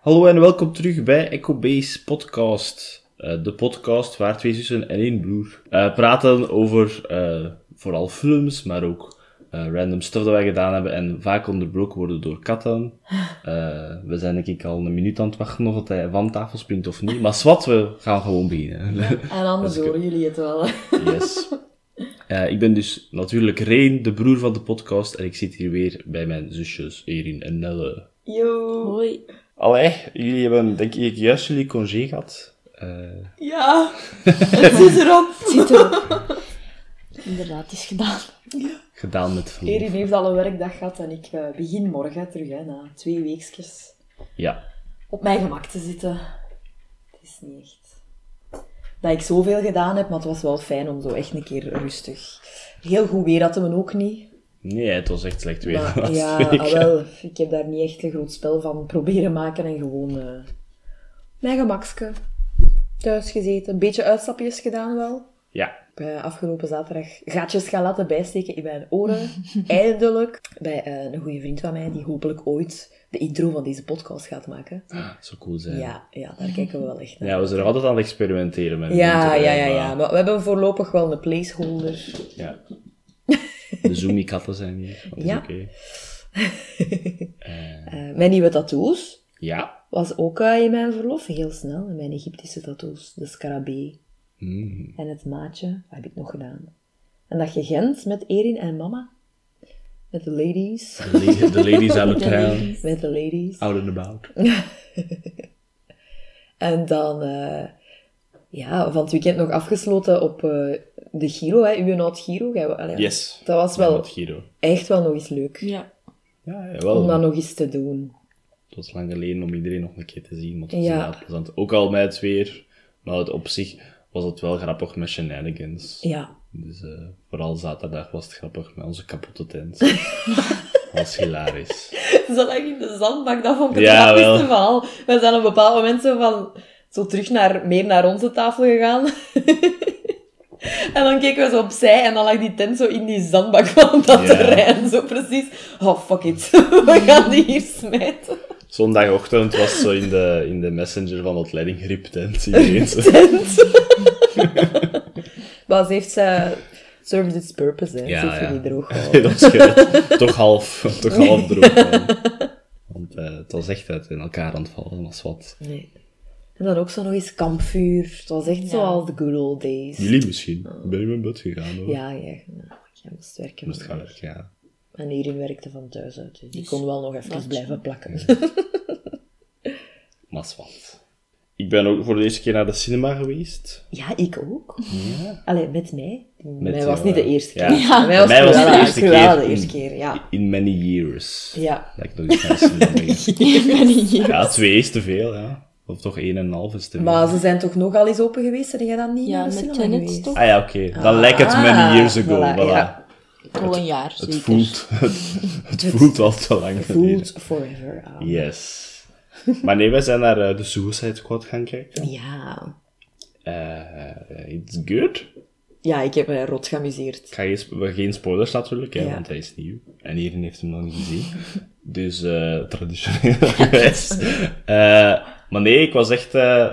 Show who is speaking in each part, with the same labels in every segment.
Speaker 1: Hallo en welkom terug bij Echo Base Podcast. Eh, de podcast waar twee zussen en één broer eh, praten over eh, vooral films, maar ook eh, random stuff dat wij gedaan hebben en vaak onderbroken worden door katten. Eh, we zijn denk ik al een minuut aan het wachten of het hij van tafel springt of niet. Maar zwart, we gaan gewoon beginnen.
Speaker 2: En anders
Speaker 1: Dat is
Speaker 2: horen jullie het wel.
Speaker 1: Yes. Eh, ik ben dus natuurlijk Reen, de broer van de podcast, en ik zit hier weer bij mijn zusjes Erin en Nelle.
Speaker 2: Yo.
Speaker 3: Hoi.
Speaker 1: Allee, jullie hebben denk ik juist jullie congé gehad. Eh,
Speaker 2: Ja. Het zit erop.
Speaker 3: Het zit erop. Inderdaad, het is gedaan.
Speaker 1: gedaan met verlof.
Speaker 2: Erin heeft al een werkdag gehad en ik eh, begin morgen hè, terug, hè, na twee weekjes
Speaker 1: Ja,
Speaker 2: op mijn gemak te zitten. Het is niet echt dat ik zoveel gedaan heb, maar het was wel fijn om zo echt een keer rustig. Heel goed weer hadden we ook niet.
Speaker 1: nee, het was echt slecht weer.
Speaker 2: Maar,
Speaker 1: laatst
Speaker 2: ja,
Speaker 1: week.
Speaker 2: ah, wel, ik heb daar niet echt een groot spel van proberen maken en gewoon eh, mijn gemakske thuis gezeten. Een beetje uitstapjes gedaan wel.
Speaker 1: Ja,
Speaker 2: Ik ben afgelopen zaterdag gaatjes gaan laten bijsteken in mijn oren. Eindelijk. Bij eh, een goede vriend van mij, die hopelijk ooit de intro van deze podcast gaat maken.
Speaker 1: dat Ah, zou cool zijn. Ja.
Speaker 2: Ja, ja daar kijken we wel echt naar.
Speaker 1: ja, we zijn er altijd aan het experimenteren met
Speaker 2: Ja,
Speaker 1: winter,
Speaker 2: ja,
Speaker 1: hè,
Speaker 2: ja,
Speaker 1: maar-
Speaker 2: ja. Maar we hebben voorlopig wel een placeholder.
Speaker 1: ja. De Zoomy-katten zijn hier, dat is
Speaker 2: Ja.
Speaker 1: oké. Eh,
Speaker 2: Eh, mijn nieuwe tattoos
Speaker 1: ja.
Speaker 2: was ook eh, in mijn verlof heel snel. Mijn Egyptische tattoos. De scarabee
Speaker 1: Mm.
Speaker 2: en het maatje. Wat heb ik nog gedaan? En dat gegend met Erin en mama. Met de ladies.
Speaker 1: De la- de ladies out of
Speaker 3: De
Speaker 1: town,
Speaker 3: ladies.
Speaker 2: Met de ladies.
Speaker 1: out and about.
Speaker 2: En dan, eh, ja, van het weekend nog afgesloten op eh, de Giro, hè, uw oud Giro. Jij wa- allee,
Speaker 1: Yes.
Speaker 2: Dat was
Speaker 1: Ja,
Speaker 2: wel
Speaker 1: met Guido.
Speaker 2: echt wel nog eens leuk
Speaker 3: Ja.
Speaker 1: Ja,
Speaker 2: om
Speaker 1: jawel.
Speaker 2: dat nog eens te doen.
Speaker 1: Het was lang geleden om iedereen nog een keer te zien, want het was
Speaker 2: Ja.
Speaker 1: inderdaad plezant. Ook al met het weer, maar het op zich was het wel grappig met shenanigans.
Speaker 2: Ja,
Speaker 1: Dus eh, vooral zaterdag was het grappig met onze kapotte tent. dat was hilarisch.
Speaker 2: dat lag in de zandbak, dat vond ik het
Speaker 1: Ja,
Speaker 2: grappigste
Speaker 1: wel.
Speaker 2: verhaal. We zijn op een bepaald moment zo, van, zo terug naar, meer naar onze tafel gegaan. en dan keken we zo opzij en dan lag die tent zo in die zandbak van dat
Speaker 1: Ja.
Speaker 2: terrein. Zo precies, oh fuck it, we gaan die hier smijten.
Speaker 1: Zondagochtend was zo in de, in de messenger van dat leidinggrip tent. Iedereen zo.
Speaker 2: Maar ze heeft ze... Served its purpose, hè.
Speaker 1: Ja,
Speaker 2: ze heeft
Speaker 1: ja.
Speaker 2: jullie droog
Speaker 1: Nee,
Speaker 2: gehouden.
Speaker 1: dat was goed. toch half, toch half droog. man. Want eh, het was echt uit in elkaar aan het vallen, dat was wat.
Speaker 2: Nee. En dan ook zo nog eens kampvuur. Het was echt zoals de good old days.
Speaker 1: Jullie misschien. Ik ben in mijn bed gegaan hoor.
Speaker 2: Oh. Ja, ja. ja. Jij moest werken.
Speaker 1: Moest gaan werken, ja.
Speaker 2: En hierin werkte van thuis uit. Dus die
Speaker 3: Dus
Speaker 2: kon wel nog even
Speaker 3: dat-
Speaker 2: blijven plakken.
Speaker 1: Maar zwart. Ik ben ook voor de eerste keer naar de cinema geweest.
Speaker 2: Ja, ik ook. Allee, met mij. mij
Speaker 1: jou,
Speaker 2: was niet de
Speaker 1: hè?
Speaker 2: eerste
Speaker 1: Ja.
Speaker 2: keer.
Speaker 1: Ja.
Speaker 2: Mij was,
Speaker 1: Mij was
Speaker 2: wel
Speaker 1: de eerste
Speaker 2: eigenlijk wel
Speaker 1: keer.
Speaker 2: de eerste keer, ja.
Speaker 1: In many years.
Speaker 2: Ja.
Speaker 1: Dat ik nog eens naar de cinema ging.
Speaker 3: Ik ben hier.
Speaker 1: Ja, twee is te veel, ja. Of toch één en een half is te veel.
Speaker 2: Maar ze zijn toch nogal eens open geweest? Zijn jij dan niet
Speaker 3: Ja,
Speaker 2: naar de
Speaker 3: met
Speaker 2: cinema
Speaker 3: Tenet
Speaker 2: geweest?
Speaker 3: toch?
Speaker 1: Ah ja, oké. Dan lijkt het many years ago.
Speaker 2: Ah, voilà,
Speaker 1: Voilà,
Speaker 2: ja.
Speaker 3: Al een jaar,
Speaker 1: Het,
Speaker 3: zeker.
Speaker 1: voelt, het, het voelt al te lang geleden.
Speaker 2: Voelt forever aan.
Speaker 1: Yes. Maar nee, wij zijn naar eh, de Suicide Squad gaan kijken.
Speaker 2: Ja.
Speaker 1: Eh, it's good.
Speaker 2: Ja, ik heb me rot geamuseerd.
Speaker 1: Ik ga geen, sp- geen spoilers natuurlijk, hè,
Speaker 2: Ja.
Speaker 1: want hij is nieuw. En iedereen heeft hem nog niet gezien. Dus eh, traditioneel gewijs. Eh, maar nee, ik was echt... eh,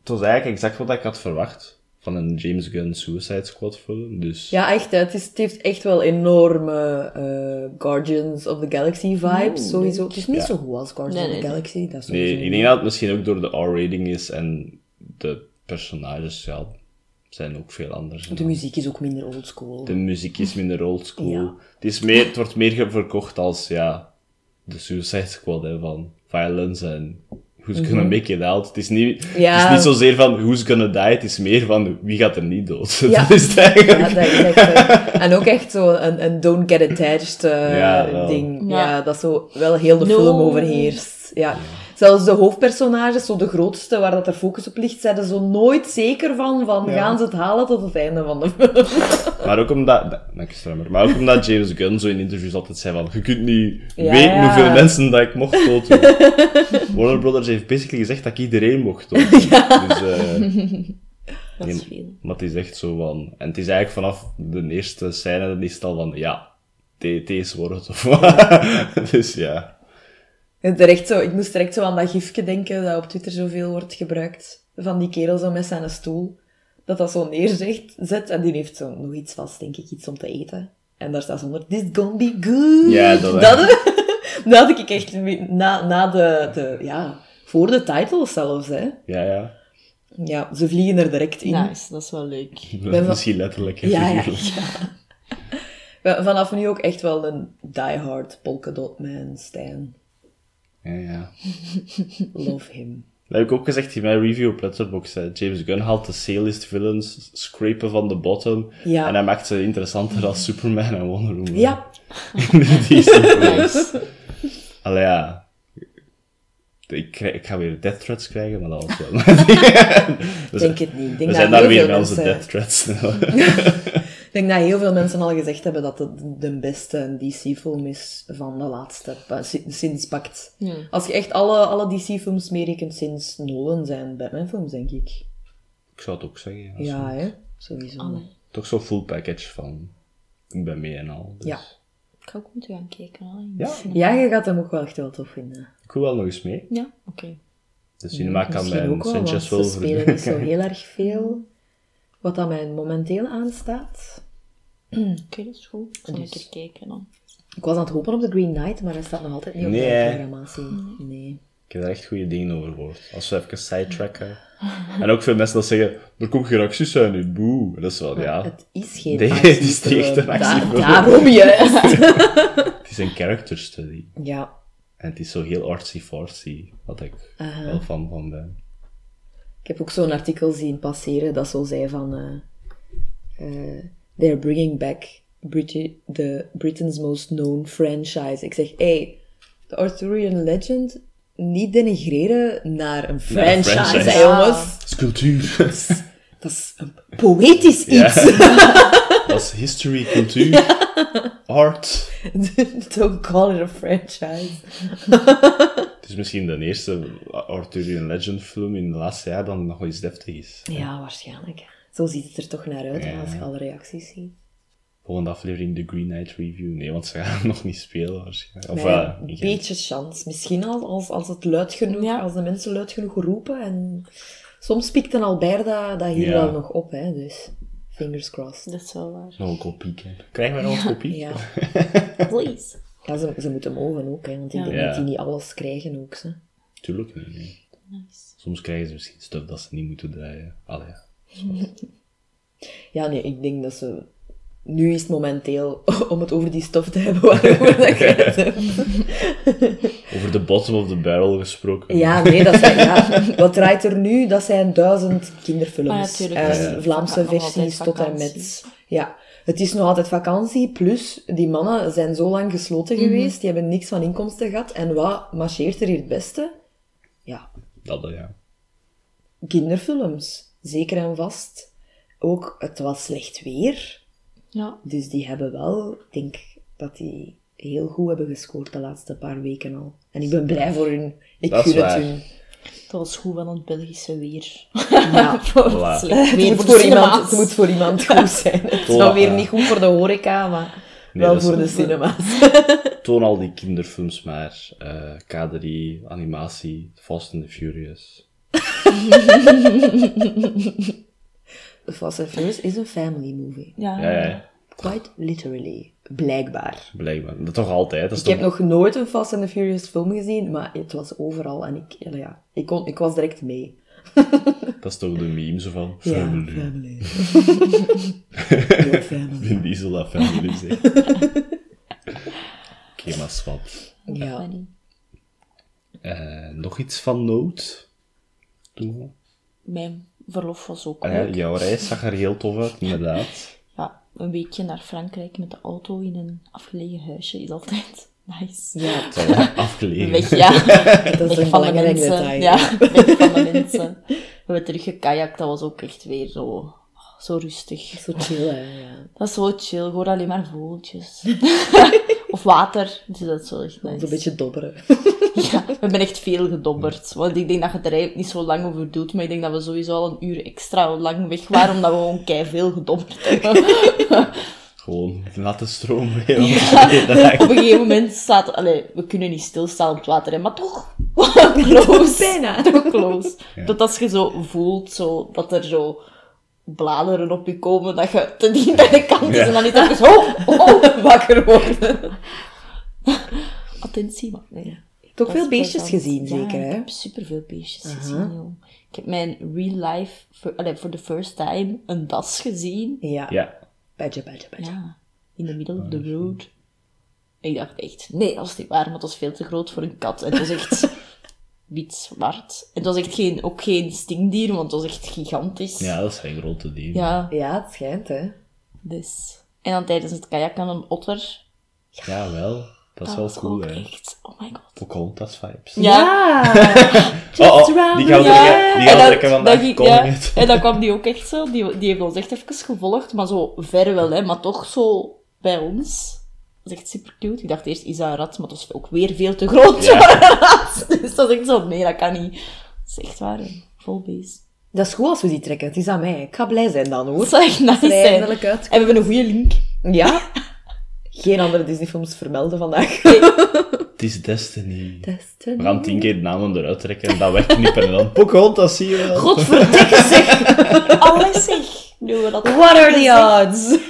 Speaker 1: het was eigenlijk exact wat ik had verwacht. Van een James Gunn Suicide Squad film. Dus
Speaker 2: Ja, echt. hè. Het, is, het heeft echt wel enorme eh, Guardians of the Galaxy vibes, sowieso. Het is niet
Speaker 1: Ja.
Speaker 2: zo goed als Guardians
Speaker 3: Nee,
Speaker 2: of
Speaker 3: nee,
Speaker 2: the
Speaker 3: nee.
Speaker 2: Galaxy. Dat is
Speaker 1: nee,
Speaker 2: sowieso
Speaker 1: ik
Speaker 2: niet.
Speaker 1: denk dat het misschien ook door de R-rating is. En de personages ja, zijn ook veel anders.
Speaker 2: De muziek is ook minder oldschool.
Speaker 1: De muziek is minder oldschool.
Speaker 2: Ja.
Speaker 1: Het, is meer, het wordt meer ge- verkocht als ja, de Suicide Squad hè, van violence en who's gonna make it out. Het is, niet, het
Speaker 2: Mhm. Ja.
Speaker 1: is niet zozeer van who's gonna die, het is meer van wie gaat er niet dood.
Speaker 2: Ja.
Speaker 1: Dat is het eigenlijk.
Speaker 2: Ja, dat is echt, eh, en ook echt zo een, een don't get attached eh,
Speaker 1: Ja, wel.
Speaker 2: ding. Ja.
Speaker 3: Ja.
Speaker 2: dat zo wel heel de
Speaker 3: No.
Speaker 2: film overheerst. Ja. Zelfs de hoofdpersonages, zo de grootste, waar dat er focus op ligt, zijn er zo nooit zeker van, van gaan ze het halen tot het einde van de film.
Speaker 1: Maar ook omdat, da- dank je, Strammer. maar ook omdat James Gunn zo in interviews altijd zei van, je kunt niet
Speaker 2: Ja,
Speaker 1: weten
Speaker 2: ja.
Speaker 1: hoeveel mensen dat ik mocht dood doen. Warner Brothers heeft basically gezegd dat ik iedereen mocht dood doen. Dus, eh,
Speaker 3: Dat is
Speaker 1: Nee,
Speaker 3: veel.
Speaker 1: Maar het is echt zo van... En het is eigenlijk vanaf de eerste scène is het al van... Ja, de- deze wordt het of wat. dus ja.
Speaker 2: Direct zo, ik moest direct zo aan dat gifje denken dat op Twitter zoveel wordt gebruikt. Van die kerel zo met zijn stoel. Dat dat zo neerzet zet, en die heeft zo nog iets vast, denk ik, iets om te eten. En daar staat zo onder, this gonna be good.
Speaker 1: Ja, dat wel.
Speaker 2: dat, eh, dat had ik echt na, na de, de, ja, voor de title zelfs, hè.
Speaker 1: Ja, ja.
Speaker 2: Ja, ze vliegen er direct in.
Speaker 3: Nice, dat is wel leuk.
Speaker 1: Hm.
Speaker 2: wel-
Speaker 1: Misschien letterlijk. en
Speaker 2: Ja, ja,
Speaker 1: figuurlijk.
Speaker 2: ja. Vanaf nu ook echt wel een diehard polkadotman, Stan.
Speaker 1: ja, ja.
Speaker 2: Love him.
Speaker 1: Dat heb ik ook gezegd in mijn review op Letterboxd. hè. James Gunn haalt de C-list villains, scrapen van de bottom.
Speaker 2: Ja.
Speaker 1: En hij maakt ze interessanter als Superman en Wonder Woman.
Speaker 2: Ja,
Speaker 1: Die is niet goed.
Speaker 3: Nice.
Speaker 1: Allee, ja. Ik, krijg- ik ga weer death threats krijgen, maar dat was wel... we zijn,
Speaker 2: denk het niet. Ik denk
Speaker 1: we
Speaker 2: dat
Speaker 1: zijn daar
Speaker 2: Nou, heel
Speaker 1: weer
Speaker 2: veel
Speaker 1: bij onze
Speaker 2: mensen-
Speaker 1: death threats.
Speaker 2: Ik denk dat heel veel mensen al gezegd hebben dat het de beste DC-film is van de laatste, pa- si- sinds Pact. Als je echt alle, alle DC-films meerekent sinds Nolan zijn Batman-films, denk ik.
Speaker 1: ik zou het ook zeggen. ja.
Speaker 2: Ja, hè? Sowieso.
Speaker 1: Toch zo'n full package van... Ik ben mee en al. Dus.
Speaker 2: Ja.
Speaker 3: Ik ga ook moeten gaan kijken. hè, in de
Speaker 1: Ja.
Speaker 3: cinema.
Speaker 2: Ja, je gaat hem ook wel echt wel tof vinden.
Speaker 1: Ik wil wel nog eens mee.
Speaker 3: Ja, oké.
Speaker 1: De cinema kan
Speaker 2: Misschien
Speaker 1: mijn
Speaker 2: ook wel, want
Speaker 1: Sanchez
Speaker 2: ze
Speaker 1: wel
Speaker 2: spelen niet zo
Speaker 1: verdienen.
Speaker 2: heel erg veel. Wat dat mij momenteel aanstaat.
Speaker 3: Oké, dat is goed. Ik zal
Speaker 2: Dus-
Speaker 3: een keer kijken dan.
Speaker 2: Ik was aan het hopen op de Green Knight, maar hij staat nog altijd niet op
Speaker 1: Nee,
Speaker 2: de
Speaker 1: hè.
Speaker 2: programmatie. Nee.
Speaker 1: Ik heb daar echt goede dingen over gehoord. Als we even sidetracken. En ook veel mensen dat zeggen, er komt geen acties zijn nu, boe. En Dat is wel, ja.
Speaker 2: Het is geen Ah,
Speaker 1: Nee, het
Speaker 2: actiefilm.
Speaker 1: is niet echt een
Speaker 2: Da-
Speaker 1: actiefilm.
Speaker 2: daarom juist.
Speaker 1: Het is een character study.
Speaker 2: ja,
Speaker 1: En het is zo heel artsy-fartsy, wat ik
Speaker 2: Aha.
Speaker 1: wel fan van ben.
Speaker 2: Ik heb ook zo'n artikel zien passeren dat zo zei van... eh, eh, They're bringing back Briti- the Britain's most known franchise. Ik zeg, hey, de Arthurian legend niet denigreren naar een
Speaker 1: Naar een
Speaker 2: franchise,
Speaker 1: franchise.
Speaker 2: hè, jongens.
Speaker 1: Dat is cultuur.
Speaker 2: Dat is een poëtisch
Speaker 1: Ja.
Speaker 2: iets.
Speaker 1: Dat is history, cultuur, art.
Speaker 2: Don't call it a franchise.
Speaker 1: Het is misschien de eerste Arthurian Legend film in de laatste jaar dan nog wel eens deftig is.
Speaker 2: Ja, waarschijnlijk. Zo ziet het er toch naar uit,
Speaker 1: Ja.
Speaker 2: als je alle reacties ziet.
Speaker 1: Volgende aflevering de Green Knight review. Nee, want ze gaan hem nog niet spelen waarschijnlijk. Of eh,
Speaker 2: Nee,
Speaker 1: ja,
Speaker 2: een
Speaker 1: ik-
Speaker 2: beetje chance. Misschien al als, als het luid genoeg,
Speaker 3: Ja.
Speaker 2: als de mensen luid genoeg roepen. En soms pikt een Alberda dat hier
Speaker 1: Ja.
Speaker 2: wel nog op, hè. Dus fingers crossed.
Speaker 3: Dat is wel waar.
Speaker 1: nog een kopie. hè. Krijgen we nog een kopie?
Speaker 2: Ja,
Speaker 3: Please.
Speaker 2: ja ze, ze moeten mogen ook, hè. Want ik
Speaker 3: Ja.
Speaker 2: denk
Speaker 1: Ja.
Speaker 2: dat die niet alles krijgen ook, ze.
Speaker 1: Tuurlijk niet. nee.
Speaker 3: Nice.
Speaker 1: Soms krijgen ze misschien stuff dat ze niet moeten draaien. Allee, ja.
Speaker 2: Ja, nee, ik denk dat ze... Nu is het momenteel om het over die stof te hebben waarover dat je het hebt.
Speaker 1: Over de bottom of the barrel gesproken.
Speaker 2: Ja, nee, dat zijn, ja. Wat draait er nu? Dat zijn duizend
Speaker 3: Ah, ja,
Speaker 2: kinderfilms.
Speaker 3: tuurlijk.
Speaker 2: Eh,
Speaker 3: Dus het gaat
Speaker 2: Vlaamse
Speaker 3: nog altijd
Speaker 2: versies tot en
Speaker 3: vakantie.
Speaker 2: met. Ja, het is nog altijd vakantie. Plus, die mannen zijn zo lang gesloten
Speaker 3: Mhm.
Speaker 2: geweest. Die hebben niks van inkomsten gehad. En wat marcheert er hier het beste? Ja,
Speaker 1: Dat, eh, ja.
Speaker 2: kinderfilms. Zeker en vast. Ook, het was slecht weer.
Speaker 3: Ja.
Speaker 2: Dus die hebben wel, ik denk dat die heel goed hebben gescoord de laatste paar weken al. En ik ben blij voor hun. Ik
Speaker 1: Dat is
Speaker 2: gun het
Speaker 1: waar.
Speaker 2: hun.
Speaker 3: Het was goed van het Belgische weer.
Speaker 2: Ja.
Speaker 1: Voilà.
Speaker 3: Slecht
Speaker 2: Het
Speaker 3: weer
Speaker 2: moet,
Speaker 3: de
Speaker 2: voor iemand,
Speaker 3: cinema's.
Speaker 2: het moet voor iemand goed zijn. Het is
Speaker 1: Voilà.
Speaker 2: wel weer niet goed voor de horeca, maar
Speaker 1: Nee,
Speaker 2: wel
Speaker 1: dat is-
Speaker 2: voor de cinema's.
Speaker 1: toon al die kinderfilms maar. eh, K3, animatie, Fast and the Furious.
Speaker 2: The Fast and Furious is een family movie.
Speaker 3: Ja.
Speaker 1: Ja, ja,
Speaker 2: Quite literally. Blijkbaar.
Speaker 1: blijkbaar. Dat toch altijd. Dat is
Speaker 2: Ik heb
Speaker 1: toch-
Speaker 2: nog nooit een Fast and the Furious film gezien, maar het was overal en ik, ja, ja, ik, kon, ik was direct mee.
Speaker 1: Dat is toch de meme zo van.
Speaker 2: Ja,
Speaker 1: Family.
Speaker 2: family. Your family.
Speaker 1: Vin Diesel dat family zegt. Oké, maar zwart.
Speaker 2: Ja.
Speaker 3: Funny.
Speaker 1: Eh, nog iets van nood? Doe maar.
Speaker 3: Mijn verlof was ook
Speaker 1: Ah,
Speaker 3: leuk.
Speaker 1: ja, jouw reis zag er heel tof uit, inderdaad.
Speaker 3: Ja, een weekje naar Frankrijk met de auto in een afgelegen huisje is altijd nice.
Speaker 2: ja,
Speaker 1: Het zal wel afgelegen.
Speaker 3: Weg, ja.
Speaker 2: dat is
Speaker 3: Weg
Speaker 2: een
Speaker 3: van de
Speaker 2: belangrijk
Speaker 3: mensen.
Speaker 2: detail.
Speaker 3: Ja, weg van de mensen. We hebben teruggekajakt, dat was ook echt weer zo, zo rustig.
Speaker 2: Zo chill, hè. Ja.
Speaker 3: Dat is zo chill, gewoon alleen maar vogeltjes. of water, dus dat is wel echt nice.
Speaker 2: Zo'n beetje dobberen.
Speaker 3: Ja, we hebben echt veel gedobberd. Want ik denk dat je er eigenlijk niet zo lang over doet, maar ik denk dat we sowieso al een uur extra lang weg waren, omdat we gewoon kei veel gedobberd hebben.
Speaker 1: Gewoon natte stroom weer.
Speaker 3: Op een gegeven moment staat... Allee, we kunnen niet stilstaan op het water, hè, maar toch...
Speaker 2: Toch
Speaker 3: close.
Speaker 2: bijna.
Speaker 3: Toch close.
Speaker 1: Ja.
Speaker 3: Dat als je zo voelt, zo, dat er zo bladeren op je komen, dat je te diep bij de kant is
Speaker 1: Ja.
Speaker 3: en dan niet even zo... Oh, oh, wakker worden. Attentie, maar... Nee.
Speaker 2: Toch veel
Speaker 3: Dat is
Speaker 2: beestjes
Speaker 3: plezant.
Speaker 2: gezien,
Speaker 3: Ja,
Speaker 2: zeker,
Speaker 3: ik
Speaker 2: hè?
Speaker 3: heb superveel beestjes
Speaker 2: Aha.
Speaker 3: gezien, joh. Ik heb mijn real life, for, allee, for the first time, een das gezien.
Speaker 2: Ja.
Speaker 1: Ja.
Speaker 2: Badje, badje, badje.
Speaker 3: Ja, in the middle
Speaker 1: Ah,
Speaker 3: of the road. Ik dacht echt, nee, dat is niet waar, maar het was veel te groot voor een kat. En het was echt wit-zwart. En het was echt geen, ook geen stinkdier, want het was echt gigantisch.
Speaker 1: ja, dat zijn grote dingen.
Speaker 3: Ja,
Speaker 2: Ja, het schijnt, hè?
Speaker 3: dus. En dan tijdens het kajakken een otter.
Speaker 1: Jawel, dat is wel
Speaker 3: was
Speaker 1: cool,
Speaker 3: ook
Speaker 1: hè.
Speaker 3: echt, oh my god.
Speaker 1: Pocahontas vibes.
Speaker 3: Ja.
Speaker 1: Oh, oh, die gaan
Speaker 2: round
Speaker 1: we trekken,
Speaker 2: and
Speaker 1: die gaan we
Speaker 3: dan-
Speaker 1: trekken vandaag.
Speaker 3: dan ging-
Speaker 1: Koningin.
Speaker 3: ja, en dan kwam die ook echt zo, die, die heeft ons echt even gevolgd, maar zo ver wel, hè, maar toch zo bij ons. Dat is echt super cute. Ik dacht eerst is dat een rat, maar dat is ook weer veel te groot
Speaker 1: Ja.
Speaker 3: voor een rat. Dus dat is echt zo, nee, dat kan niet. Dat is echt waar, een vol beest.
Speaker 2: Dat is goed als we die trekken. Het is aan mij. Ik ga blij zijn dan, hoor.
Speaker 3: Dat zou echt nice
Speaker 2: Vrij
Speaker 3: zijn.
Speaker 2: eindelijk uit.
Speaker 3: En we hebben een goede link.
Speaker 2: Ja. Geen andere Disney-films vermelden vandaag.
Speaker 1: Het is Destiny. We gaan
Speaker 2: Destiny.
Speaker 1: tien keer de namen eruit trekken en dat wegknippen en dan Pocahontas zie je wel.
Speaker 2: Godverdikke zeg.
Speaker 3: Alles zeg. Doen we dat
Speaker 2: What are the odds?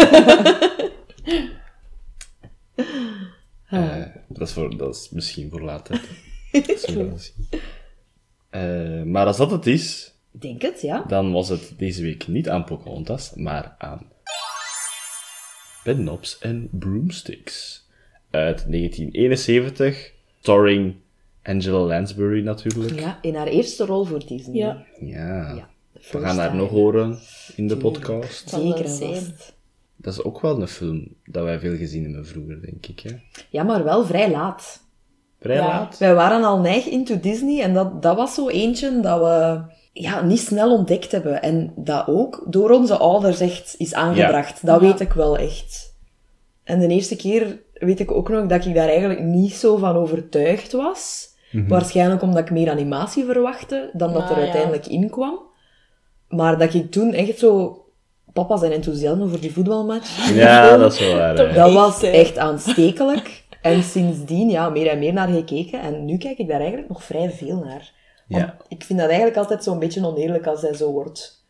Speaker 1: Eh, dat, is voor, dat is misschien voor later. Dat zullen we wel zien. Eh, maar als dat het is,
Speaker 2: Ik denk het, ja.
Speaker 1: dan was het deze week niet aan Pocahontas, maar aan Bedknobs en Broomsticks. Uit 1971, starring Angela Lansbury natuurlijk.
Speaker 2: Ja, in haar eerste rol voor Disney.
Speaker 3: Ja.
Speaker 1: Ja.
Speaker 2: Ja,
Speaker 1: We gaan
Speaker 2: daar
Speaker 1: haar nog horen in de podcast.
Speaker 3: Zal wel
Speaker 2: Zeker en
Speaker 3: zijn.
Speaker 2: vast.
Speaker 1: Dat is ook wel een film dat wij veel gezien hebben vroeger, denk ik. Hè?
Speaker 2: Ja, maar wel vrij laat.
Speaker 1: Vrij
Speaker 3: Ja.
Speaker 1: laat.
Speaker 2: Wij waren al neig into Disney en dat, dat was zo eentje dat we ja, niet snel ontdekt hebben. En dat ook door onze ouders echt is aangebracht. Dat
Speaker 3: Ja.
Speaker 2: weet ik wel echt. En de eerste keer weet ik ook nog dat ik daar eigenlijk niet zo van overtuigd was. Waarschijnlijk omdat ik meer animatie verwachtte dan dat
Speaker 3: Mhm. Ah,
Speaker 2: er
Speaker 3: ja.
Speaker 2: uiteindelijk in kwam. Maar dat ik toen echt zo... Papa zijn enthousiasme voor die voetbalmatch.
Speaker 1: Ja, dat is wel waar. hè.
Speaker 3: Toch.
Speaker 2: Dat was
Speaker 3: Echt, hè?
Speaker 2: echt aanstekelijk. En sindsdien, ja, meer en meer naar gekeken. En nu kijk ik daar eigenlijk nog vrij veel naar. Want
Speaker 1: Ja.
Speaker 2: ik vind dat eigenlijk altijd zo'n beetje oneerlijk als hij zo wordt.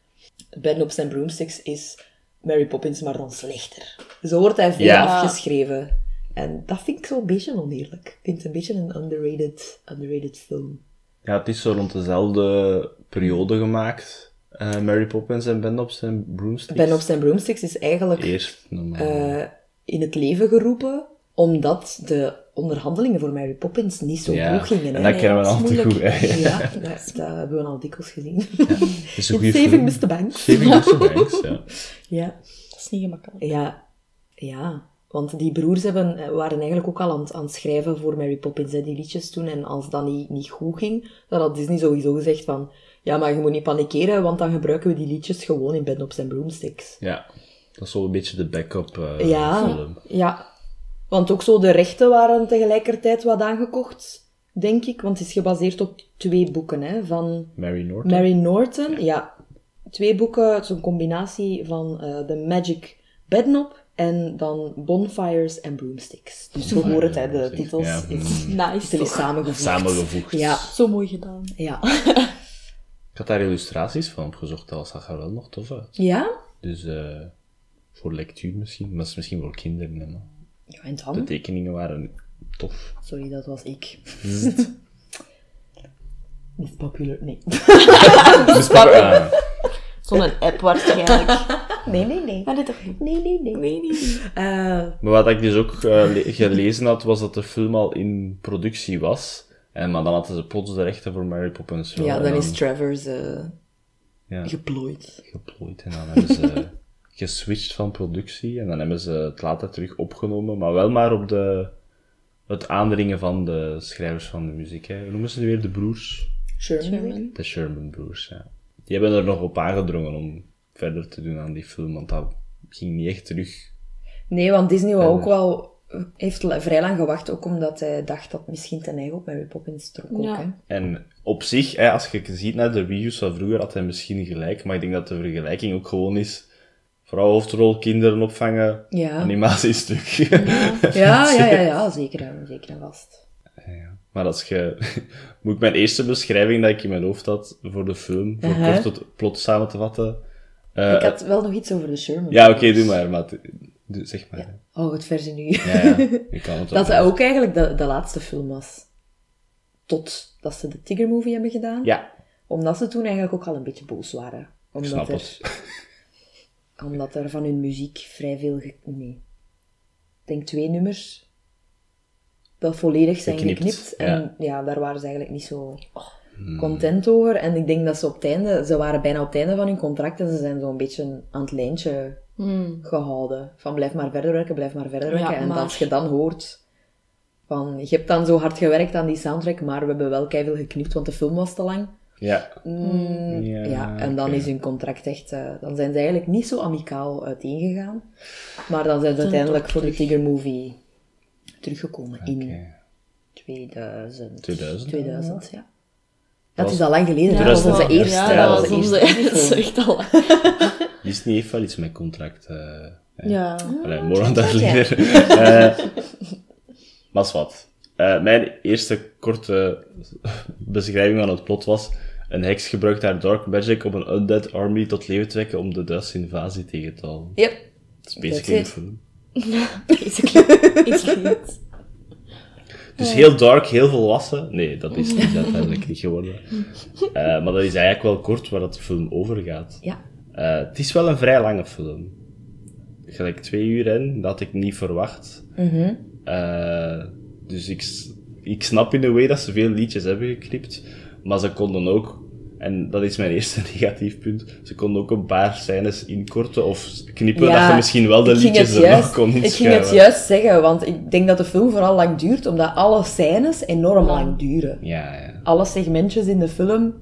Speaker 2: Bedknobs en Broomsticks is Mary Poppins, maar dan slechter. Zo wordt hij veel
Speaker 1: Ja.
Speaker 2: afgeschreven. En dat vind ik zo'n beetje oneerlijk. Ik vind het een beetje een underrated, underrated film.
Speaker 1: Ja, het is zo rond dezelfde periode gemaakt. eh, Mary Poppins en Benops en Broomsticks.
Speaker 2: Bedknobs en Broomsticks is eigenlijk
Speaker 1: Eerst normaal.
Speaker 2: eh, in het leven geroepen, omdat de onderhandelingen voor Mary Poppins niet zo
Speaker 1: ja.
Speaker 2: goed gingen.
Speaker 1: en
Speaker 2: hè.
Speaker 1: dat kennen we
Speaker 3: dat is
Speaker 1: al te goed.
Speaker 3: moeilijk.
Speaker 1: hè. Ja.
Speaker 2: Ja, dat, dat hebben we al dikwijls gezien.
Speaker 1: Het is een
Speaker 2: In
Speaker 1: goede
Speaker 2: Saving
Speaker 1: film.
Speaker 2: Mr. Banks.
Speaker 1: Saving Mr. Banks, ja.
Speaker 2: Ja.
Speaker 3: Dat is niet gemakkelijk.
Speaker 2: ja, ja. Want die broers hebben, eh, waren eigenlijk ook al aan, het- aan het schrijven voor Mary Poppins, hè, die liedjes toen. En als dat niet, niet goed ging, dan had Disney sowieso gezegd van... Ja, maar je moet niet panikeren, want dan gebruiken we die liedjes gewoon in Bedknobs en Broomsticks.
Speaker 1: ja. Dat is wel een beetje de backup eh,
Speaker 2: Ja,
Speaker 1: film.
Speaker 2: ja. Want ook zo de rechten waren tegelijkertijd wat aangekocht, denk ik. Want het is gebaseerd op twee boeken, hè, van...
Speaker 1: Mary Norton.
Speaker 2: Mary Norton, ja. Twee boeken, het is een combinatie van eh The Magic Bedknop en dan Bonfires and Broomsticks. Dus we horen het, hè, de
Speaker 1: Broomsticks,
Speaker 2: titels
Speaker 1: ja. Mm.
Speaker 2: is,
Speaker 3: Nice.
Speaker 2: is
Speaker 3: toch?
Speaker 2: samengevoegd.
Speaker 1: Samengevoegd.
Speaker 2: Ja,
Speaker 3: Zo mooi gedaan.
Speaker 2: ja.
Speaker 1: Ik had daar illustraties van opgezocht, dat zag er wel nog tof uit.
Speaker 2: Ja?
Speaker 1: Dus eh, voor lectuur misschien, maar dat is misschien voor kinderen. hè, maar
Speaker 2: Ja, en
Speaker 1: De
Speaker 2: dan?
Speaker 1: tekeningen waren tof.
Speaker 2: Sorry, dat was ik.
Speaker 1: Mm.
Speaker 2: Niet populair, nee.
Speaker 1: Dus, ah,
Speaker 3: Zo'n app waarschijnlijk.
Speaker 2: Nee, nee, nee.
Speaker 3: Maar dit toch niet?
Speaker 2: Nee, nee, nee.
Speaker 3: Nee, nee, nee.
Speaker 2: Eh,
Speaker 1: Maar wat ik dus ook eh, le- gelezen had, was dat de film al in productie was. En, maar dan hadden ze plots de rechten voor Mary Poppins. wel.
Speaker 2: ja,
Speaker 1: En
Speaker 2: dan is Travers eh,
Speaker 1: ja,
Speaker 2: geplooid.
Speaker 1: geplooid. En dan hebben ze geswitcht van productie. En dan hebben ze het later terug opgenomen. Maar wel maar op de, het aandringen van de schrijvers van de muziek. Hè. Hoe noemen ze nu weer? De broers?
Speaker 2: Sherman.
Speaker 1: De Sherman broers, ja. Die hebben er nog op aangedrongen om verder te doen aan die film. Want dat ging niet echt terug.
Speaker 2: Nee, want Disney wou ook wel... Heeft la- vrij lang gewacht, ook omdat hij dacht dat misschien ten eigen op Mary Poppins trok ook,
Speaker 3: Ja.
Speaker 2: hè.
Speaker 1: En op zich, hè, als je ziet naar de reviews van vroeger, had hij misschien gelijk. Maar ik denk dat de vergelijking ook gewoon is Vooral hoofdrol, kinderen opvangen,
Speaker 2: Ja.
Speaker 1: animatiestuk.
Speaker 2: Ja, ja, ja, ja, zeker en, zeker en vast.
Speaker 1: Maar als je... Moet ik mijn eerste beschrijving dat ik in mijn hoofd had voor de film, voor
Speaker 2: Aha.
Speaker 1: kort het plot samen te vatten? Eh,
Speaker 2: Ik had wel nog iets over de Sherman.
Speaker 1: Ja, oké, doe maar. maar het- doe- zeg maar. Ja.
Speaker 2: Oh, het versie nu.
Speaker 1: Ja, ik kan het wel.
Speaker 2: Dat dat ook eigenlijk de, de laatste film was. Totdat ze de Tiger Movie hebben gedaan.
Speaker 1: Ja,
Speaker 2: Omdat ze toen eigenlijk ook al een beetje boos waren.
Speaker 1: ik
Speaker 2: Omdat,
Speaker 1: snap
Speaker 2: er,
Speaker 1: het.
Speaker 2: omdat er van hun muziek vrij veel... ge- Nee. Ik denk twee nummers dat volledig zijn
Speaker 1: Geknipt,
Speaker 2: geknipt. En ja. daar waren ze eigenlijk niet zo
Speaker 3: Oh.
Speaker 2: content over. En ik denk dat ze op het einde... Ze waren bijna op het einde van hun contract en ze zijn zo'n beetje aan het lijntje
Speaker 3: Hmm.
Speaker 2: gehouden. Van blijf maar verder werken, blijf maar verder werken. en
Speaker 3: maar-
Speaker 2: als je dan hoort van je hebt dan zo hard gewerkt aan die soundtrack, maar we hebben wel keiveel geknipt, want de film was te lang.
Speaker 1: Ja.
Speaker 2: Mm,
Speaker 1: Ja,
Speaker 2: ja, en dan
Speaker 1: oké.
Speaker 2: is hun contract echt... eh, dan zijn ze eigenlijk niet zo amicaal uiteengegaan. Maar dan zijn ze uiteindelijk voor de Tiger Movie teruggekomen in
Speaker 1: Oké.
Speaker 2: 2000.
Speaker 1: 2000,
Speaker 2: 2000, ja.
Speaker 1: Dat
Speaker 2: Dat
Speaker 1: was-
Speaker 2: is al lang geleden.
Speaker 3: Ja,
Speaker 2: dat was onze
Speaker 3: wel-
Speaker 2: eerste.
Speaker 3: Ja,
Speaker 1: ja,
Speaker 3: dat
Speaker 2: onze
Speaker 3: was onze
Speaker 2: eerste
Speaker 3: eerste.
Speaker 2: film.
Speaker 3: echt al.
Speaker 1: Disney heeft wel iets met contract. eh
Speaker 2: Ah,
Speaker 3: Ja.
Speaker 1: Allee, morgen dat
Speaker 2: ja.
Speaker 1: leren. Eh, maar is wat. Eh, mijn eerste korte beschrijving van het plot was... Een heks gebruikt haar dark magic om een undead army tot leven te wekken om de Duitse invasie tegen te houden.
Speaker 2: Yep.
Speaker 1: Dat is basically de
Speaker 2: it.
Speaker 1: film.
Speaker 3: Basically. Basically it.
Speaker 1: Dus heel dark, heel volwassen. Nee, dat is het uiteindelijk niet geworden. Eh, maar dat is eigenlijk wel kort waar dat de film over gaat.
Speaker 2: Ja.
Speaker 1: Eh, het is wel een vrij lange film. Gelijk twee uur in, dat had ik niet verwacht.
Speaker 2: Mhm.
Speaker 1: Eh, dus ik, s- ik snap in een way dat ze veel liedjes hebben geknipt. Maar ze konden ook, en dat is mijn eerste negatief punt, ze konden ook een paar scènes inkorten of knippen dat
Speaker 2: Ja,
Speaker 1: ze misschien wel de
Speaker 2: ik ging
Speaker 1: liedjes
Speaker 2: het
Speaker 1: er nog
Speaker 2: juist-
Speaker 1: kon
Speaker 2: Ik
Speaker 1: inschuiven.
Speaker 2: ging het juist zeggen, want ik denk dat de film vooral lang duurt, omdat alle scènes enorm lang duren.
Speaker 1: Ja, ja.
Speaker 2: Alle segmentjes in de film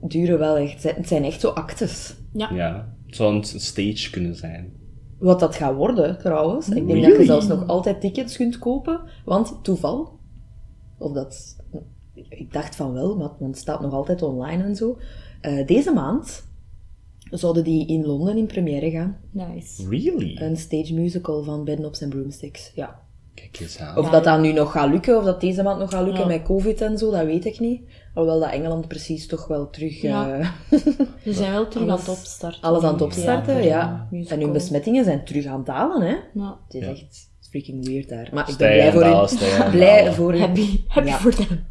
Speaker 2: duren wel echt. Het zijn echt zo actes.
Speaker 1: ja. Het zou een stage kunnen zijn.
Speaker 2: Wat dat gaat worden, trouwens. Ik denk dat
Speaker 1: Really?
Speaker 2: je zelfs nog altijd tickets kunt kopen, want toeval, of dat... Ik dacht van wel, maar het staat nog altijd online en zo. Eh, deze maand zouden die in Londen in première gaan.
Speaker 3: Nice.
Speaker 1: Really?
Speaker 2: Een stage musical van Bedknobs en Broomsticks, ja.
Speaker 1: Kijk eens aan.
Speaker 2: Of
Speaker 3: Ah, Ja,
Speaker 2: dat dat nu nog gaat lukken, of dat deze maand nog gaat lukken
Speaker 3: Ja.
Speaker 2: met covid en zo, dat weet ik niet. Alhoewel dat Engeland precies toch wel terug
Speaker 3: Ja.
Speaker 2: eh,
Speaker 3: Ze zijn wel terug aan
Speaker 2: Alles-
Speaker 3: het opstarten.
Speaker 2: alles aan het opstarten, ja.
Speaker 3: musical.
Speaker 2: En hun besmettingen zijn terug aan het dalen, hè.
Speaker 3: Ja.
Speaker 2: Het is
Speaker 1: Ja.
Speaker 2: echt freaking weird daar. Maar ik ben
Speaker 1: Stijgen
Speaker 2: blij voor
Speaker 1: dalen,
Speaker 2: hun.
Speaker 1: stijgen en
Speaker 2: Blij
Speaker 1: dalen.
Speaker 2: voor hun.
Speaker 3: Happy, happy
Speaker 2: Ja.
Speaker 3: voor them.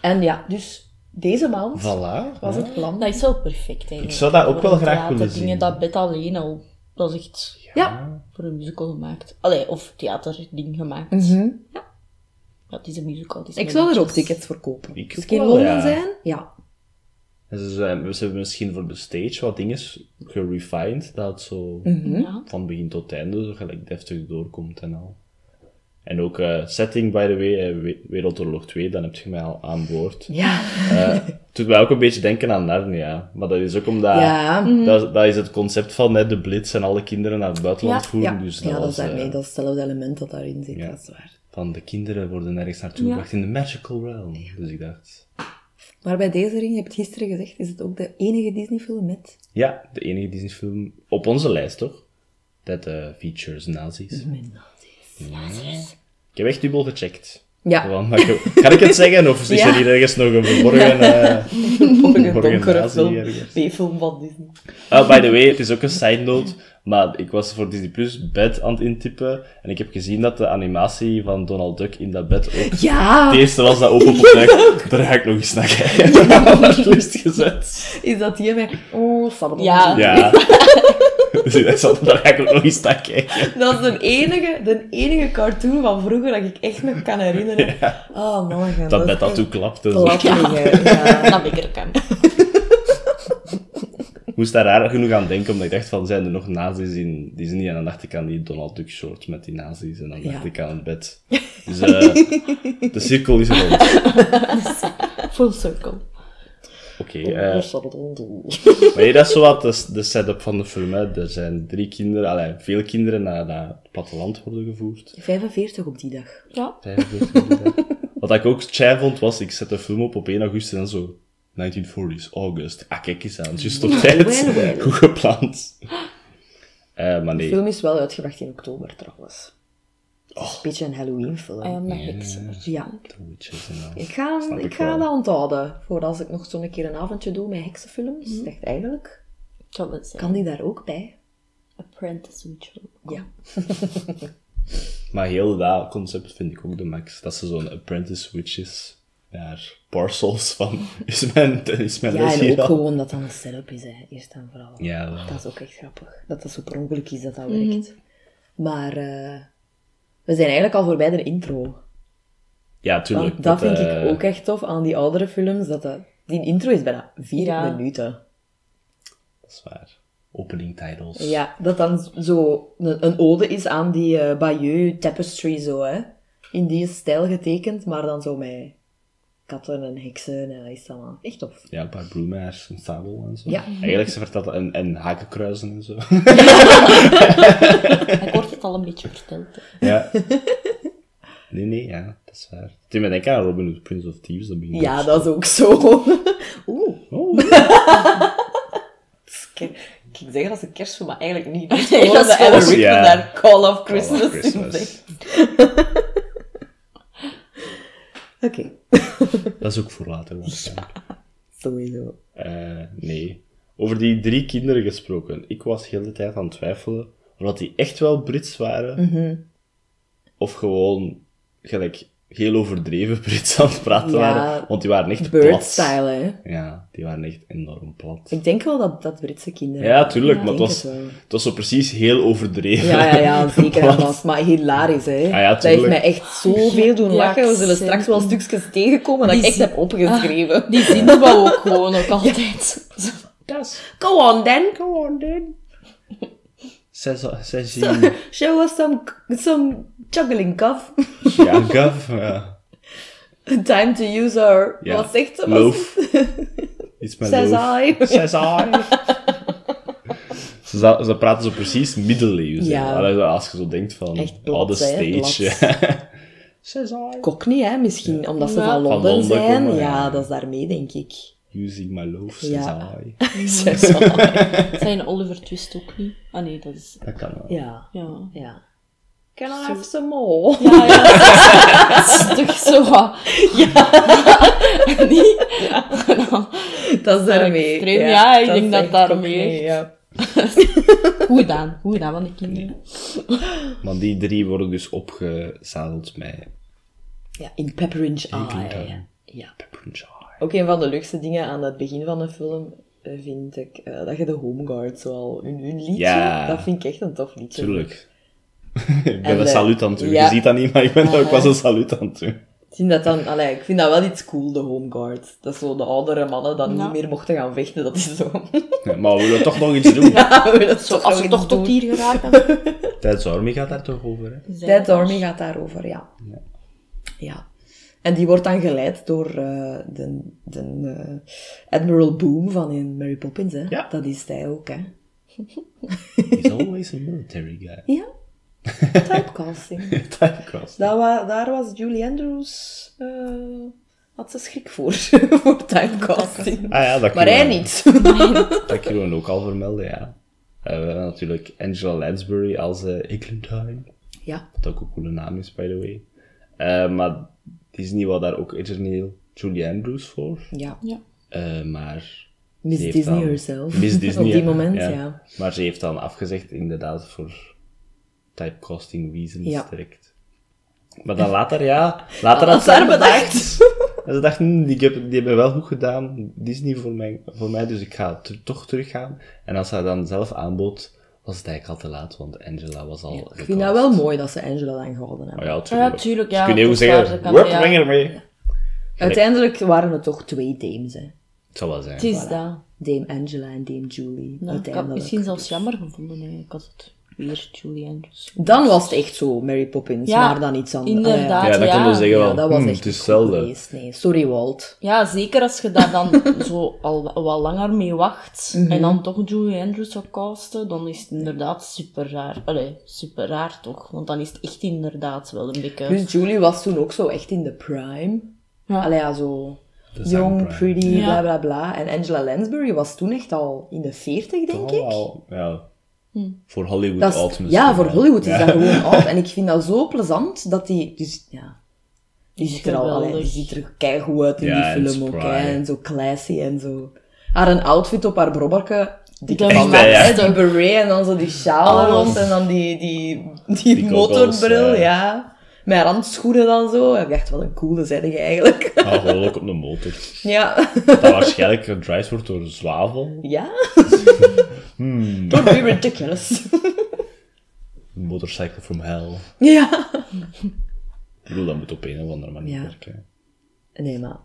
Speaker 2: En ja, dus deze maand
Speaker 1: Voilà.
Speaker 2: was het plan.
Speaker 3: Dat is wel perfect eigenlijk.
Speaker 1: Ik zou dat ook
Speaker 3: Voor
Speaker 1: wel
Speaker 3: een
Speaker 1: graag
Speaker 3: theater
Speaker 1: willen zien.
Speaker 3: dingen, dat bed alleen al. Dat is echt
Speaker 2: Ja.
Speaker 3: voor een musical gemaakt. Allee, of theaterding gemaakt. Ja, het is een musical. Het is
Speaker 2: Ik
Speaker 3: een
Speaker 2: zou er ook
Speaker 3: musical.
Speaker 2: tickets voor kopen.
Speaker 1: Ik
Speaker 2: Als
Speaker 1: ook
Speaker 2: ik in
Speaker 1: wel,
Speaker 2: Londen
Speaker 1: ja.
Speaker 2: zijn, ja.
Speaker 1: En ze, zijn, ze hebben misschien voor de stage wat dingen gerefined, dat het zo
Speaker 2: Mhm.
Speaker 3: Ja.
Speaker 1: van begin tot einde zo gelijk deftig doorkomt en al. En ook eh, setting, by the way, eh, We- Wereldoorlog 2, dan heb je mij al aan boord.
Speaker 2: Ja.
Speaker 1: Eh, het doet mij ook een beetje denken aan Narnia, maar dat is ook omdat...
Speaker 2: Ja.
Speaker 1: Dat, dat is het concept van hè, de blitz en alle kinderen naar het buitenland
Speaker 3: Ja,
Speaker 1: voeren.
Speaker 2: Ja,
Speaker 1: dus
Speaker 2: ja, dat,
Speaker 1: was,
Speaker 2: is daarmee,
Speaker 1: eh,
Speaker 2: dat is hetzelfde element dat daarin zit,
Speaker 1: ja.
Speaker 2: dat is waar.
Speaker 1: Van de kinderen worden ergens naartoe
Speaker 3: Ja.
Speaker 1: gebracht in de magical realm. Dus ik dacht...
Speaker 2: Maar bij deze ring, je hebt het gisteren gezegd, is het ook de enige Disney-film met
Speaker 1: Ja, de enige Disney-film op onze lijst, toch? Dat eh, features nazi's. Ik heb echt dubbel gecheckt.
Speaker 2: Ja.
Speaker 1: Gewoon, maar ik- kan ik het zeggen? Of is er
Speaker 2: Ja.
Speaker 1: hier ergens nog een verborgen... eh,
Speaker 2: een
Speaker 1: Morgen
Speaker 2: donkere
Speaker 1: nazi
Speaker 2: film,
Speaker 1: ergens.
Speaker 2: B-film van Disney.
Speaker 1: Oh, by the way, het is ook een side note. Maar ik was voor Disney Plus bed aan het intypen. En ik heb gezien dat de animatie van Donald Duck in dat bed ook...
Speaker 2: Ja,
Speaker 1: Het eerste was dat open potluik. Daar ga ik nog eens naar kijken. Op de lijst gezet.
Speaker 2: is dat die met... Oh, sabbel.
Speaker 3: Ja.
Speaker 1: Ja. Dus ik dacht, daar ga ik ook nog eens naar kijken.
Speaker 2: Dat is de enige, de enige cartoon van vroeger dat ik echt nog kan herinneren. Oh man, dat,
Speaker 1: Dat
Speaker 2: is
Speaker 1: bed dat
Speaker 2: echt
Speaker 1: toe klapt. en zo.
Speaker 2: plat liggen, ja.
Speaker 3: Dat ik er kan.
Speaker 1: Ik moest daar raar genoeg aan denken, omdat ik dacht van, zijn er nog nazi's in Disney? En dan dacht ik aan die Donald Duck short met die nazi's. En dan dacht
Speaker 2: Ja.
Speaker 1: ik aan het bed. Dus eh, de cirkel is rond.
Speaker 3: Full circle.
Speaker 1: Oké, eh,
Speaker 2: Oh, sabbel.
Speaker 1: maar hier, dat is zowat de, de setup van de film. Hè. Er zijn drie kinderen, allee, veel kinderen naar, naar het platteland worden gevoerd.
Speaker 2: 45 op die dag.
Speaker 3: Ja.
Speaker 1: 45 inderdaad. Wat ik ook chai vond, was, ik zet de film op op 1 augustus en zo. 1940s, August. Ah, kijk eens aan, juist op tijd.
Speaker 2: wel, wel.
Speaker 1: Goed gepland. Eh, maar
Speaker 2: De
Speaker 1: nee.
Speaker 2: film is wel uitgebracht in oktober trouwens. Het is een beetje een Halloween film.
Speaker 3: I am the hekser.
Speaker 2: Ehm, ja.
Speaker 1: The Witches en al.
Speaker 2: Ik ga,
Speaker 1: Snap
Speaker 2: ik
Speaker 1: ik
Speaker 2: ga
Speaker 1: wel.
Speaker 2: dat onthouden voor als ik nog zo'n keer een avondje doe met heksenfilms. Echt eigenlijk.
Speaker 3: Ik zal het zeggen.
Speaker 2: Kan die daar ook bij?
Speaker 3: Apprentice Ritual.
Speaker 2: Ja.
Speaker 1: Maar heel dat concept vind ik ook de max. Dat ze zo'n apprentice witches daar parcels van. Is mijn, is mijn
Speaker 2: Ja,
Speaker 1: les
Speaker 2: en
Speaker 1: hier
Speaker 2: ook
Speaker 1: al?
Speaker 2: gewoon dat dat een setup is, hè. eerst en vooral.
Speaker 1: Ja, wel.
Speaker 2: Dat is ook echt grappig. Dat dat zo per ongeluk is dat dat werkt. Maar eh, we zijn eigenlijk al voorbij de intro.
Speaker 1: Ja,
Speaker 2: Want
Speaker 1: tuurlijk.
Speaker 2: dat, vind
Speaker 1: eh,
Speaker 2: ik ook echt tof aan die oudere films. Dat dat, die intro is bijna vier
Speaker 3: Ja.
Speaker 2: minuten.
Speaker 1: Dat is waar. Opening titles.
Speaker 2: Ja, dat dan zo een, een ode is aan die eh, Bayeux tapestry zo, hè. In die stijl getekend, maar dan zo met katten en heksen en dat is allemaal echt tof.
Speaker 1: Ja, een paar bloemers, een sabel en zo.
Speaker 2: Ja.
Speaker 1: Eigenlijk, ze vertelt dat- en, en hakenkruisen en zo.
Speaker 3: Ik word het al een beetje verteld. hè.
Speaker 1: ja. Nee, nee, ja, dat is waar. Toen me denken aan Robin Hood, Prince of Thieves, dat begint
Speaker 2: Ja,
Speaker 1: ook
Speaker 2: dat is ook zo. Oeh.
Speaker 1: zo. Oh,
Speaker 2: Ik zeg dat is een kerstfilm, maar eigenlijk niet. Dat is
Speaker 3: Nee, dat is
Speaker 2: de Alan
Speaker 1: gewoon-
Speaker 2: Rickman
Speaker 1: Ja.
Speaker 2: daar Call of
Speaker 1: Call
Speaker 2: Christmas,
Speaker 1: of
Speaker 2: in zegt.
Speaker 1: Christmas.
Speaker 2: Oké,
Speaker 1: Dat is ook voor later waarschijnlijk.
Speaker 2: sowieso.
Speaker 1: Eh, nee. Over die drie kinderen gesproken. Ik was heel de hele tijd aan het twijfelen. Omdat die echt wel Brits waren.
Speaker 2: Mhm.
Speaker 1: Of gewoon gelijk heel overdreven Brits aan het praten
Speaker 2: Ja,
Speaker 1: waren. Want die waren echt
Speaker 2: Bird
Speaker 1: plat.
Speaker 2: style, hè.
Speaker 1: Ja, die waren echt enorm plat.
Speaker 2: Ik denk wel dat, dat Britse kinderen...
Speaker 1: Ja, tuurlijk. maar het
Speaker 2: denk
Speaker 1: was,
Speaker 2: het wel.
Speaker 1: het was zo precies heel overdreven.
Speaker 2: Ja, ja, ja, zeker.
Speaker 1: Plat.
Speaker 2: Dat was maar hilarisch, hè.
Speaker 1: Ah ja,
Speaker 2: dat heeft
Speaker 1: tuurlijk.
Speaker 2: mij echt zoveel doen
Speaker 3: Ja,
Speaker 2: lachen. We zullen
Speaker 3: accenten.
Speaker 2: straks wel stukjes tegenkomen dat
Speaker 3: Die
Speaker 2: ik echt
Speaker 3: zin-
Speaker 2: heb opgeschreven.
Speaker 3: Die zien we ook gewoon ook altijd.
Speaker 2: Go on, then. Go on, then.
Speaker 1: Zes, zes jaar.
Speaker 2: Show us some, some juggling cuff.
Speaker 1: Ja, gaf. eh, Ja.
Speaker 2: Time to use our...
Speaker 1: Ja.
Speaker 2: Wat zegt ze?
Speaker 1: Loof. Iets met
Speaker 2: Zes
Speaker 1: loof.
Speaker 2: eye.
Speaker 1: Zes eye. ze, za- ze praten zo precies middeleeuws. hè.
Speaker 2: Ja,
Speaker 1: Allee, Als je zo denkt van
Speaker 2: Echt plat,
Speaker 1: oude
Speaker 2: hè,
Speaker 1: stage. Zes eye.
Speaker 2: Kok niet, hè? Misschien omdat ze
Speaker 3: Ja.
Speaker 2: van
Speaker 3: Van
Speaker 2: Londen,
Speaker 1: Londen
Speaker 2: zijn.
Speaker 1: komen,
Speaker 2: ja,
Speaker 1: ja.
Speaker 2: dat is daarmee, denk ik.
Speaker 1: Using my loof, zes
Speaker 2: Ja.
Speaker 1: eye.
Speaker 3: Zijn Oliver Twist ook niet? Ah nee, dat is...
Speaker 1: Dat kan wel.
Speaker 2: ja,
Speaker 3: Ja.
Speaker 2: ja. Can I have some more?
Speaker 3: Ja, ja. Stug zo wat. Ja. niet?
Speaker 2: Dat is daarmee.
Speaker 3: extreem, ja, ik denk
Speaker 2: is
Speaker 3: dat
Speaker 2: echt
Speaker 3: daarmee
Speaker 2: Cockney,
Speaker 3: echt.
Speaker 2: ja.
Speaker 3: Hoe gedaan. Hoe gedaan van de kinderen.
Speaker 1: Maar die drie worden dus opgezadeld met
Speaker 2: ja, in Pepperidge
Speaker 1: Pink
Speaker 2: Eye.
Speaker 1: Town.
Speaker 2: Ja.
Speaker 1: peppermint eye.
Speaker 2: Ook een van de leukste dingen aan het begin van de film eh, vind ik eh, dat je de Home Guard zoal in hun liedje,
Speaker 1: Ja.
Speaker 2: dat vind ik echt een tof liedje.
Speaker 1: Tuurlijk. ik ben
Speaker 2: En
Speaker 1: een
Speaker 2: de-
Speaker 1: salut aan het doen.
Speaker 2: ja. Ah,
Speaker 1: Je ziet dat niet, maar ik ben daar ook wel een salut aan het doen.
Speaker 2: Ik vind, dat dan, allee, ik vind dat wel iets cool, de Home Guard. Dat zo de oudere mannen dan
Speaker 3: Ja.
Speaker 2: niet meer mochten gaan vechten, dat is zo.
Speaker 1: Ja, Maar we willen toch nog iets doen.
Speaker 3: Zo, als we toch tot
Speaker 2: die
Speaker 3: hier geraakt hebben.
Speaker 1: Tijdens Army gaat daar toch over, hè?
Speaker 2: Dead Army gaat daarover, ja. ja. En die wordt dan geleid door eh, de, de eh, Admiral Boom van in Mary Poppins, hè.
Speaker 1: Ja.
Speaker 2: Dat is hij ook, hè.
Speaker 1: He's always a military guy.
Speaker 2: Ja. Typecasting.
Speaker 1: Typecast.
Speaker 2: Dat wa- daar was Julie Andrews... eh, had ze schrik voor, voor typecasting.
Speaker 1: Ah ja, dat
Speaker 2: Maar
Speaker 1: kunnen
Speaker 2: hij
Speaker 1: we-
Speaker 2: niet.
Speaker 1: Dat kunnen we ook al vermelden, ja. Eh, we hebben natuurlijk Angela Lansbury als eh Eglantine.
Speaker 2: Ja.
Speaker 1: Wat ook een coole naam is, by the way. Eh, maar die is niet wat daar ook origineel Julie Andrews voor.
Speaker 2: Ja.
Speaker 3: Ja.
Speaker 1: Eh, maar...
Speaker 2: Miss
Speaker 1: die heeft
Speaker 2: Disney
Speaker 1: dan-
Speaker 2: herself.
Speaker 1: Miss Disney.
Speaker 2: Op die
Speaker 1: ja.
Speaker 2: moment, ja.
Speaker 1: Maar ze heeft dan afgezegd, inderdaad, voor typecasting reasons
Speaker 2: Ja. Ah,
Speaker 1: direct. Maar dan later, ja. Later
Speaker 2: Dat
Speaker 1: had
Speaker 2: is haar bedacht.
Speaker 1: En ze dacht, hm, die, heb, die hebben wel goed gedaan, Disney voor mij, voor mij dus ik ga ter- toch teruggaan. En als hij dan zelf aanbood, was het eigenlijk al te laat, want Angela was al
Speaker 2: Ik vind dat wel mooi dat ze Angela dan gehouden hebben.
Speaker 1: Oh ja,
Speaker 3: Ja,
Speaker 1: tuurlijk.
Speaker 3: tuurlijk,
Speaker 1: Ze
Speaker 3: ja.
Speaker 1: kunnen
Speaker 3: dat
Speaker 1: heel
Speaker 3: is
Speaker 1: goed
Speaker 3: waar,
Speaker 1: zeggen,
Speaker 3: dat kan,
Speaker 1: "Hup,
Speaker 3: ja.
Speaker 1: weg ermee.
Speaker 2: Uiteindelijk waren het toch twee dames, hè.
Speaker 1: Het zal wel zijn.
Speaker 3: Het is dat.
Speaker 2: Dame Angela en Dame Julie.
Speaker 3: Nou, ik had het
Speaker 2: uiteindelijk.
Speaker 3: misschien zelfs jammer gevonden. hè. Ik had het weer dus- Julie Andrews.
Speaker 2: Dan was het echt zo, Mary Poppins,
Speaker 3: Ja,
Speaker 2: maar dan iets anders.
Speaker 3: inderdaad.
Speaker 2: Ah,
Speaker 1: Ja, dan
Speaker 3: ja.
Speaker 1: konden we
Speaker 2: Ja,
Speaker 1: zeggen,
Speaker 2: ja,
Speaker 1: wel,
Speaker 2: dat was
Speaker 1: hm,
Speaker 2: echt
Speaker 1: het is
Speaker 2: niet goed
Speaker 1: hetzelfde.
Speaker 2: geweest, nee. Sorry, Walt.
Speaker 3: Ja, zeker als je daar dan zo al wel- wel langer mee wacht en dan toch Julie Andrews zou casten, dan is het inderdaad super raar. Allee, super raar toch? Want dan is het echt inderdaad wel een beetje...
Speaker 2: Dus Julie was toen ook zo echt in de prime.
Speaker 3: Ja.
Speaker 2: Allee, ja, zo
Speaker 1: De
Speaker 2: jong,
Speaker 1: zangprime.
Speaker 2: pretty,
Speaker 3: Ja.
Speaker 2: bla bla bla. En Angela Lansbury was toen echt al in de 40, denk
Speaker 1: Toch
Speaker 2: ik.
Speaker 1: Oh, wel, Ja, Voor Hollywood
Speaker 2: Hm. Dat is-
Speaker 1: oud misschien
Speaker 2: ja,
Speaker 1: wel.
Speaker 2: voor Hollywood is
Speaker 1: Ja.
Speaker 2: dat gewoon oud. En ik vind dat zo plezant dat die... Dus, ja, die ziet er al
Speaker 3: Geweldig.
Speaker 2: allee, die ziet er keigoed uit in
Speaker 1: Ja, en
Speaker 2: die film ook. hè.
Speaker 1: spry.
Speaker 2: en zo classy en zo. Haar een outfit op haar brobberke. Dikke
Speaker 3: Dat
Speaker 2: van
Speaker 1: is echt,
Speaker 2: hè, die beret en dan zo die sjaal er
Speaker 3: Alles.
Speaker 2: rond en dan die, die, die,
Speaker 1: Die goggles,
Speaker 2: motorbril,
Speaker 1: ja.
Speaker 2: ja. Met haar handschoenen dan zo. Ik dacht, wat een coole zijde je eigenlijk.
Speaker 1: Maar gewoon ook op de motor.
Speaker 2: ja.
Speaker 1: Dat waarschijnlijk gedrives wordt door zwavel.
Speaker 2: Ja?
Speaker 1: Hmm.
Speaker 2: Don't be ridiculous.
Speaker 1: Motorcycle from hell.
Speaker 2: ja.
Speaker 1: Ik bedoel, dat moet op een of andere manier
Speaker 2: Ja.
Speaker 1: werken.
Speaker 2: Nee, maar...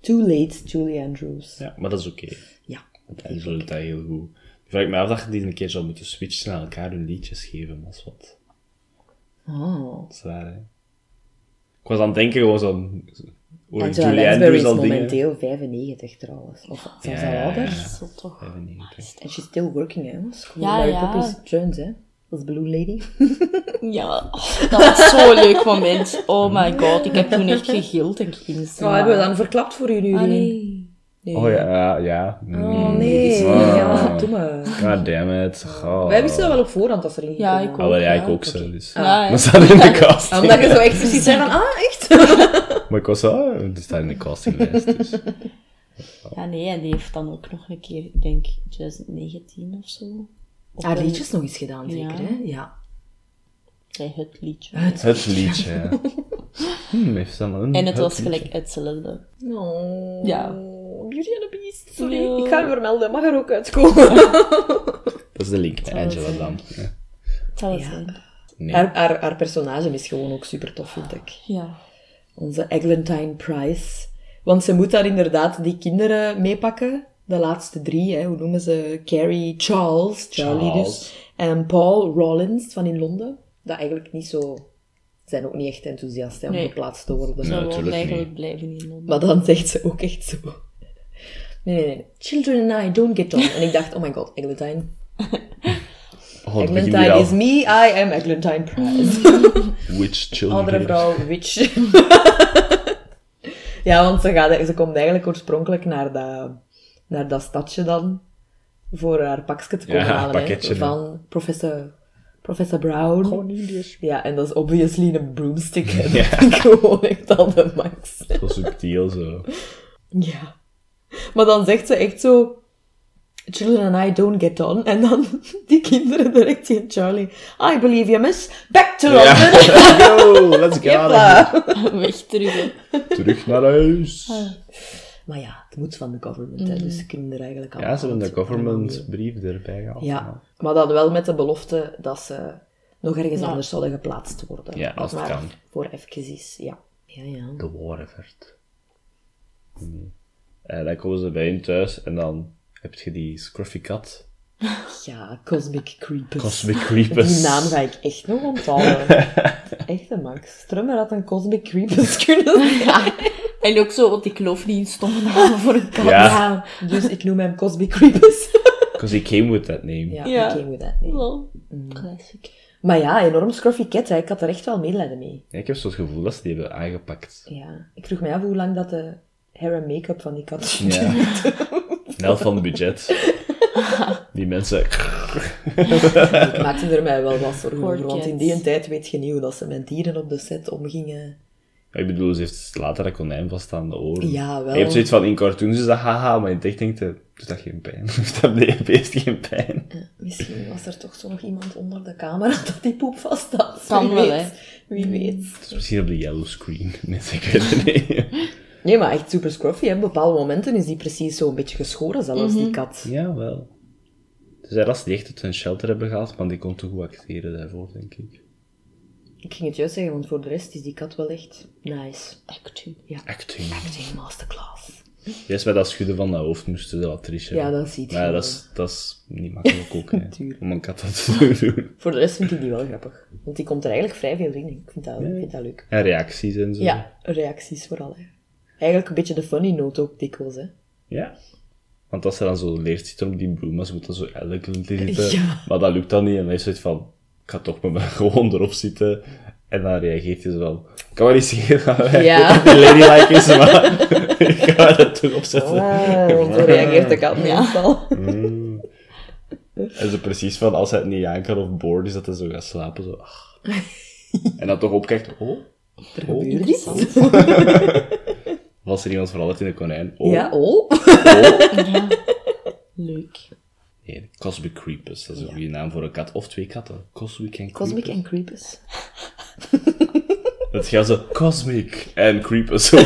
Speaker 2: Too late, Julie Andrews.
Speaker 1: Ja, maar dat is oké.
Speaker 2: Ja.
Speaker 1: En zo doet dat heel goed. Ik vraag me af dat je die een keer zou moeten switchen en aan elkaar hun liedjes geven. Dat is wat
Speaker 2: Oh.
Speaker 1: zwaar, hè. Ik was aan het denken, gewoon zo'n... Hoor ik
Speaker 2: Angela
Speaker 1: Julie
Speaker 2: Lansbury
Speaker 1: Andrews
Speaker 2: is
Speaker 1: al dingen?
Speaker 2: momenteel 95 trouwens. Of zelfs
Speaker 1: Ja,
Speaker 2: al
Speaker 1: ja, ja.
Speaker 2: ouder.
Speaker 3: Zo toch.
Speaker 1: Ja, weet niet, hè.
Speaker 2: En she's still working, hè. Dat is gewoon
Speaker 3: Ja,
Speaker 2: Mary
Speaker 3: ja.
Speaker 2: Poppins Jones, hè. Als Blue Lady.
Speaker 3: Ja, dat was zo'n leuk moment. Oh my god, ik heb toen echt gegild en geïnst.
Speaker 2: Oh, hebben we dan verklapt voor u nu? Nee.
Speaker 1: Oh ja, ja.
Speaker 2: Oh nee.
Speaker 1: Ah.
Speaker 2: Ja, doe maar.
Speaker 1: God damn it. Goh.
Speaker 2: Wij wisten dat wel op voorhand dat er in
Speaker 3: Ja, ik
Speaker 1: Ah, wel, ja, ik
Speaker 3: Ja,
Speaker 1: ook zo. Dus.
Speaker 2: Ah.
Speaker 3: Ja,
Speaker 1: Dat staat in de kast.
Speaker 2: Omdat je zo expliciet zei van, ah, echt?
Speaker 1: Maar ik was zo, ah, dat staat in de castinglijst. Dus.
Speaker 3: ja, nee, en die heeft dan ook nog een keer, ik denk 2019 of zo. Of
Speaker 2: Haar
Speaker 3: een-
Speaker 2: Ah, liedjes nog eens gedaan, zeker,
Speaker 3: Ja.
Speaker 2: hè? Ja.
Speaker 3: Bij het liedje.
Speaker 1: Het liedje. ja. Hm, heeft ze dan een
Speaker 3: en het was
Speaker 1: liedje?
Speaker 3: gelijk hetzelfde.
Speaker 2: Oh.
Speaker 3: Ja.
Speaker 2: Beauty and the Beast. Sorry,
Speaker 3: Ja.
Speaker 2: ik ga hem vermelden. Mag er ook uitkomen.
Speaker 1: Dat is de link met Angela
Speaker 3: zijn.
Speaker 1: dan. Ja.
Speaker 3: Het zal het
Speaker 2: Ja.
Speaker 3: zijn.
Speaker 1: Nee.
Speaker 2: Haar, haar, haar personage is gewoon ook super tof, vind ik.
Speaker 3: Ja.
Speaker 2: Onze Eglantine Price. Want ze moet daar inderdaad die kinderen meepakken. De laatste drie, hè. hoe noemen ze? Carrie, Charles, Charlie
Speaker 1: Charles.
Speaker 2: dus. En Paul Rollins van in Londen. Dat eigenlijk niet zo... ze Zijn ook niet echt enthousiast hè, om
Speaker 3: Nee.
Speaker 2: geplaatst te worden.
Speaker 1: Nee,
Speaker 3: Ze wonen
Speaker 1: natuurlijk
Speaker 3: eigenlijk
Speaker 1: niet.
Speaker 3: blijven in Londen.
Speaker 2: Maar dan zegt ze ook echt zo... Nee, nee, nee. Children and I don't get on. En ik dacht, oh my god, Eglantine.
Speaker 1: Oh, het begint hier
Speaker 2: Eglantine
Speaker 1: al.
Speaker 2: is me, I am Eglantine Price.
Speaker 1: Witch children.
Speaker 2: Andere vrouw, witch. ja, want ze, gaat, ze komt eigenlijk oorspronkelijk naar dat, naar dat stadje dan. Voor haar pakje te komen
Speaker 1: Ja,
Speaker 2: halen. hè,
Speaker 1: pakketje,
Speaker 2: van professor, professor Brown.
Speaker 1: Cornelius.
Speaker 2: Ja, en dat is obviously een broomstick. hè. Dat vind ik gewoon echt al de max.
Speaker 1: Zo subtiel zo.
Speaker 2: Ja. Maar dan zegt ze echt zo... Children and I don't get on. En dan die kinderen direct tegen Charlie. I believe you, miss. Back to London.
Speaker 1: Ja. Yo, let's go.
Speaker 2: Jeppa.
Speaker 3: Weg terug. hè.
Speaker 1: Terug naar huis.
Speaker 2: Ah. Maar ja, het moet van de government, hè, dus ze kunnen er eigenlijk al
Speaker 1: Ja, ze hebben de
Speaker 2: uit.
Speaker 1: government brief erbij gehaald.
Speaker 2: Ja, maar dan wel met de belofte dat ze nog ergens
Speaker 3: Ja.
Speaker 2: anders zouden geplaatst worden.
Speaker 1: Ja, als
Speaker 2: Dat
Speaker 1: het
Speaker 2: maar
Speaker 1: kan.
Speaker 2: Voor even is, ja. Ja, ja.
Speaker 1: De Warvert. En Eh, dan komen ze bij hun thuis en dan heb je die Scruffy Cat.
Speaker 2: Ja, Cosmic Creepers.
Speaker 1: Cosmic Creepers.
Speaker 2: Die naam ga ik echt nog onthouden. echt een max. Strummer had een Cosmic Creepers kunnen zijn.
Speaker 3: En ook zo, want ik geloof niet in stomme namen voor een kat.
Speaker 1: Ja.
Speaker 2: Ja, dus ik noem hem Cosmic Creepers.
Speaker 1: Because he came with that name.
Speaker 2: ja,
Speaker 3: Ja.
Speaker 2: oké, moet dat niet.
Speaker 3: Wel,
Speaker 2: Mm.
Speaker 3: Classic.
Speaker 2: Maar ja, enorm scruffy cat, hè. ik had er echt wel medelijden mee.
Speaker 1: Ja, ik heb zo'n gevoel dat ze die hebben aangepakt.
Speaker 2: Ja, ik vroeg mij af hoe lang dat de hair en make-up van die kat
Speaker 1: Ja. Een helft van het budget. Die mensen...
Speaker 2: Ik maakte er mij wel wat zorgen
Speaker 3: Poor
Speaker 2: over, want in
Speaker 3: kids.
Speaker 2: die tijd weet je niet hoe dat ze met dieren op de set omgingen.
Speaker 1: Ja, ik bedoel, ze heeft later dat konijn vast aan de oren.
Speaker 2: Ja, wel.
Speaker 1: Je hebt zoiets van, in cartoons is dat haha, maar in het echt denkt je, doet dat geen pijn? Doet dat nee, heeft geen pijn?
Speaker 2: Eh. Misschien was er toch zo nog iemand onder de camera dat die poep vast had.
Speaker 3: Kan
Speaker 2: Wie
Speaker 3: wel,
Speaker 2: weet.
Speaker 3: hè. Hmm.
Speaker 2: Wie weet.
Speaker 1: Het is misschien op de yellow screen. Nee, ik weet het niet.
Speaker 2: Nee, maar echt super scruffy. Hè. Op bepaalde momenten is die precies zo'n beetje geschoren, zelfs
Speaker 3: Mhm.
Speaker 2: die kat.
Speaker 1: Jawel. Dus ja, dat ze die echt uit hun shelter hebben gehaald, maar die kon te goed acteren daarvoor, denk ik.
Speaker 2: Ik ging het juist zeggen, want voor de rest is die kat wel echt nice.
Speaker 3: Acting.
Speaker 1: Acting.
Speaker 2: Acting masterclass.
Speaker 1: Juist met dat schudden van dat hoofd moesten de actrice.
Speaker 2: Ja, dat ziet je
Speaker 1: Maar ja,
Speaker 2: wel.
Speaker 1: dat is, dat is niet makkelijk ook, hè,
Speaker 2: Tuurlijk.
Speaker 1: om een kat dat te doen.
Speaker 2: Voor de rest vind ik die wel grappig. Want die komt er eigenlijk vrij veel in. Ik vind dat, ik vind dat leuk.
Speaker 1: En reacties en zo.
Speaker 2: Ja, reacties vooral. Hè. Eigenlijk een beetje de funny note ook dikwijls. Hè.
Speaker 1: Ja. Want als ze dan zo leert zitten op die bloem, maar ze moet dan zo elegant zitten.
Speaker 2: Ja.
Speaker 1: Maar dat lukt dan niet. En hij heeft zoiets van, ik ga toch met me gewoon erop zitten. En dan reageert hij zo van, ik kan wel niet zien dat hij
Speaker 2: Ja.
Speaker 1: die ladylike is, maar ik
Speaker 2: Eh,
Speaker 1: ga er toch op zetten.
Speaker 2: Wow, zo reageert de kat meestal.
Speaker 1: Mm.
Speaker 2: Eh,
Speaker 1: En zo precies van, als hij het niet aan kan of bored is, dat hij zo gaat slapen. Zo. ah. En dan toch opkijkt. Oh,
Speaker 2: Er
Speaker 1: Oh.
Speaker 2: gebeurt
Speaker 3: Iets.
Speaker 2: iets.
Speaker 1: was er iemand veranderd in een konijn? Oh,
Speaker 2: Ja, oh.
Speaker 1: oh.
Speaker 3: Ja. Leuk.
Speaker 1: Nee, Cosmic Creepers, dat is een goede naam voor een kat. Of twee katten. Cosmic en Creepers.
Speaker 3: Cosmic en Creepers.
Speaker 1: Dat gaan ze Cosmic en Creepers. zo.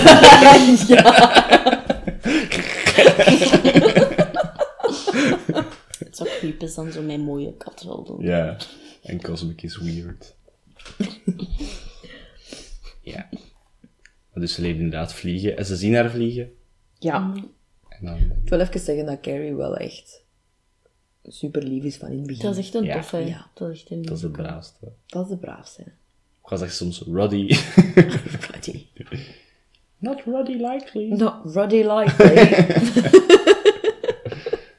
Speaker 3: Het zou Creepers dan zo mijn mooie kat wel doen.
Speaker 1: Ja, en Cosmic is weird. ja. Maar Dus ze leert inderdaad vliegen. En ze zien haar vliegen.
Speaker 3: Ja.
Speaker 1: En dan...
Speaker 2: Mm. Ik wil even zeggen dat Carrie wel echt super lief is van in het begin.
Speaker 3: Dat is echt een
Speaker 1: Ja.
Speaker 3: toffe.
Speaker 2: Ja.
Speaker 3: Dat is echt een
Speaker 1: Dat is het braafste.
Speaker 2: Dat is de braafste.
Speaker 1: Ik was echt soms Ruddy.
Speaker 2: Bloody.
Speaker 1: Not Ruddy likely.
Speaker 2: Not ruddy like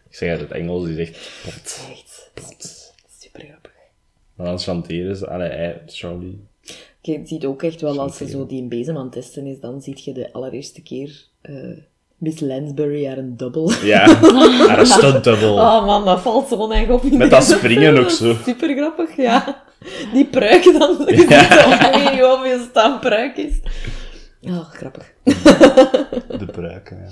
Speaker 1: Ik zeg uit het Engels, die zegt pot.
Speaker 2: Echt
Speaker 1: pot.
Speaker 2: super grappig.
Speaker 1: Maar dan chanteren ze. Allee, hij, Charlie.
Speaker 2: Je ziet ook echt wel als ze zo die een bezem aan het testen is, dan zie je de allereerste keer eh, Miss Lansbury haar een double.
Speaker 1: Ja, haar stunt double.
Speaker 2: Oh man, dat valt zo oneigen op in
Speaker 1: Met dat
Speaker 2: deze
Speaker 1: springen
Speaker 2: film.
Speaker 1: ook
Speaker 2: Dat is
Speaker 1: zo.
Speaker 2: Super grappig, ja. Die pruik dan. Je ziet zo, Ik weet niet of je staan pruik is. Oh, grappig.
Speaker 1: De pruiken, ja.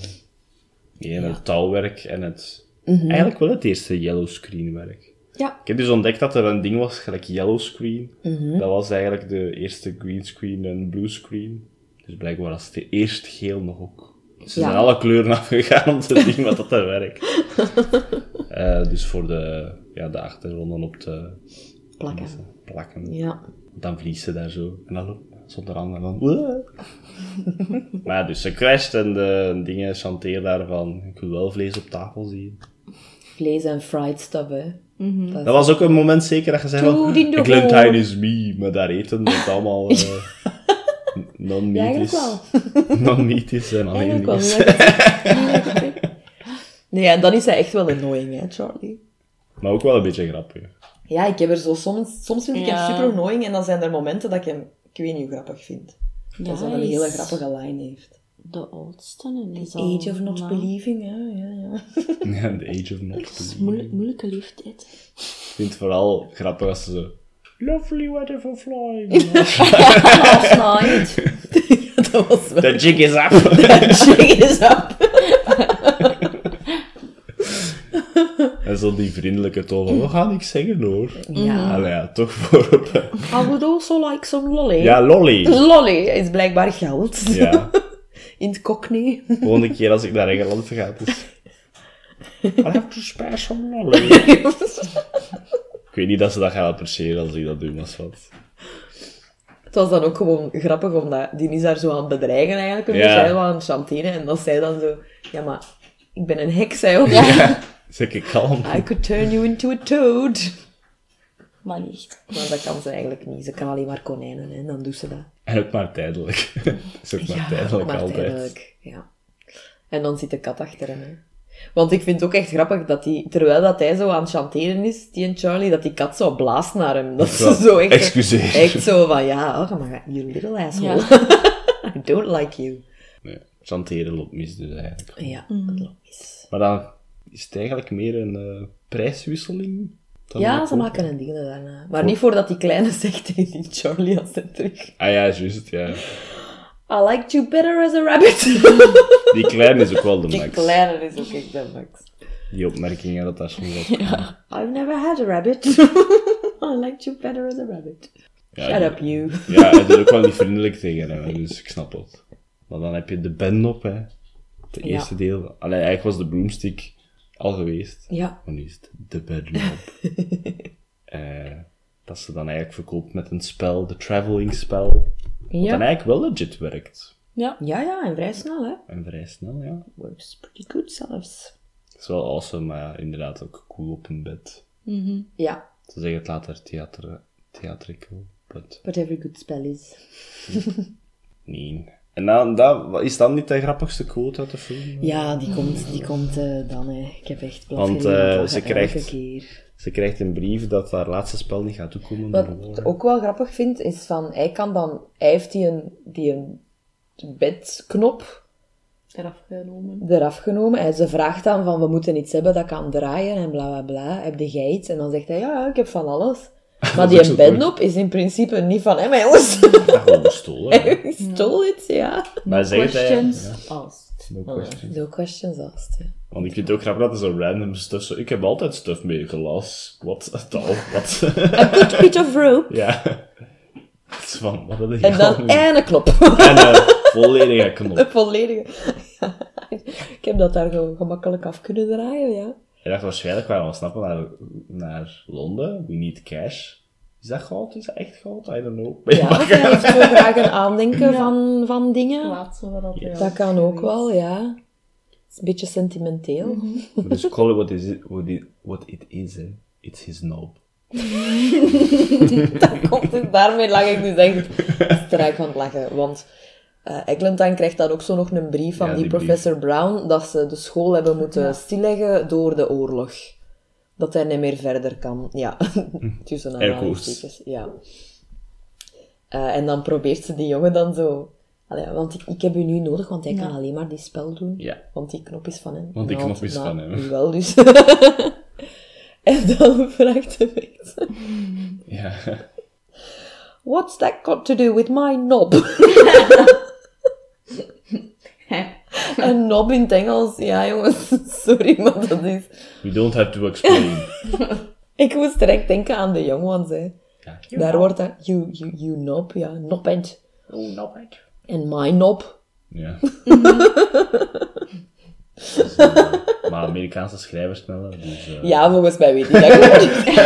Speaker 1: Nee, en het touwwerk en het... Eigenlijk wel het eerste yellow screen werk.
Speaker 2: Mhm. Ja. Mhm.
Speaker 1: Ik heb dus ontdekt dat er een ding was, gelijk yellow screen. Dat was eigenlijk de eerste green screen en blue screen. Dus blijkbaar was het de eerst geel nog ook. Dus ze
Speaker 2: Ja.
Speaker 1: zijn alle kleuren afgegaan om te zien wat dat daar werkt. Eh, dus voor de, ja, de achtergronden op te
Speaker 2: Plakken.
Speaker 1: plakken.
Speaker 2: Ja.
Speaker 1: Dan vliegt ze daar zo. En dan loopt zonder handen dan... maar dus ze crasht en de dingen chanteer daarvan. Ik wil wel vlees op tafel zien.
Speaker 2: Vlees en fried stuff, hè. Dat
Speaker 1: Dat
Speaker 2: is-
Speaker 1: was ook een moment zeker dat je zei van...
Speaker 2: Toe, die doe.
Speaker 1: Eglantine is me, maar daar eten we het allemaal... eh,
Speaker 2: Ja,
Speaker 1: Non-meat
Speaker 2: eigenlijk
Speaker 1: is...
Speaker 2: wel.
Speaker 1: Non-meat is en alleen
Speaker 2: Eigenlijk wel.
Speaker 1: is.
Speaker 2: Nee, en dan is hij echt wel annoying, hè, Charlie.
Speaker 1: Maar ook wel een beetje grappig.
Speaker 2: Ja, ik heb er zo soms... Soms vind ik hem
Speaker 3: Ja.
Speaker 2: super annoying en dan zijn er momenten dat ik hem... Ik weet niet hoe grappig vind. Dat hij wel een
Speaker 3: Nice.
Speaker 2: hele grappige line heeft.
Speaker 3: De oudste en is al...
Speaker 2: Age of not
Speaker 3: maar-
Speaker 2: believing, ja, ja, ja.
Speaker 1: Ja, The Age of Not
Speaker 3: Het is
Speaker 1: Believing.
Speaker 2: Mm.
Speaker 3: moeilijk, moeilijke leeftijd.
Speaker 1: Ik vind het vooral grappig als ze zo... Lovely weather for flying.
Speaker 3: Last night.
Speaker 2: dat was wel...
Speaker 1: The jig is up.
Speaker 2: Shake is up.
Speaker 1: en zo die vriendelijke toon van... We gaan niks zeggen hoor. Mm.
Speaker 2: Ja.
Speaker 1: Allee, ja, toch voor...
Speaker 2: I would also like some lolly.
Speaker 1: ja, lolly.
Speaker 2: Lolly is blijkbaar geld.
Speaker 1: Ja.
Speaker 2: In het cockney.
Speaker 1: Volgende keer als ik naar Engeland ga, dus... I have to spare some lolly. Ik weet niet dat ze dat gaan appreciëren als ik dat doe, maar wat.
Speaker 2: Het was dan ook gewoon grappig, omdat die is daar zo aan het bedreigen eigenlijk. Een
Speaker 1: Ja.
Speaker 2: beetje hij wel aan het chanteren. En dat zij dan zo... Ja, maar ik ben een heks, hè. ook.
Speaker 1: Zeker kalm.
Speaker 2: I could turn you into a toad.
Speaker 3: Maar niet echt.
Speaker 2: Maar dat kan ze eigenlijk niet. Ze kan alleen maar konijnen, hè. Dan doet ze dat.
Speaker 1: En ook maar tijdelijk. is ook maar tijdelijk
Speaker 2: maar
Speaker 1: altijd.
Speaker 2: tijdelijk, Ja. En dan zit de kat achter hem, hè. Want ik vind het ook echt grappig dat die, terwijl dat hij zo aan het chanteren is, die en Charlie, dat die kat zo blaast naar hem. Dat ze
Speaker 1: Wel,
Speaker 2: zo echt...
Speaker 1: Excuseer.
Speaker 2: Echt zo van, ja, oh, maar you little asshole. I don't like you.
Speaker 1: Nee, chanteren loopt mis dus eigenlijk.
Speaker 2: Ja, dat loopt mis.
Speaker 1: Maar dan is het eigenlijk meer een eh, prijswisseling. dan
Speaker 2: Ja,
Speaker 1: een
Speaker 2: ze
Speaker 1: koop.
Speaker 2: maken een deal daarna. Maar niet voordat die kleine zegt tegen die Charlie als hij terug...
Speaker 1: Ah ja, juist, ja.
Speaker 2: I liked you better as a rabbit.
Speaker 1: Die kleine is ook wel de
Speaker 2: die
Speaker 1: max.
Speaker 2: kleine is ook echt de max.
Speaker 1: Die opmerkingen dat daar soms op. Ja,
Speaker 2: I've never had a rabbit. I liked you better as a rabbit. Shut
Speaker 1: die-
Speaker 2: up, you.
Speaker 1: Ja, hij doet ook wel niet vriendelijk tegen hem, dus ik snap het. Maar dan heb je de band op, hè. Het eerste deel. Allee, eigenlijk was de broomstick al geweest.
Speaker 2: Ja.
Speaker 1: Maar nu is het de bedroom op. Eh, dat ze dan eigenlijk verkoopt met een spel, de traveling spel. Wat dan
Speaker 2: Ja.
Speaker 1: eigenlijk wel legit werkt.
Speaker 3: Ja.
Speaker 2: ja, ja, en vrij snel, hè.
Speaker 1: En vrij snel, ja.
Speaker 2: Works pretty good zelfs.
Speaker 1: Het is wel awesome, maar ja, inderdaad ook cool op een bed.
Speaker 2: Ja,
Speaker 1: Ze zeggen het later theater, theatrical, but
Speaker 2: but every good spell is.
Speaker 1: nee. En dan, dat, is dan niet de grappigste quote uit de film?
Speaker 2: Ja, die komt, die komt eh, dan, hè. Ik heb echt plan
Speaker 1: Want, eh, ze krijgt-
Speaker 2: Elke keer.
Speaker 1: Ze krijgt een brief dat haar laatste spel niet gaat toekomen.
Speaker 2: Wat
Speaker 1: door
Speaker 2: ik
Speaker 1: war.
Speaker 2: ook wel grappig vind, is van, hij kan dan, hij heeft die een, die een bedknop.
Speaker 3: eraf genomen.
Speaker 2: eraf genomen. En ze vraagt dan van, we moeten iets hebben dat kan draaien en bla bla bla. Heb je iets? En dan zegt hij, ja, ik heb van alles. Maar
Speaker 1: Dat is
Speaker 2: die
Speaker 1: ook
Speaker 2: bednop is in principe niet van hem, hè, jongens.
Speaker 1: Ja, gewoon gestolen. hè.
Speaker 2: Hij stol iets, ja.
Speaker 1: Maar zegt hij-
Speaker 3: questions
Speaker 1: ja.
Speaker 3: asked.
Speaker 1: No
Speaker 3: Oh, ja.
Speaker 1: question.
Speaker 2: No questions asked, ja.
Speaker 1: Want ik vind het ook grappig dat er zo random stuff zo... Ik heb altijd stuff meegelassen. Wat? Het al? Wat?
Speaker 2: Good bit of rope.
Speaker 1: ja. Het is van, wat wil je
Speaker 2: En dan,
Speaker 1: allemaal?
Speaker 2: en een klop.
Speaker 1: En een volledige knop.
Speaker 2: Een volledige. ik heb dat daar gewoon gemakkelijk af kunnen draaien, ja.
Speaker 1: Ik dacht waarschijnlijk waren we snappen naar, naar Londen. We need cash. Is dat goud? Is dat echt goud? I don't know.
Speaker 2: Ja, of hij heeft zo graag een aandenken van, van dingen.
Speaker 3: Laten we dat
Speaker 1: Yes.
Speaker 2: Dat kan ook wel, ja. Het is een beetje sentimenteel.
Speaker 1: Dus call it what, is it, what, it, what it is, hè. It's his knob.
Speaker 2: Komt het, daarmee lag ik dus echt strak van het lachen. Want eh Eglantine krijgt dan ook zo nog een brief van
Speaker 1: Ja,
Speaker 2: die,
Speaker 1: die
Speaker 2: professor Brown dat ze de school hebben moeten stilleggen door de oorlog. Dat hij niet meer verder kan. Ja, tussen
Speaker 1: Air
Speaker 2: aanhalingstekens. Ja. Eh, en dan probeert ze die jongen dan zo... Allee, want ik, ik heb u nu nodig, want hij kan alleen maar die spel doen.
Speaker 1: Ja.
Speaker 2: Want die knop is van hem.
Speaker 1: Want die
Speaker 2: Nou,
Speaker 1: knop is
Speaker 2: nou,
Speaker 1: van hem.
Speaker 2: Wel dus. en dan vraagt de mensen...
Speaker 1: Ja.
Speaker 2: What's that got to do with my knob? Een knob in het Engels, ja jongens, sorry, maar dat is...
Speaker 1: We don't have to explain.
Speaker 2: Ik moest direct denken aan de Young Ones, hè.
Speaker 1: ja.
Speaker 2: Daar wordt dat, you, you, you knob, ja, knoppend.
Speaker 1: Oh, knob uit.
Speaker 2: En my knob.
Speaker 1: Ja.
Speaker 2: Mm-hmm.
Speaker 1: Dat is, eh, maar Amerikaanse schrijvers sneller, dus... eh,
Speaker 2: Ja, volgens mij weet ik dat gewoon.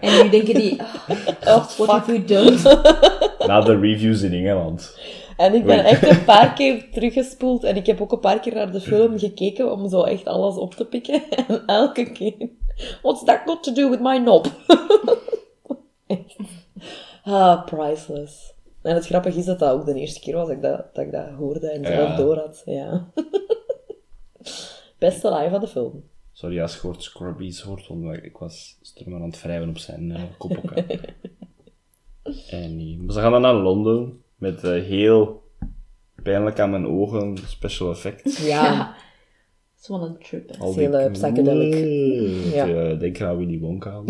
Speaker 3: En nu denken die, ah, God, what have we done?
Speaker 1: Na de reviews in Engeland.
Speaker 2: En ik ben echt een paar keer teruggespoeld en ik heb ook een paar keer naar de film gekeken om zo echt alles op te pikken. En elke keer, what's that got to do with my knob? Echt. ah, priceless. En het grappige is dat dat ook de eerste keer was dat ik dat, dat, ik dat hoorde en zelf
Speaker 1: Ja.
Speaker 2: door had. Ja. Beste live van de film.
Speaker 1: Sorry als je hoort Scrubbies hoort, want ik was Sturman aan het wrijven op zijn eh kop ook. hè. en nee. Maar ze gaan dan naar Londen met eh, heel pijnlijk aan mijn ogen special effects.
Speaker 2: Ja.
Speaker 3: Het is wel een trip. hè.
Speaker 1: Al eh,
Speaker 2: heel, eh, psychedelic. Ja.
Speaker 1: Ja. denk aan Willy Wonka.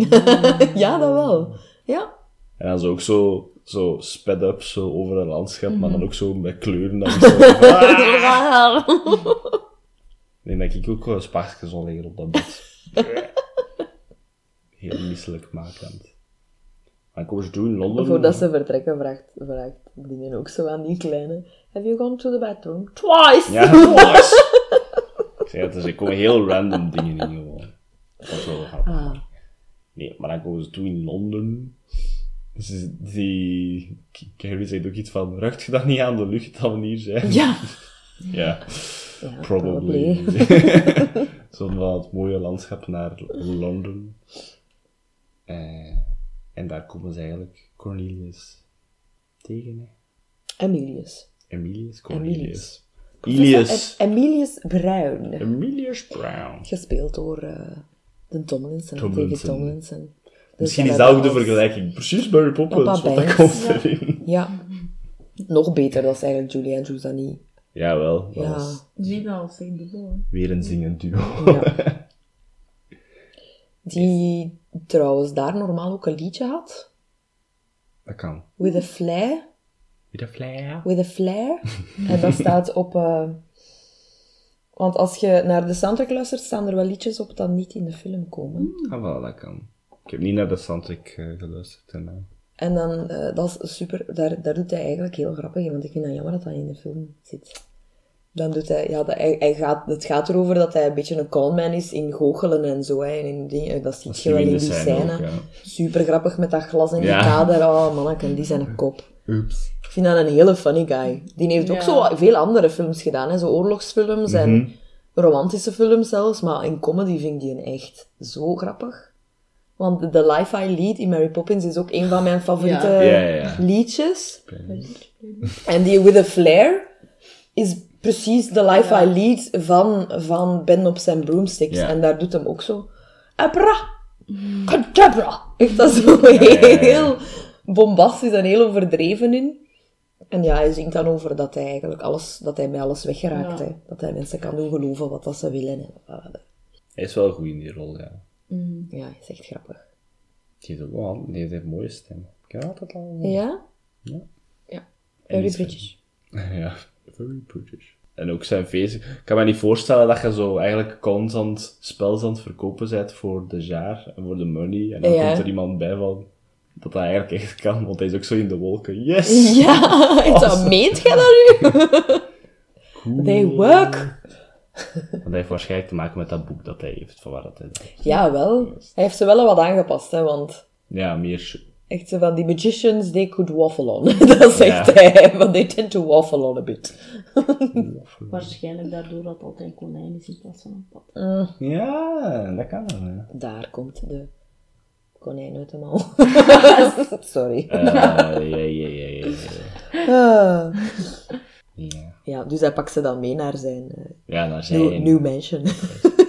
Speaker 2: ja, dat wel. Ja.
Speaker 1: en dan zo ook zo, zo sped-up zo over een landschap, maar
Speaker 2: Mhm.
Speaker 1: dan ook zo met kleuren. Dan zo, Ah! Ik denk dat ik ook wel spaartje zal liggen op dat bed. Heel misselijkmakend. Maar ik kom eens doen in Londen.
Speaker 2: Voordat ze vertrekken vraagt, vraagt dingen ook zo aan die kleine. Have you gone to the bathroom? Twice!
Speaker 1: Ja, was. ik zeg het, dus ik kom heel random dingen in gewoon. Dat is wel grappig. Nee, maar dan komen ze toe in Londen. Dus die... Carrie zegt ook iets van, ruikt je dat niet aan de lucht dat we hier zijn?
Speaker 3: Ja.
Speaker 1: Ja,
Speaker 2: Ja,
Speaker 1: probably. Zo'n van het mooie landschap naar Londen. Eh, en daar komen ze eigenlijk Cornelius tegen. hè.
Speaker 2: Emilius.
Speaker 1: Emilius? Cornelius. Emilius.
Speaker 2: Em- Emilius Bruin.
Speaker 1: Emilius Brown.
Speaker 2: Gespeeld door eh, de Tomlinson,
Speaker 1: Tomlinson.
Speaker 2: David Tomlinson. Dus
Speaker 1: Misschien is
Speaker 2: hebben
Speaker 1: dat ook de
Speaker 2: we als-
Speaker 1: vergelijking. Precies Barry Poppins, want
Speaker 2: Papa
Speaker 1: dat
Speaker 2: Banks.
Speaker 1: komt erin.
Speaker 2: Ja. Nog beter, dat is eigenlijk Julie Andrews dan niet.
Speaker 1: Jawel, dat
Speaker 2: Ja.
Speaker 1: was
Speaker 3: Niet al zeg de
Speaker 1: weer een zingend duo.
Speaker 2: Ja. Die trouwens daar normaal ook een liedje had.
Speaker 1: Dat kan.
Speaker 2: With a flair.
Speaker 1: With a flare.
Speaker 2: With a Flare. en dat staat op... eh, want als je naar de soundtrack luistert, staan er wel liedjes op dat niet in de film komen.
Speaker 1: Ah, voilà, dat kan. Ik heb niet naar de soundtrack eh, geluisterd. En, eh,
Speaker 2: En dan, eh, dat is super... Daar, daar doet hij eigenlijk heel grappig in, want ik vind dat jammer dat dat in de film zit. Dan doet hij... Ja, dat, hij, hij gaat, het gaat erover dat hij een beetje een conman is in goochelen en zo. Hè, en in dingen, dat ziet
Speaker 1: is
Speaker 2: je wel
Speaker 1: nu
Speaker 2: in
Speaker 1: in
Speaker 2: die
Speaker 1: de scène
Speaker 2: scène.
Speaker 1: ook, ja.
Speaker 2: Super grappig met dat glas in
Speaker 1: Ja.
Speaker 2: die kader. Oh, manneken, die zijn een kop.
Speaker 1: Oeps.
Speaker 2: Ik vind dat een hele funny guy. Die heeft ook
Speaker 3: Ja.
Speaker 2: zo veel andere films gedaan. Hè? Zo oorlogsfilms
Speaker 1: Mhm.
Speaker 2: en romantische films zelfs. Maar in comedy vind ik die een echt zo grappig. Want The Life I Lead in Mary Poppins is ook een van mijn favoriete
Speaker 3: Ja.
Speaker 1: Ja, ja, ja.
Speaker 2: liedjes. En die With a Flare is precies The Life I Lead van, van Ben op zijn broomsticks.
Speaker 1: Ja.
Speaker 2: En daar doet hem ook zo... Abra! Kadabra! Echt dat is zo
Speaker 1: ja, ja.
Speaker 2: heel bombastisch en heel overdreven in. En ja, hij zingt dan over dat hij eigenlijk alles, dat hij bij alles weggeraakt.
Speaker 3: Ja.
Speaker 2: Hè? Dat hij mensen kan doen geloven wat dat ze willen. En, voilà.
Speaker 1: Hij is wel goed in die rol, ja.
Speaker 2: ja, hij is echt grappig.
Speaker 1: Die heeft ook wel hand- die heeft een mooie stem. Ik heb altijd al...
Speaker 2: Ja?
Speaker 1: Ja.
Speaker 2: Ja.
Speaker 1: En
Speaker 2: Very
Speaker 1: die
Speaker 2: British.
Speaker 1: Ja, very British. En ook zijn feest. Ik kan me niet voorstellen dat je zo eigenlijk constant spels aan het verkopen bent voor de jaar en voor de money. En dan
Speaker 2: Ja.
Speaker 1: komt er iemand bij van dat dat eigenlijk echt kan, want hij is ook zo in de wolken. Yes!
Speaker 2: Ja, is dat meent jij dat nu?
Speaker 1: Cool.
Speaker 2: They work.
Speaker 1: Want hij heeft waarschijnlijk te maken met dat boek dat hij heeft, van waar dat hij dat heeft.
Speaker 2: Ja, wel. Hij heeft ze wel wat aangepast, hè, want...
Speaker 1: Ja, meer... sh-
Speaker 2: Echt zo van, die magicians, they could waffle on. dat zegt
Speaker 1: Ja.
Speaker 2: hij, want they tend to waffle on a bit.
Speaker 3: Waarschijnlijk daardoor dat altijd een konijn is in plaats van een pad.
Speaker 1: Ja, dat kan wel, ja.
Speaker 2: Daar komt de konijn uit de mouw. Sorry.
Speaker 1: Eh, ja, ja, ja, ja, ja,
Speaker 2: Ah.
Speaker 1: ja.
Speaker 2: Ja, dus hij pakt ze dan mee naar zijn eh,
Speaker 1: Ja, daar zijn...
Speaker 2: new, new mansion.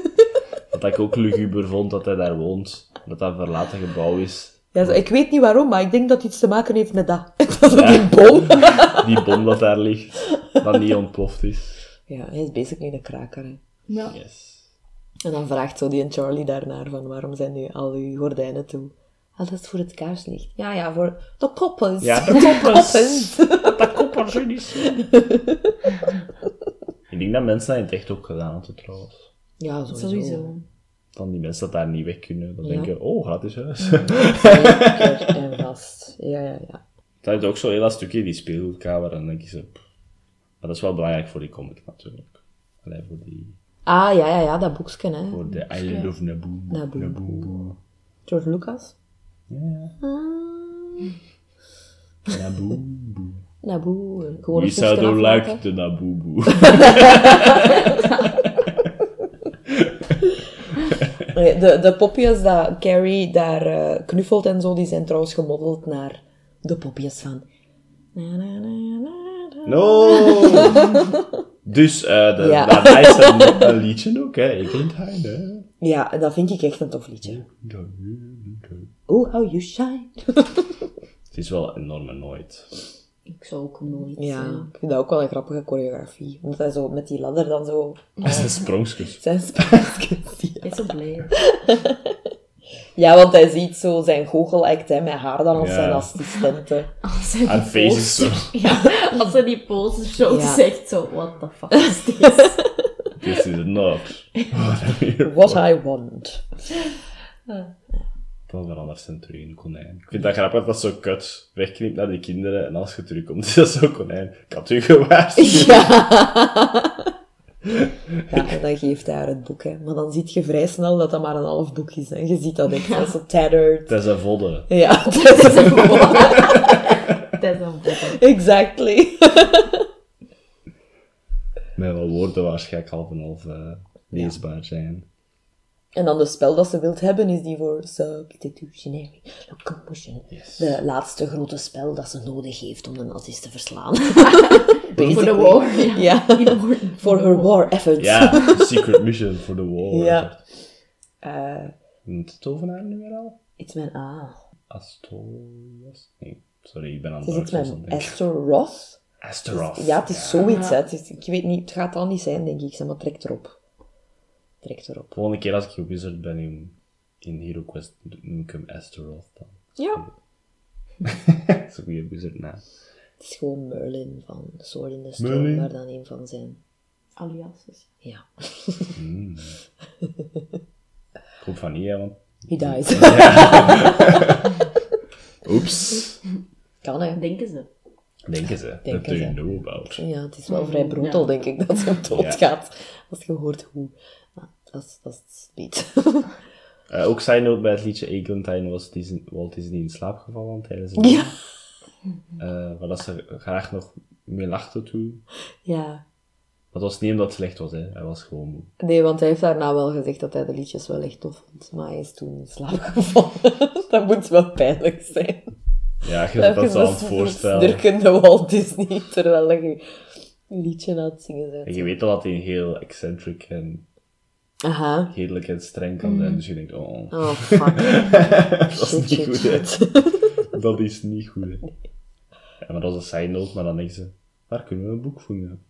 Speaker 1: Wat ik ook luguber vond, dat hij daar woont. Dat dat een verlaten gebouw is.
Speaker 2: ja, zo, ik weet niet waarom, maar ik denk dat het iets te maken heeft met dat. dat is die bom.
Speaker 1: Die bom dat daar ligt, dat niet ontploft is.
Speaker 2: ja, hij is basically een kraker, hè.
Speaker 3: Ja.
Speaker 1: Yes.
Speaker 2: En dan vraagt zo die en Charlie daarnaar van waarom zijn nu al uw gordijnen toe? Ah, dat is voor het kaarslicht. Ja, ja, voor de koppels.
Speaker 1: Ja, de koppers. Dat koppers zijn niet zo. Ik denk dat mensen dat in het echt ook gedaan hadden trouwens.
Speaker 2: Ja, sowieso.
Speaker 3: Sowieso.
Speaker 1: Dan die mensen dat daar niet weg kunnen, dan
Speaker 2: Ja.
Speaker 1: denken, oh, gratis huis.
Speaker 2: Zeker en vast. Ja, ja, ja.
Speaker 1: Dat heeft ook zo'n heel dat stukje in die speelgoedkamer, en dan denk je zo... pff. Maar dat is wel belangrijk voor die comic natuurlijk. Allee, voor, die,
Speaker 2: Ah, ja, ja, ja, dat boeksken, hè.
Speaker 1: voor de Island of Naboo.
Speaker 2: Naboo.
Speaker 1: Naboo.
Speaker 2: George Lucas.
Speaker 1: Ja. Naboo.
Speaker 2: Naboe. en Gewoon
Speaker 1: We
Speaker 2: een poesken
Speaker 1: zouden
Speaker 2: afmaken.
Speaker 1: like de Naboo.
Speaker 2: Nee, De, de popjes dat Carrie daar eh, knuffelt en zo, die zijn trouwens gemodeld naar de popjes van... Na, na, na, na, na.
Speaker 1: No! dus eh de,
Speaker 2: Ja.
Speaker 1: daarbij is een, een liedje ook, hè. Ik vind het hè.
Speaker 2: Ja, dat vind ik echt een tof liedje. Oh, how you shine.
Speaker 1: Het is wel enorm nooit.
Speaker 3: Ik zou ook nooit... eh,
Speaker 2: Ja, ik vind dat ook wel een grappige choreografie. Omdat hij zo met die ladder dan zo
Speaker 1: Dat is een sprongskus.
Speaker 2: zijn spelletjes ziet.
Speaker 3: Hij is zo blij.
Speaker 2: Ja, want hij ziet zo zijn goochelact hè, met haar dan als
Speaker 1: Ja.
Speaker 2: zijn assistente.
Speaker 3: Als hij die
Speaker 1: En face is zo.
Speaker 3: poster- Ja, als hij die poster zo
Speaker 2: Ja.
Speaker 3: zegt, zo, what the fuck is dit?
Speaker 1: This is not. What I'm here
Speaker 2: What
Speaker 1: for.
Speaker 2: I want.
Speaker 1: Het was wel anders een terug een konijn. Ik vind dat grappig dat zo kut wegknipt naar die kinderen en als je terugkomt is dat zo'n konijn. Ik had u gewaarschuwd.
Speaker 2: Ja, en dan geeft hij haar het boek. Hè. Maar dan ziet je vrij snel dat dat maar een half boek is. Hè. Je ziet dat echt, dat is zo tattered.
Speaker 1: Dat is een vodde.
Speaker 2: Ja, dat is een woord.
Speaker 3: Dat is een bottom.
Speaker 2: Exactly.
Speaker 1: Met wat woorden waarschijnlijk half en half eh, leesbaar zijn.
Speaker 2: En dan de spel dat ze wilt hebben is die voor substitutionary locomotion.
Speaker 1: Yes.
Speaker 2: De laatste grote spel dat ze nodig heeft om de nazi's te verslaan.
Speaker 3: Voor de
Speaker 2: Basically.
Speaker 3: war. Ja.
Speaker 2: Ja, voor her war efforts.
Speaker 1: Ja, secret mission for the war.
Speaker 2: Ja. Eh,
Speaker 1: Noemt de tovenaar nu weer al?
Speaker 2: Iets met A.
Speaker 1: Astorias? Nee, sorry, ik ben aan het
Speaker 2: Het ah. is iets
Speaker 1: Dark Souls
Speaker 2: met
Speaker 1: aan het
Speaker 2: Esther Roth.
Speaker 1: Astaroth.
Speaker 2: Ja, het is zoiets. Hè. Het is- ik weet niet, het gaat al niet zijn, denk ik. Zeg maar, trek erop. Trek erop.
Speaker 1: Volgende keer als ik een wizard ben in, in Hero Quest, noem ik hem Astaroth dan.
Speaker 2: Ja.
Speaker 1: Dat is een goede wizard naam.
Speaker 2: Het is gewoon Merlin van Sword in the Storm,
Speaker 1: Merlin.
Speaker 2: maar dan een van zijn...
Speaker 3: Aliases.
Speaker 2: Ja.
Speaker 1: Ik hoop van niet, hè, want...
Speaker 2: He dies.
Speaker 1: Oeps.
Speaker 2: kan, hè.
Speaker 3: Nou Denken ze.
Speaker 1: Denken ze.
Speaker 2: Denken
Speaker 1: Dat do you
Speaker 2: ze.
Speaker 1: know about.
Speaker 2: Ja, het is wel vrij brutal,
Speaker 3: Ja.
Speaker 2: denk ik, dat ze doodgaat. Als je hoort hoe. Ja, dat is, dat is niet.
Speaker 1: Eh, ook side note bij het liedje Eglantine was Disney, Walt Disney in slaap gevallen tijdens een...
Speaker 2: ja.
Speaker 1: Eh, waar dat ze graag nog mee lachte toen.
Speaker 2: ja.
Speaker 1: Dat was niet omdat het slecht was, hè. Hij was gewoon moe.
Speaker 2: Nee, want hij heeft daarna wel gezegd dat hij de liedjes wel echt tof vond. Maar hij is toen in slaap gevallen. dat moet wel pijnlijk zijn.
Speaker 1: Ja, je zit dat zo aan het voorstellen.
Speaker 2: Durkende Walt Disney, terwijl je een liedje aan het zingen
Speaker 1: En
Speaker 2: bent.
Speaker 1: je weet al dat hij heel eccentric en
Speaker 2: Aha.
Speaker 1: redelijk en streng kan zijn. Dus je denkt, oh,
Speaker 2: Oh, fuck.
Speaker 1: dat is
Speaker 2: shit,
Speaker 1: niet
Speaker 2: shit,
Speaker 1: goed, hè.
Speaker 2: shit.
Speaker 1: Dat is niet goed, hè. Ja, Ja, maar dat is een side note, maar dan denken ze, waar kunnen we een boek voor hebben?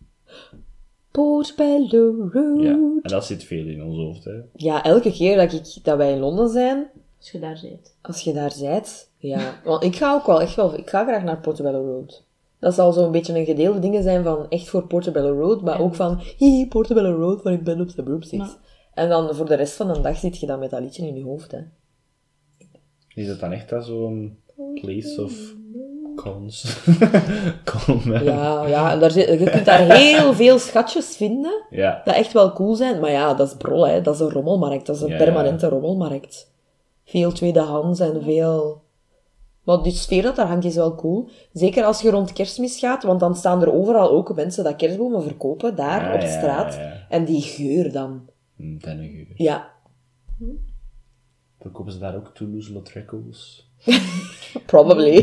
Speaker 2: Portobello Road.
Speaker 1: Ja,
Speaker 2: Ja.
Speaker 1: en dat zit veel in ons hoofd, hè.
Speaker 2: elke keer dat, ik, dat wij in Londen zijn,
Speaker 3: Als je daar bent.
Speaker 2: als je daar zijt, ja. Want ik ga ook wel echt wel, ik ga graag naar Portobello Road. Dat zal zo'n beetje een gedeelde dingen zijn van echt voor Portobello Road, maar
Speaker 3: Ja.
Speaker 2: ook van, hihi, Portobello Road, waar ik ben op de broomsticks.
Speaker 3: Maar-
Speaker 2: En dan voor de rest van de dag zit je dan met dat liedje in je hoofd, hè.
Speaker 1: Is dat dan echt dat zo'n place of cons? Con, ja.
Speaker 2: Ja, ja daar zit, je kunt daar heel veel schatjes vinden,
Speaker 1: ja.
Speaker 2: dat echt wel cool zijn. Maar ja, dat is brol, hè. Dat is een rommelmarkt. Dat is een
Speaker 1: Ja, ja.
Speaker 2: permanente rommelmarkt. Veel tweedehands en veel... Maar die sfeer dat daar hangt is wel cool. Zeker als je rond kerstmis gaat, want dan staan er overal ook mensen dat kerstbomen verkopen, daar,
Speaker 1: Ja,
Speaker 2: op
Speaker 1: ja,
Speaker 2: straat.
Speaker 1: ja, ja.
Speaker 2: En die geur dan.
Speaker 1: Hm, Tennegeur.
Speaker 2: Ja,
Speaker 1: Verkopen ze daar ook Toulouse-Lautrecos?
Speaker 2: probably.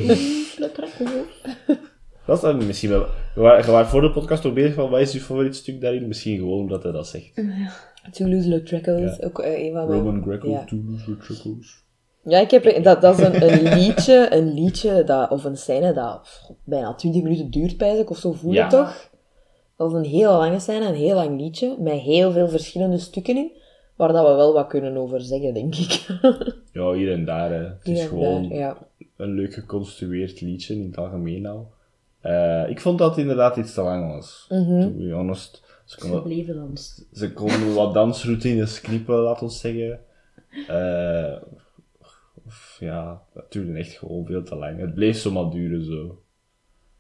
Speaker 1: Dat is dan misschien wel. Je wa- je was voor de podcast ook bezig van wat is je favoriet stuk daarin? Misschien gewoon omdat hij dat zegt.
Speaker 2: Toulouse-Lautrec's,
Speaker 1: Ja.
Speaker 2: ook eh, een van mijn...
Speaker 1: Roman Greco,
Speaker 2: Ja.
Speaker 1: Toulouse, Lautrecos.
Speaker 2: Ja, ik heb, dat, dat is een, een liedje, een liedje dat, of een scène dat pff, bijna 20 minuten duurt, pijs ik, of zo voel je
Speaker 1: Ja.
Speaker 2: het toch? Dat is een heel lange scène, een heel lang liedje, met heel veel verschillende stukken in, waar dat we wel wat kunnen over zeggen, denk ik.
Speaker 1: Ja, hier en daar. Hè. Het is
Speaker 2: Ja,
Speaker 1: gewoon
Speaker 2: daar, ja.
Speaker 1: een leuk geconstrueerd liedje in het algemeen al. Eh, ik vond dat het inderdaad iets te lang was. To be honest. Ze
Speaker 3: Ze
Speaker 1: konden,
Speaker 3: bleven langs.
Speaker 1: ze konden wat dansroutines knippen, laten we zeggen. Eh, of ja, dat duurde echt gewoon veel te lang. Het bleef zomaar duren zo.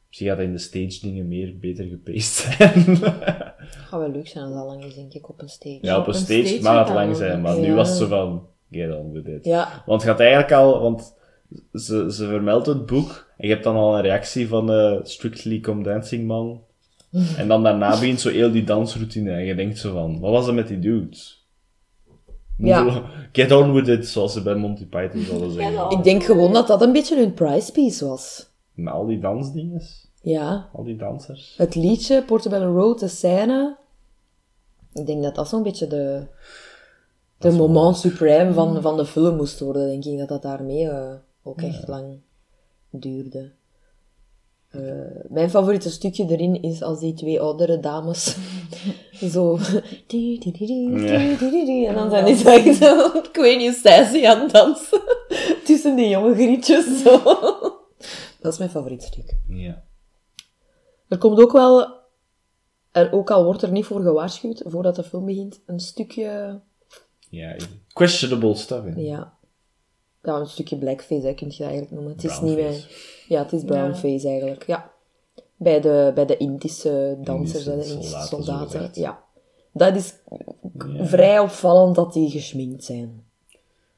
Speaker 1: Misschien had hij in de stage dingen meer beter gepaced zijn.
Speaker 2: Het gaat wel leuk zijn als dat lang is, denk ik, op een stage.
Speaker 1: Ja, op een stage mag het lang zijn, maar nu
Speaker 2: Ja.
Speaker 1: was het zo van, get on with it.
Speaker 2: Ja.
Speaker 1: Want het gaat eigenlijk al, want ze, ze vermeldt het boek, en je hebt dan al een reactie van eh, Strictly Come Dancing Man. En dan daarna begint zo heel die dansroutine, en je denkt zo van, wat was er met die dudes? Moet
Speaker 2: Ja.
Speaker 1: zo- Get on with it, zoals ze bij Monty Python zouden zeggen.
Speaker 2: Ik denk gewoon dat dat een beetje hun prize piece was.
Speaker 1: Met al die dansdinges,
Speaker 2: Ja.
Speaker 1: al die dansers.
Speaker 2: Het liedje, Portobello Road, de scène. Ik denk dat dat zo'n beetje de, de
Speaker 1: is wel-
Speaker 2: moment supreme van, van de film moest worden. Denk ik dat dat daarmee eh, ook echt lang duurde. Eh, mijn favoriete stukje erin is als die twee oudere dames zo... die, die, die, die, die, die, die, die, en dan zijn die zo echt zo... Ik weet niet, Stacey aan het dansen. Tussen die jonge grietjes. Zo. Dat is mijn favoriet stuk.
Speaker 1: Ja.
Speaker 2: Er komt ook wel, en ook al wordt er niet voor gewaarschuwd voordat de film begint, een stukje,
Speaker 1: ja. Questionable stuff, hè.
Speaker 2: ja, ja een stukje blackface, hè, kun je dat eigenlijk noemen. Het is niet
Speaker 1: Brownface.
Speaker 2: meer, ja, het is brownface eigenlijk, ja. Bij de, bij de Indische dansers,
Speaker 1: Indische
Speaker 2: hè, de Indische
Speaker 1: soldaten,
Speaker 2: soldaten,
Speaker 1: zogezegd.
Speaker 2: ja. Dat is
Speaker 1: Ja.
Speaker 2: vrij opvallend dat die geschminkt zijn.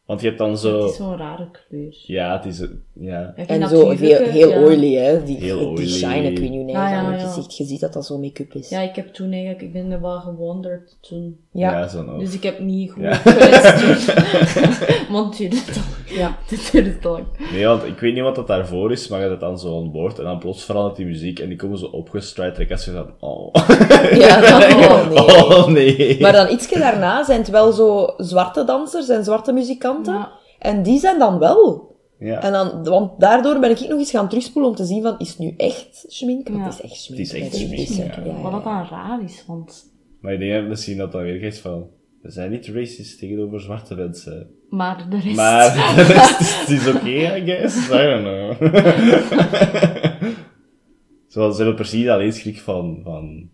Speaker 1: Want je hebt dan
Speaker 3: Het
Speaker 1: zo...
Speaker 3: is zo'n rare kleur.
Speaker 1: Ja, het is... een- Ja.
Speaker 3: Ja, die
Speaker 2: En zo heel,
Speaker 3: natuurlijke,
Speaker 2: heel
Speaker 3: ja.
Speaker 2: oily, hè. Die,
Speaker 1: Heel
Speaker 2: die
Speaker 1: oily.
Speaker 2: shine, ik weet niet hoe hij
Speaker 3: Ah, ja,
Speaker 2: aan het
Speaker 3: ja.
Speaker 2: gezicht. Je ziet dat dat zo make-up is.
Speaker 3: Ja, ik heb toen eigenlijk, ik ben er wel gewonderd toen.
Speaker 1: Ja,
Speaker 2: ja.
Speaker 1: zo'n oog.
Speaker 3: Dus ik heb niet goed
Speaker 1: Oh. Ja.
Speaker 3: geweest toen. Want het duurde te lang.
Speaker 2: ja.
Speaker 3: Het duurde te lang.
Speaker 1: Nee, want ik weet niet wat dat daarvoor is, maar je hebt het dan zo aan boord en dan plots verandert die muziek en die komen zo opgestrijd. En ik als je van, oh.
Speaker 2: Ja, dat- oh, nee.
Speaker 1: Oh, nee.
Speaker 2: Maar dan ietsje daarna zijn het wel zo zwarte dansers en zwarte muzikanten.
Speaker 3: Ja.
Speaker 2: En die zijn dan wel.
Speaker 1: Ja,
Speaker 2: En dan, want daardoor ben ik nog eens gaan terugspoelen om te zien van, is het nu echt schmink? Want
Speaker 3: Ja.
Speaker 2: het is echt schmink.
Speaker 1: Het is echt
Speaker 2: hè.
Speaker 1: schmink,
Speaker 2: Het is
Speaker 1: ja.
Speaker 2: echt-
Speaker 3: Wat dat dan raar is, want...
Speaker 1: maar ik denk dat misschien dat dan weer iets van, we zijn niet racist tegenover zwarte mensen.
Speaker 3: Maar de rest...
Speaker 1: Maar de rest is- het is oké, I guess. I don't know. Zoals ze hebben precies alleen schrik van, van,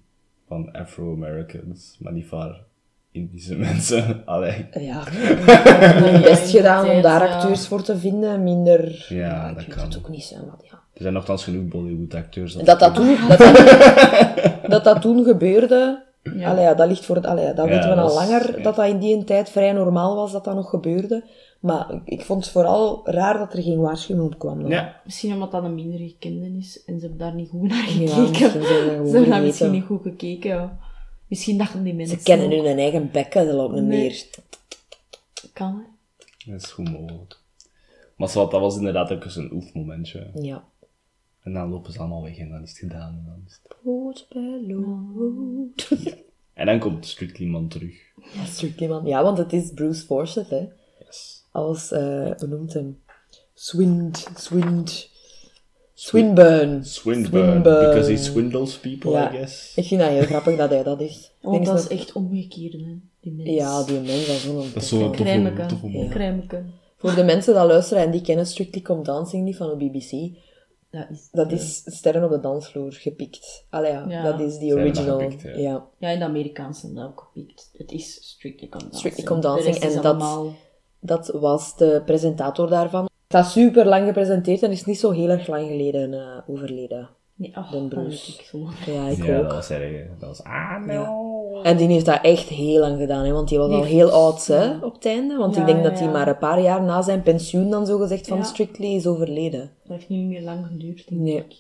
Speaker 1: van Afro-Americans, maar niet van Indische mensen. Allee.
Speaker 2: Ja, hun best gedaan om daar
Speaker 3: Ja.
Speaker 2: acteurs voor te vinden, minder...
Speaker 1: Ja,
Speaker 2: ik
Speaker 1: dat
Speaker 2: weet
Speaker 1: kan.
Speaker 2: het ook niet zijn, wat ja.
Speaker 1: Er zijn nogthans genoeg Bollywood-acteurs.
Speaker 2: Dat dat toen, dat dat, dat dat toen gebeurde,
Speaker 3: Ja.
Speaker 2: allee, ja, dat ligt voor het, allee, dat
Speaker 1: Ja,
Speaker 2: weten we
Speaker 1: dat
Speaker 2: al
Speaker 1: is-
Speaker 2: langer,
Speaker 1: ja.
Speaker 2: dat dat in die tijd vrij normaal was dat dat nog gebeurde. Maar ik- ik vond het vooral raar dat er geen waarschuwing op kwam. dan.
Speaker 1: Ja,
Speaker 3: Misschien omdat dat een minder gekende is en ze hebben daar niet goed naar
Speaker 2: Ja,
Speaker 3: gekeken.
Speaker 2: misschien zijn ze gewoon
Speaker 3: ze hebben daar
Speaker 2: vergeten.
Speaker 3: misschien niet goed gekeken. Misschien dachten die mensen...
Speaker 2: Ze kennen hun eigen bekken, dat loopt niet
Speaker 3: Nee.
Speaker 2: meer.
Speaker 3: Kan, hè.
Speaker 1: Dat is goed mogelijk. Maar zo, dat was inderdaad ook eens een oefmomentje.
Speaker 2: Ja.
Speaker 1: En dan lopen ze allemaal weg en dan is het gedaan. En dan, is het- en dan komt Strictly Man terug.
Speaker 2: Ja, Strictly Man. Ja, want het is Bruce Forsyth, hè.
Speaker 1: Yes.
Speaker 2: Als, eh hoe noemt hem? Swind, Swind, Swinburne.
Speaker 1: Swinburne.
Speaker 2: Swinburne.
Speaker 1: Because he swindles people,
Speaker 2: Ja.
Speaker 1: I guess.
Speaker 2: Ik vind dat heel grappig dat hij dat is. Ik
Speaker 3: Want
Speaker 2: denk
Speaker 3: Oh, dat is
Speaker 2: dat-
Speaker 3: echt omgekeerd, hè. Die mens.
Speaker 2: Ja, die mens, dat is wel een
Speaker 1: Dat is
Speaker 2: toffe.
Speaker 1: zo'n toffe,
Speaker 3: Kruimeke.
Speaker 1: toffe man.
Speaker 3: Kruimeke.
Speaker 2: Voor de mensen die luisteren en die kennen Strictly Come Dancing niet van de BBC,
Speaker 3: Dat is...
Speaker 2: dat is Sterren op de Dansvloer gepikt. Allee ja,
Speaker 3: Ja.
Speaker 2: dat is die
Speaker 1: Ze hebben dat
Speaker 2: original.
Speaker 1: gepikt,
Speaker 2: ja.
Speaker 1: ja.
Speaker 3: Ja, in de Amerikaanse zijn dat ook gepikt. Het is Strictly Come Dancing.
Speaker 2: Strictly Come Dancing,
Speaker 3: De rest is
Speaker 2: en dat-
Speaker 3: allemaal-
Speaker 2: Dat was de presentator daarvan. Het staat super lang gepresenteerd en is niet zo heel erg lang geleden eh, overleden.
Speaker 3: Nee, oh,
Speaker 2: Den
Speaker 3: dat
Speaker 2: Bruce.
Speaker 3: weet ik zo.
Speaker 2: Ja, ik
Speaker 1: ja,
Speaker 2: ook. Oh,
Speaker 1: dat was erg. hè. Dat was... Ah, no.
Speaker 2: En die heeft dat echt heel lang gedaan, hè, want die was
Speaker 3: Die
Speaker 2: al
Speaker 3: heeft-
Speaker 2: heel oud hè, op het einde. Want
Speaker 3: Ja,
Speaker 2: ik denk
Speaker 3: ja,
Speaker 2: dat hij
Speaker 3: ja.
Speaker 2: maar een paar jaar na zijn pensioen dan zo gezegd van
Speaker 3: Ja.
Speaker 2: Strictly is overleden.
Speaker 3: Dat heeft niet meer lang geduurd, denk
Speaker 2: Nee.
Speaker 3: ik.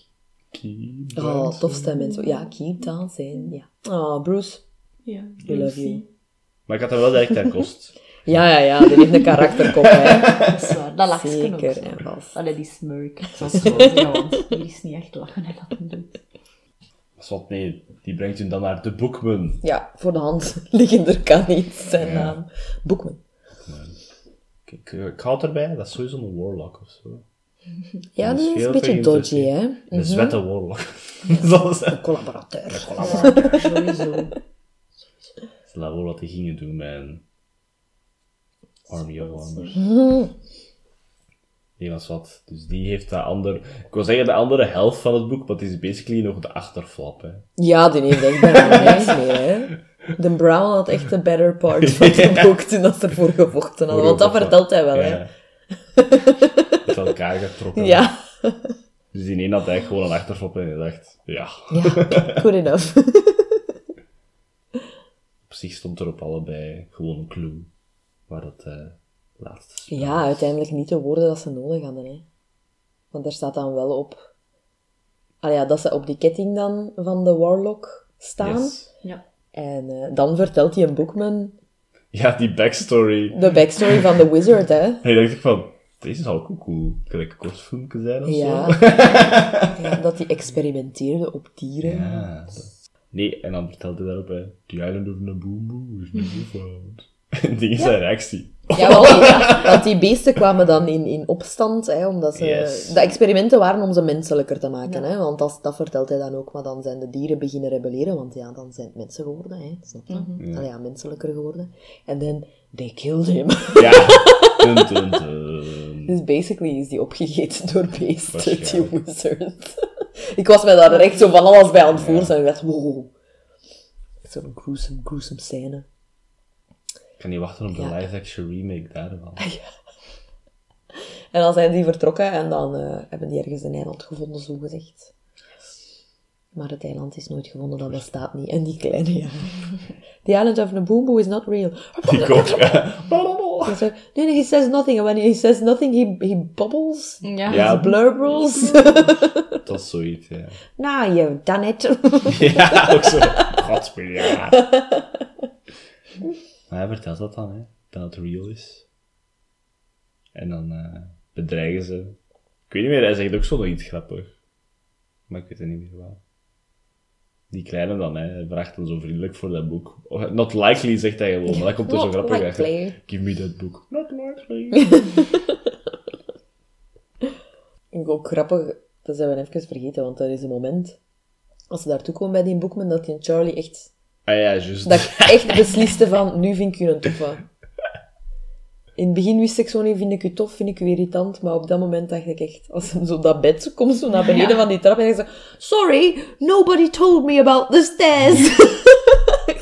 Speaker 1: Keep
Speaker 2: Oh, tofste mensen. Ja, keep dancing. Ja. Oh, Bruce.
Speaker 3: Ja.
Speaker 2: We love you.
Speaker 1: Maar ik had hem wel direct aan kost.
Speaker 2: Ja, ja, ja, die heeft een karakterkop, hè.
Speaker 3: Dat is waar. Dat lacht ze ook.
Speaker 2: Zeker
Speaker 3: zo.
Speaker 2: en vast.
Speaker 3: Allee, die smurk. Ik zal zo zeggen, want hier is niet echt lachen en dat doen.
Speaker 1: Dat is wat mee. Die brengt hun dan naar de Boekman.
Speaker 2: Ja, voor de hand liggender kan niet zijn
Speaker 1: Ja.
Speaker 2: naam. Boekman.
Speaker 1: Ik, eh, ik houd erbij, dat is sowieso een warlock of zo.
Speaker 2: Ja,
Speaker 1: Dat is
Speaker 2: die is
Speaker 1: heel
Speaker 2: een beetje dodgy,
Speaker 1: vergeïnteresseerd.
Speaker 2: hè. Mhm.
Speaker 1: Een zwette warlock. Zo is het.
Speaker 2: Collaborateur.
Speaker 3: Sowieso.
Speaker 1: Laat horen wat die gingen doen met een Army of Wonders.
Speaker 2: Hmm.
Speaker 1: Nee, was wat. Dus die heeft de andere... Ik wil zeggen de andere helft van het boek, want het is basically nog de achterflap, hè.
Speaker 2: Ja, die heeft echt bijna niks meer, hè. De Brown had echt de better part van het boek toen dat ze ervoor gevochten had. Want dat vertelt hij wel, hè.
Speaker 1: Ja. Met elkaar getrokken.
Speaker 2: Ja,
Speaker 1: Dus die een had eigenlijk gewoon een achterflap en die dacht, ja,
Speaker 2: ja, good enough.
Speaker 1: op zich stond er op allebei gewoon een clue. Waar dat eh, laatste spel
Speaker 2: Ja,
Speaker 1: is.
Speaker 2: uiteindelijk niet de woorden dat ze nodig hadden, hè. Want daar staat dan wel op... Ah ja, dat ze op die ketting dan van de Warlock staan.
Speaker 1: Yes.
Speaker 3: Ja.
Speaker 2: En eh, dan vertelt hij een Boekman
Speaker 1: Ja, die backstory.
Speaker 2: de backstory van The Wizard, hè.
Speaker 1: En dan dacht ik van, deze zal ook een cool gelijk kort filmpje zijn of
Speaker 2: Ja.
Speaker 1: zo.
Speaker 2: ja. Dat hij experimenteerde op dieren.
Speaker 1: Ja. dat- Nee, en dan vertelde hij daarop, hè, The Island of Naboombo is niet found. En die is zijn reactie.
Speaker 2: Ja, want die, want die beesten kwamen dan in, in opstand, hè, omdat ze...
Speaker 1: Yes.
Speaker 2: De experimenten waren om ze menselijker te maken,
Speaker 3: Ja.
Speaker 2: hè, want dat, dat vertelt hij dan ook. Maar dan zijn de dieren beginnen rebelleren, want ja, dan zijn het mensen geworden, hè, snap je?
Speaker 1: Ja.
Speaker 2: Allee, ja, menselijker geworden. En dan, they killed him.
Speaker 1: Ja. Dun, dun, dun.
Speaker 2: Dus basically is die opgegeten door beesten, die
Speaker 1: Waarschijnlijk.
Speaker 2: wizard. Ik was mij daar er echt zo van alles bij aan het voorstellen. Ik dacht, wow. Zo'n gruesome, gruesome scène.
Speaker 1: Ik kan niet wachten op de
Speaker 2: Ja.
Speaker 1: live-action remake daarvan.
Speaker 2: En dan zijn die vertrokken en dan eh, hebben die ergens een eiland gevonden, zo gezegd. Maar het eiland is nooit gevonden, dat bestaat niet. En die kleine, ja. The island of Naboombo is not real.
Speaker 1: Die ook, ja.
Speaker 2: Hij zegt, nee, nee, he says nothing. And when he says nothing, he, he bubbles.
Speaker 3: Ja.
Speaker 1: Ja.
Speaker 2: He blurbles.
Speaker 1: Dat is zoiets, ja.
Speaker 2: nou, you've done it.
Speaker 1: Ja, ook zo. Godspel, ja. Maar hij vertelt dat dan, hè. Dat het real is. En dan eh, bedreigen ze. Ik weet niet meer, hij zegt ook zo nog iets grappig. Maar ik weet het niet meer waar. Die kleine dan, hè. Hij vraagt dan zo vriendelijk voor dat boek. Oh, Not likely, zegt hij gewoon. Maar dat komt er zo
Speaker 2: Not
Speaker 1: grappig
Speaker 2: likely.
Speaker 1: achter. Give me that book. Not likely.
Speaker 2: Vind ik ook grappig, dat zijn we even vergeten, want dat is een moment. Als ze daartoe komen bij die boekman, dat die Charlie echt...
Speaker 1: ah ja, juist.
Speaker 2: Dat ik echt besliste van, nu vind ik u een toffe. In het begin wist ik zo niet, vind ik u tof, vind ik u irritant. Maar op dat moment dacht ik echt, als hem zo dat bed zo komt, zo naar beneden
Speaker 3: Ja.
Speaker 2: van die trap. En ik zo, sorry, nobody told me about the stairs.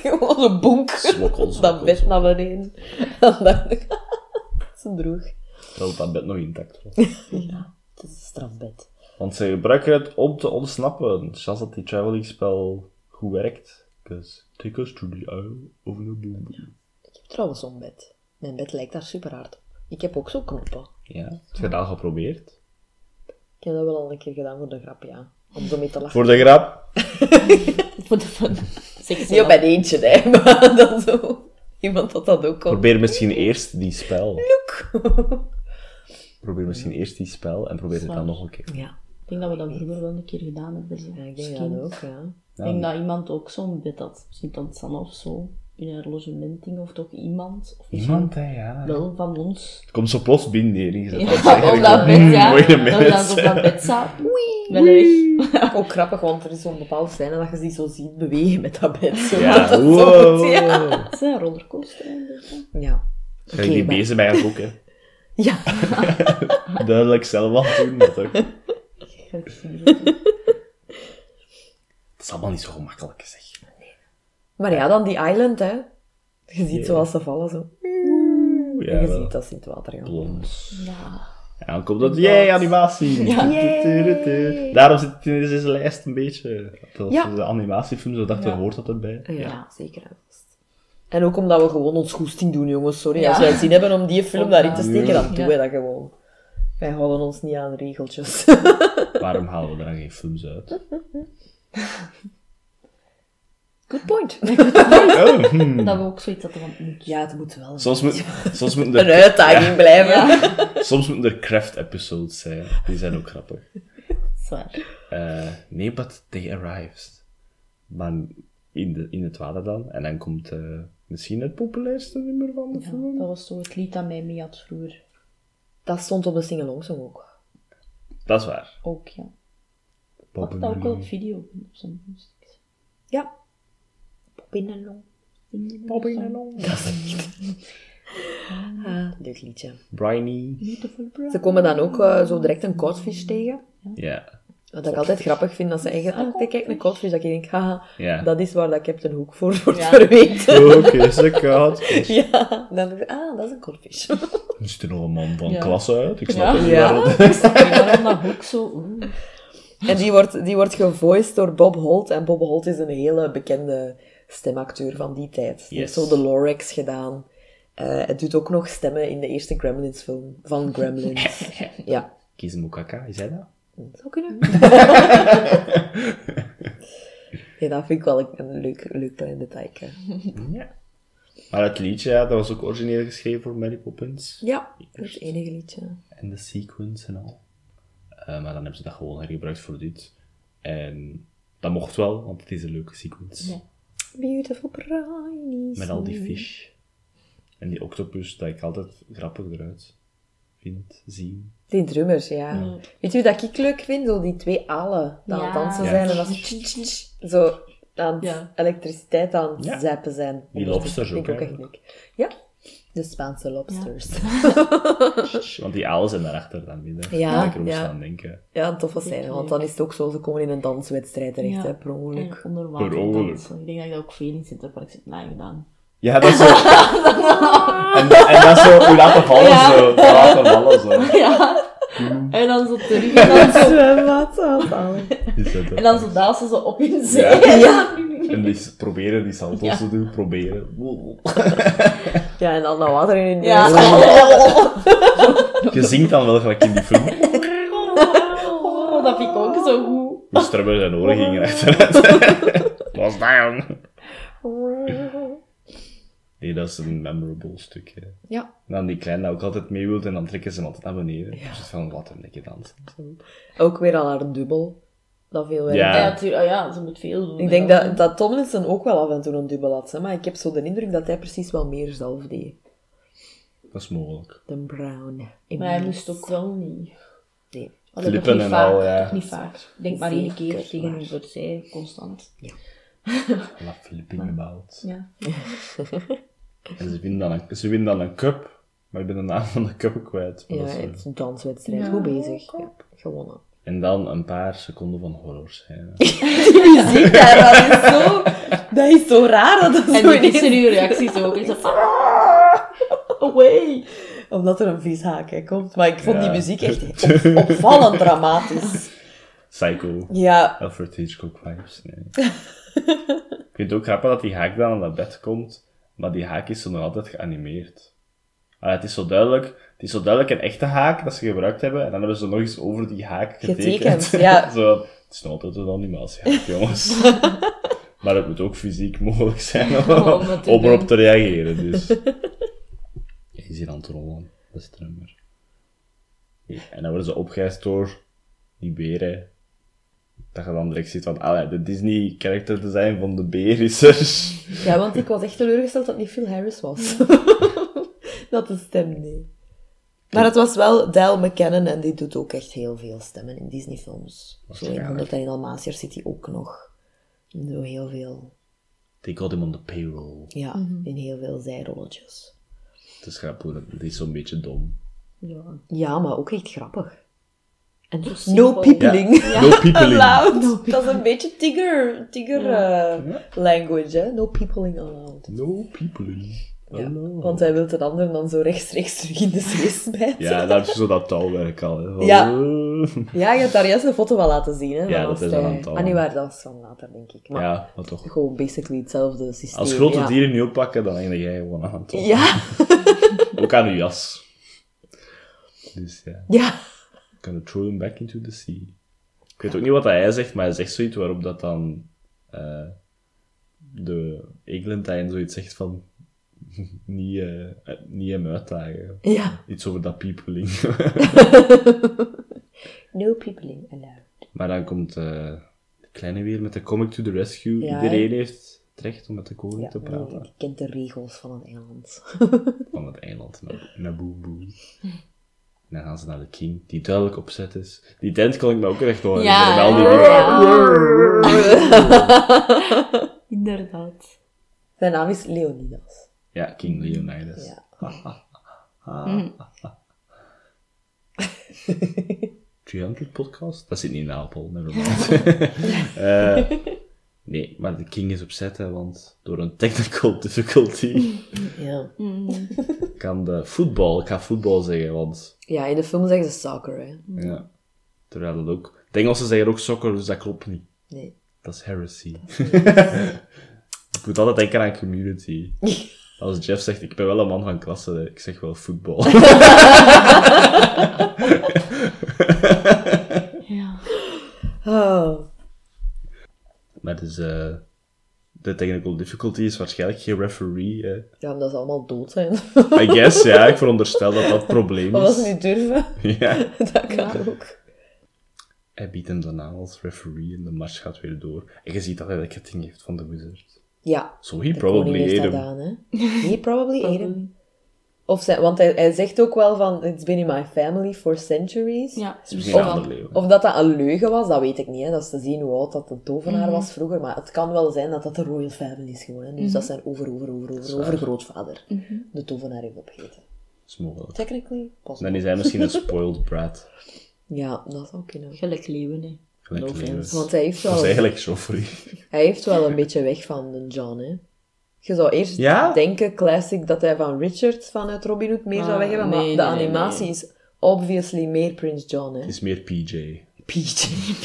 Speaker 2: Gewoon een bonk.
Speaker 1: Smokkel,
Speaker 2: Dat
Speaker 1: smokkel,
Speaker 2: bed naar
Speaker 1: smokkel.
Speaker 2: beneden. Dan dacht ik, ze droeg.
Speaker 1: Terwijl dat bed nog intact was.
Speaker 2: Het is een strafbed.
Speaker 1: Want ze gebruiken het om te ontsnappen. Chance dat die traveling spel goed werkt. Because take us to the isle of no boom.
Speaker 2: Ik heb trouwens zo'n bed. Mijn bed lijkt daar super hard op. Ik heb ook zo knoppen.
Speaker 1: Ja, heb je dat al geprobeerd?
Speaker 2: Ik heb dat wel al een keer gedaan voor de grap, ja. Om zo mee te lachen.
Speaker 1: Voor de grap.
Speaker 3: Voor de fun. Zeg ze
Speaker 2: Niet op
Speaker 3: dat.
Speaker 2: mijn eentje, hè, maar dan zo. Iemand dat dat ook kon.
Speaker 1: Probeer misschien eerst die spel.
Speaker 2: Look.
Speaker 1: Probeer misschien eerst die spel en probeer het dan nog een keer.
Speaker 2: Ja,
Speaker 3: Ik denk dat we dat vroeger wel een keer gedaan hebben. Zo.
Speaker 2: ik denk
Speaker 3: Misschien.
Speaker 2: dat ook, ja.
Speaker 3: Ik denk dat iemand ook zo'n bed had. Misschien dan Sanne of zo. in een logementing of toch iemand. Of zo.
Speaker 1: Iemand, hè, ja.
Speaker 3: Wel van ons.
Speaker 1: Het komt zo plots binnen hier. Ja,
Speaker 3: Ja, op dat bed, ja. Dat we dan zo op dat bed zaten. Oei. Wel weg.
Speaker 2: Ook grappig, want er is zo'n bepaalde scène dat je die zo ziet bewegen met dat bed. Zo,
Speaker 1: Ja,
Speaker 2: dat
Speaker 1: wow.
Speaker 2: zo- ja.
Speaker 3: Het is een rollercoaster. eigenlijk, hè.
Speaker 2: Ja.
Speaker 1: Zijn die
Speaker 2: maar-
Speaker 1: bezig eigenlijk ook, hè.
Speaker 2: Ja.
Speaker 1: Duidelijk zelf aan doen, maar toch. Het is allemaal niet zo gemakkelijk, zeg.
Speaker 2: Maar ja, dan die island, hè. Je ziet
Speaker 1: Ja.
Speaker 2: zoals ze vallen, zo.
Speaker 1: Oeh,
Speaker 2: en je
Speaker 1: wel.
Speaker 2: ziet dat ze in het water gaan.
Speaker 1: Blond.
Speaker 3: Ja.
Speaker 1: Ja, dan komt dat... Jee, animatie!
Speaker 3: Ja.
Speaker 2: Yay.
Speaker 1: Daarom zit het in deze lijst een beetje. Dat
Speaker 2: Ja.
Speaker 1: is de animatiefilm, zo dacht je,
Speaker 3: Ja.
Speaker 1: hoort dat erbij.
Speaker 2: Ja,
Speaker 3: Ja.
Speaker 2: zeker en vast. En ook omdat we gewoon ons goesting doen, jongens. Sorry,
Speaker 3: Ja.
Speaker 2: als wij zin hebben om die film
Speaker 3: Om
Speaker 2: daarin te
Speaker 3: dat-
Speaker 2: steken, dan
Speaker 3: Ja.
Speaker 2: doen wij dat gewoon. Wij houden ons niet aan regeltjes.
Speaker 1: Waarom halen we er dan geen films uit?
Speaker 2: Good point.
Speaker 1: Oh, hmm.
Speaker 3: Dat we ook zoiets hadden van "Mm, het moet.
Speaker 2: Ja, het moet wel
Speaker 1: Soms, moet, soms, moeten
Speaker 2: een
Speaker 1: er,
Speaker 2: uitdaging blijven.
Speaker 1: soms moeten er craft-episodes zijn. Die zijn ook grappig.
Speaker 3: Zwaar.
Speaker 1: Eh, nee, but they arrived. Maar in, de, in het water dan. En dan komt eh, misschien het populairste nummer van de
Speaker 3: Ja,
Speaker 1: film.
Speaker 3: dat was zo het lied dat mij mee had vroeger.
Speaker 2: Dat stond op de singalong ook.
Speaker 1: Dat is waar.
Speaker 3: Ook, ja. Had
Speaker 1: Poppen
Speaker 3: dat ook wel op
Speaker 1: Malone.
Speaker 3: video op zijn muziek.
Speaker 2: Ja. Binnenlong.
Speaker 1: Poppen
Speaker 2: Ah, leuk liedje.
Speaker 1: Briny.
Speaker 3: Beautiful bride.
Speaker 2: Ze komen dan ook eh, zo direct een codfish tegen.
Speaker 1: Ja.
Speaker 2: Wat ik altijd grappig vind, dat ze zeggen, ah, kijk, kijk, een codfish. Dat ik denk, haha,
Speaker 1: Ja.
Speaker 2: dat is waar dat Captain Hook voor wordt
Speaker 3: Ja.
Speaker 2: verweten.
Speaker 1: Oké, ze koud.
Speaker 2: Ja, dan denk ik, ah, dat is een codfish.
Speaker 1: Er zit er nog een man van
Speaker 3: Ja.
Speaker 1: klasse uit. Ik snap
Speaker 3: Ja.
Speaker 1: het niet
Speaker 2: Ja.
Speaker 1: waarom.
Speaker 3: Ik snap niet waarom dat ook zo... oeh.
Speaker 2: En die wordt, die wordt gevoiced door Bob Holt. En Bob Holt is een hele bekende stemacteur van die tijd. Die heeft
Speaker 1: Yes.
Speaker 2: zo de Lorax gedaan. Eh het doet ook nog stemmen in de eerste Gremlins film van Gremlins. ja,
Speaker 1: Kizumukaka, is hij dat?
Speaker 2: dat zou kunnen. ja, dat vind ik wel een, een leuk, leuk klein detailje.
Speaker 1: Ja. Maar het liedje, ja, dat was ook origineel geschreven voor Mary Poppins.
Speaker 2: Ja, het enige liedje.
Speaker 1: En de sequence en al. Eh, maar dan hebben ze dat gewoon hergebruikt voor dit. En dat mocht wel, want het is een leuke sequence.
Speaker 3: Ja.
Speaker 2: Beautiful brownies.
Speaker 1: Met al die fish. En die octopus, dat ik altijd grappig eruit vind, zien.
Speaker 2: Die drummers, ja. Weet je wat ik leuk vind? Zo die twee alen die aan het
Speaker 3: Ja.
Speaker 2: dansen
Speaker 1: Ja.
Speaker 2: zijn en dat ze zo aan het
Speaker 3: Ja.
Speaker 2: elektriciteit aan het
Speaker 1: Ja.
Speaker 2: zappen zijn.
Speaker 1: Die lobsters
Speaker 2: Vind ik
Speaker 1: ook,
Speaker 2: echt leuk. Ja, de Spaanse lobsters. Ja,
Speaker 1: Want die alen zijn daarachter dan minder.
Speaker 2: Ja,
Speaker 1: Als ik erom
Speaker 2: ja.
Speaker 1: staan denken.
Speaker 2: een toffe scène, want dan is het ook zo, ze komen in een danswedstrijd terecht, hè, per ongeluk.
Speaker 3: En onder water
Speaker 1: Per ongeluk.
Speaker 3: dansen. Ik denk dat ik dat ook veel in zit, maar ik heb nagedaan.
Speaker 1: Ja, dat is zo. en, en dat is zo, hoe laten vallen
Speaker 3: Ja.
Speaker 1: zo. Laten vallen zo.
Speaker 3: Ja.
Speaker 1: Hmm.
Speaker 3: En dan zo terug. En dan zo,
Speaker 2: Zwembad, wat aan.
Speaker 1: Is dat het?
Speaker 3: en dan zo dansen ze op in zee.
Speaker 1: Ja.
Speaker 2: Ja.
Speaker 1: En die s- proberen die salto's
Speaker 3: Ja.
Speaker 1: te doen, proberen. Wow.
Speaker 2: Ja, en dan dat water in hun
Speaker 3: Ja.
Speaker 2: neus.
Speaker 1: Je zingt dan wel gelijk in die film.
Speaker 3: Oh, dat vind ik ook zo goed.
Speaker 1: Hoe strubber zijn oren gingen achteruit. Was dat jong? Nee, dat is een memorable stuk. hè.
Speaker 2: Ja.
Speaker 1: En dan die kleine dat ook altijd mee wilt en dan trekken ze hem altijd naar beneden. Dus het van wat een lekker dansen.
Speaker 2: Ook weer al haar dubbel. Dat viel wel.
Speaker 1: Ja.
Speaker 3: Ja, natuurlijk. Ah ja, ze moet veel doen.
Speaker 2: Ik denk dat, dat Tomlinson ook wel af en toe een dubbel had, hè, maar ik heb zo de indruk dat hij precies wel meer zelf deed.
Speaker 1: Dat is mogelijk.
Speaker 2: Dan Brown.
Speaker 3: Maar hij moest ook wel niet.
Speaker 2: Nee.
Speaker 3: Allee, toch
Speaker 1: Flippen
Speaker 3: niet
Speaker 1: en
Speaker 3: vaak,
Speaker 1: al, ja.
Speaker 3: toch niet vaak. Ik denk maar één
Speaker 2: Zeker
Speaker 3: keer tegen
Speaker 2: waar.
Speaker 3: een zij, constant.
Speaker 1: La Philippine gebouwd.
Speaker 3: Ja.
Speaker 1: En ze winnen, dan een, ze winnen dan een cup, maar ik ben de naam van de cup kwijt. Maar
Speaker 2: Ja,
Speaker 1: dat is, eh,
Speaker 2: het is een danswedstrijd.
Speaker 3: Ja.
Speaker 2: Goed bezig. Ja, gewonnen.
Speaker 1: En dan een paar seconden van horror scène.
Speaker 2: Die muziek daar, dat is zo... Dat is zo raar dat dat
Speaker 3: En
Speaker 2: zo
Speaker 3: dit
Speaker 2: ineens-
Speaker 3: is er uw reacties ook. Is dat
Speaker 2: Away. Oh, Omdat er een vies haak hè, komt. Maar ik vond die
Speaker 1: Ja.
Speaker 2: muziek echt op- opvallend dramatisch.
Speaker 1: Psycho.
Speaker 2: Ja.
Speaker 1: Alfred Hitchcock vibes, nee. ik vind het ook grappig dat die haak dan aan dat bed komt, maar die haak is zo nog altijd geanimeerd. Ah, het, is zo duidelijk, het is zo duidelijk een echte haak dat ze gebruikt hebben, en dan hebben ze nog eens over die haak getekend.
Speaker 2: Getekend, ja.
Speaker 1: zo, het is nog altijd een animatiehaak, jongens. maar het moet ook fysiek mogelijk zijn om,
Speaker 3: Om het te
Speaker 1: om erop
Speaker 3: doen.
Speaker 1: te reageren, dus... Je is hier aan het rollen, dat is het nummer. Ja, En dan worden ze opgeëist door die beren Dat je dan direct ziet van, ah ja, de Disney character design van de beer is er.
Speaker 2: Ja, want ik was echt teleurgesteld dat het niet Phil Harris was. dat de stem niet. Maar het was wel Del McKinnon en die doet ook echt heel veel stemmen in Disney-films. Zo in
Speaker 1: Waarschijnlijk.
Speaker 2: 100 en in Almacier zit hij ook nog. In Zo heel veel.
Speaker 1: They got him on the payroll.
Speaker 2: Ja, in heel veel zijrolletjes.
Speaker 1: Het is grappig, dat die is zo'n beetje dom.
Speaker 3: Ja.
Speaker 2: Ja, maar ook echt grappig.
Speaker 3: En "Ah, zo
Speaker 2: No
Speaker 3: simpel.
Speaker 2: peopling.
Speaker 1: No peopling.
Speaker 2: allowed. Dat is een beetje tiger, tiger eh, language, hè? No peopling allowed.
Speaker 1: No peopling.
Speaker 2: Ja,
Speaker 1: Hallo.
Speaker 2: want hij wil de ander dan zo rechtstreeks terug in de zee smijten.
Speaker 1: Ja, daar heb je zo dat touwwerk al. Hè.
Speaker 2: Ja. Ja, je hebt daar juist een foto wel laten zien. Hè,
Speaker 1: Ja,
Speaker 2: van
Speaker 1: dat
Speaker 2: als
Speaker 1: is al
Speaker 2: hij-
Speaker 1: een aantal.
Speaker 2: Ah, nee, waar, dat was van later, denk ik. Maar
Speaker 1: Ja, maar toch.
Speaker 2: gewoon basically hetzelfde systeem.
Speaker 1: Als grote
Speaker 2: ja.
Speaker 1: dieren nu oppakken, dan eindig jij gewoon aan het
Speaker 2: Ja,
Speaker 1: Ook aan uw jas. Dus ja,
Speaker 2: ja.
Speaker 1: can throw him back into the sea. Ik weet ook niet wat dat hij zegt, maar hij zegt zoiets waarop dat dan eh, de Eglantine zoiets zegt van niet, eh, eh, niet hem uitdagen.
Speaker 2: ja.
Speaker 1: Iets over dat peopling.
Speaker 2: No peopling allowed.
Speaker 1: maar dan komt eh, de kleine weer met de comic to the rescue.
Speaker 2: Ja, hè?
Speaker 1: Iedereen heeft het recht om met de koning
Speaker 2: Ja,
Speaker 1: te praten.
Speaker 2: nee, je kent de regels van een eiland.
Speaker 1: van het eiland naar, naar Boom Boom. En dan gaan ze naar de king, die duidelijk opzet is. Die tent kon ik me ook echt horen.
Speaker 3: Ja,
Speaker 1: Ja, wel die
Speaker 3: Inderdaad.
Speaker 2: Zijn naam is Leonidas.
Speaker 1: ja, King Leonidas.
Speaker 2: Ja.
Speaker 1: Triangle podcast? Dat zit niet in Apel, never mind. Eh, nee, maar de king is opzet, hè, want door een technical difficulty
Speaker 2: Ja.
Speaker 1: kan de voetbal, ik ga voetbal zeggen, want
Speaker 2: ja, in de film zeggen ze soccer, hè.
Speaker 1: ja, terwijl dat ook, de Engelsen zeggen ook soccer, dus dat klopt niet.
Speaker 2: Nee.
Speaker 1: Dat is heresy. ik moet altijd denken aan community. Als Jeff zegt, ik ben wel een man van klasse, hè. ik zeg wel voetbal.
Speaker 3: Ja.
Speaker 2: Oh.
Speaker 1: maar dus, eh, de technical difficulty is waarschijnlijk geen referee. hè.
Speaker 2: Ja, omdat ze allemaal dood zijn.
Speaker 1: I guess, ja, ik veronderstel dat dat het probleem
Speaker 2: Wat ze
Speaker 1: is.
Speaker 2: niet durven,
Speaker 1: Ja.
Speaker 2: dat kan ook.
Speaker 1: Hij biedt hem daarna als referee en de match gaat weer door. En je ziet dat hij de ketting heeft van de wizard.
Speaker 2: Ja,
Speaker 1: So he
Speaker 2: de koning
Speaker 1: probably
Speaker 2: heeft
Speaker 1: ate
Speaker 2: dat
Speaker 1: him.
Speaker 2: aan, hè. He probably ate him. Of zijn, want hij, hij zegt ook wel van, it's been in my family for centuries.
Speaker 3: Ja.
Speaker 1: is misschien een ander
Speaker 2: Of,
Speaker 1: leeuw.
Speaker 2: of dat dat een leugen was, dat weet ik niet. Hè. Dat is te zien hoe oud dat de tovenaar was vroeger. Maar het kan wel zijn dat dat de royal family is gewoon. Hè. Dus dat zijn over, over, over, over, over grootvader. De tovenaar heeft opgegeten.
Speaker 1: is mogelijk.
Speaker 2: Mhm. Technically, possible.
Speaker 1: Dan is hij misschien een spoiled brat.
Speaker 2: Ja, dat zou kunnen.
Speaker 3: Gelijk leeuwen, hè.
Speaker 1: Gelijk
Speaker 3: No
Speaker 1: leeuwen.
Speaker 3: offense.
Speaker 2: Want hij heeft
Speaker 1: Dat is
Speaker 2: wel,
Speaker 1: eigenlijk Joffrey.
Speaker 2: hij heeft wel een beetje weg van de John, hè. Je zou eerst
Speaker 1: Ja?
Speaker 2: denken, classic, dat hij van Richard vanuit Robin Hood meer zou
Speaker 3: Ah,
Speaker 2: weg hebben. Maar
Speaker 3: nee,
Speaker 2: de
Speaker 3: nee, nee,
Speaker 2: animatie
Speaker 3: nee.
Speaker 2: is obviously meer Prince John, hè.
Speaker 1: Het is meer PJ.
Speaker 2: Peach.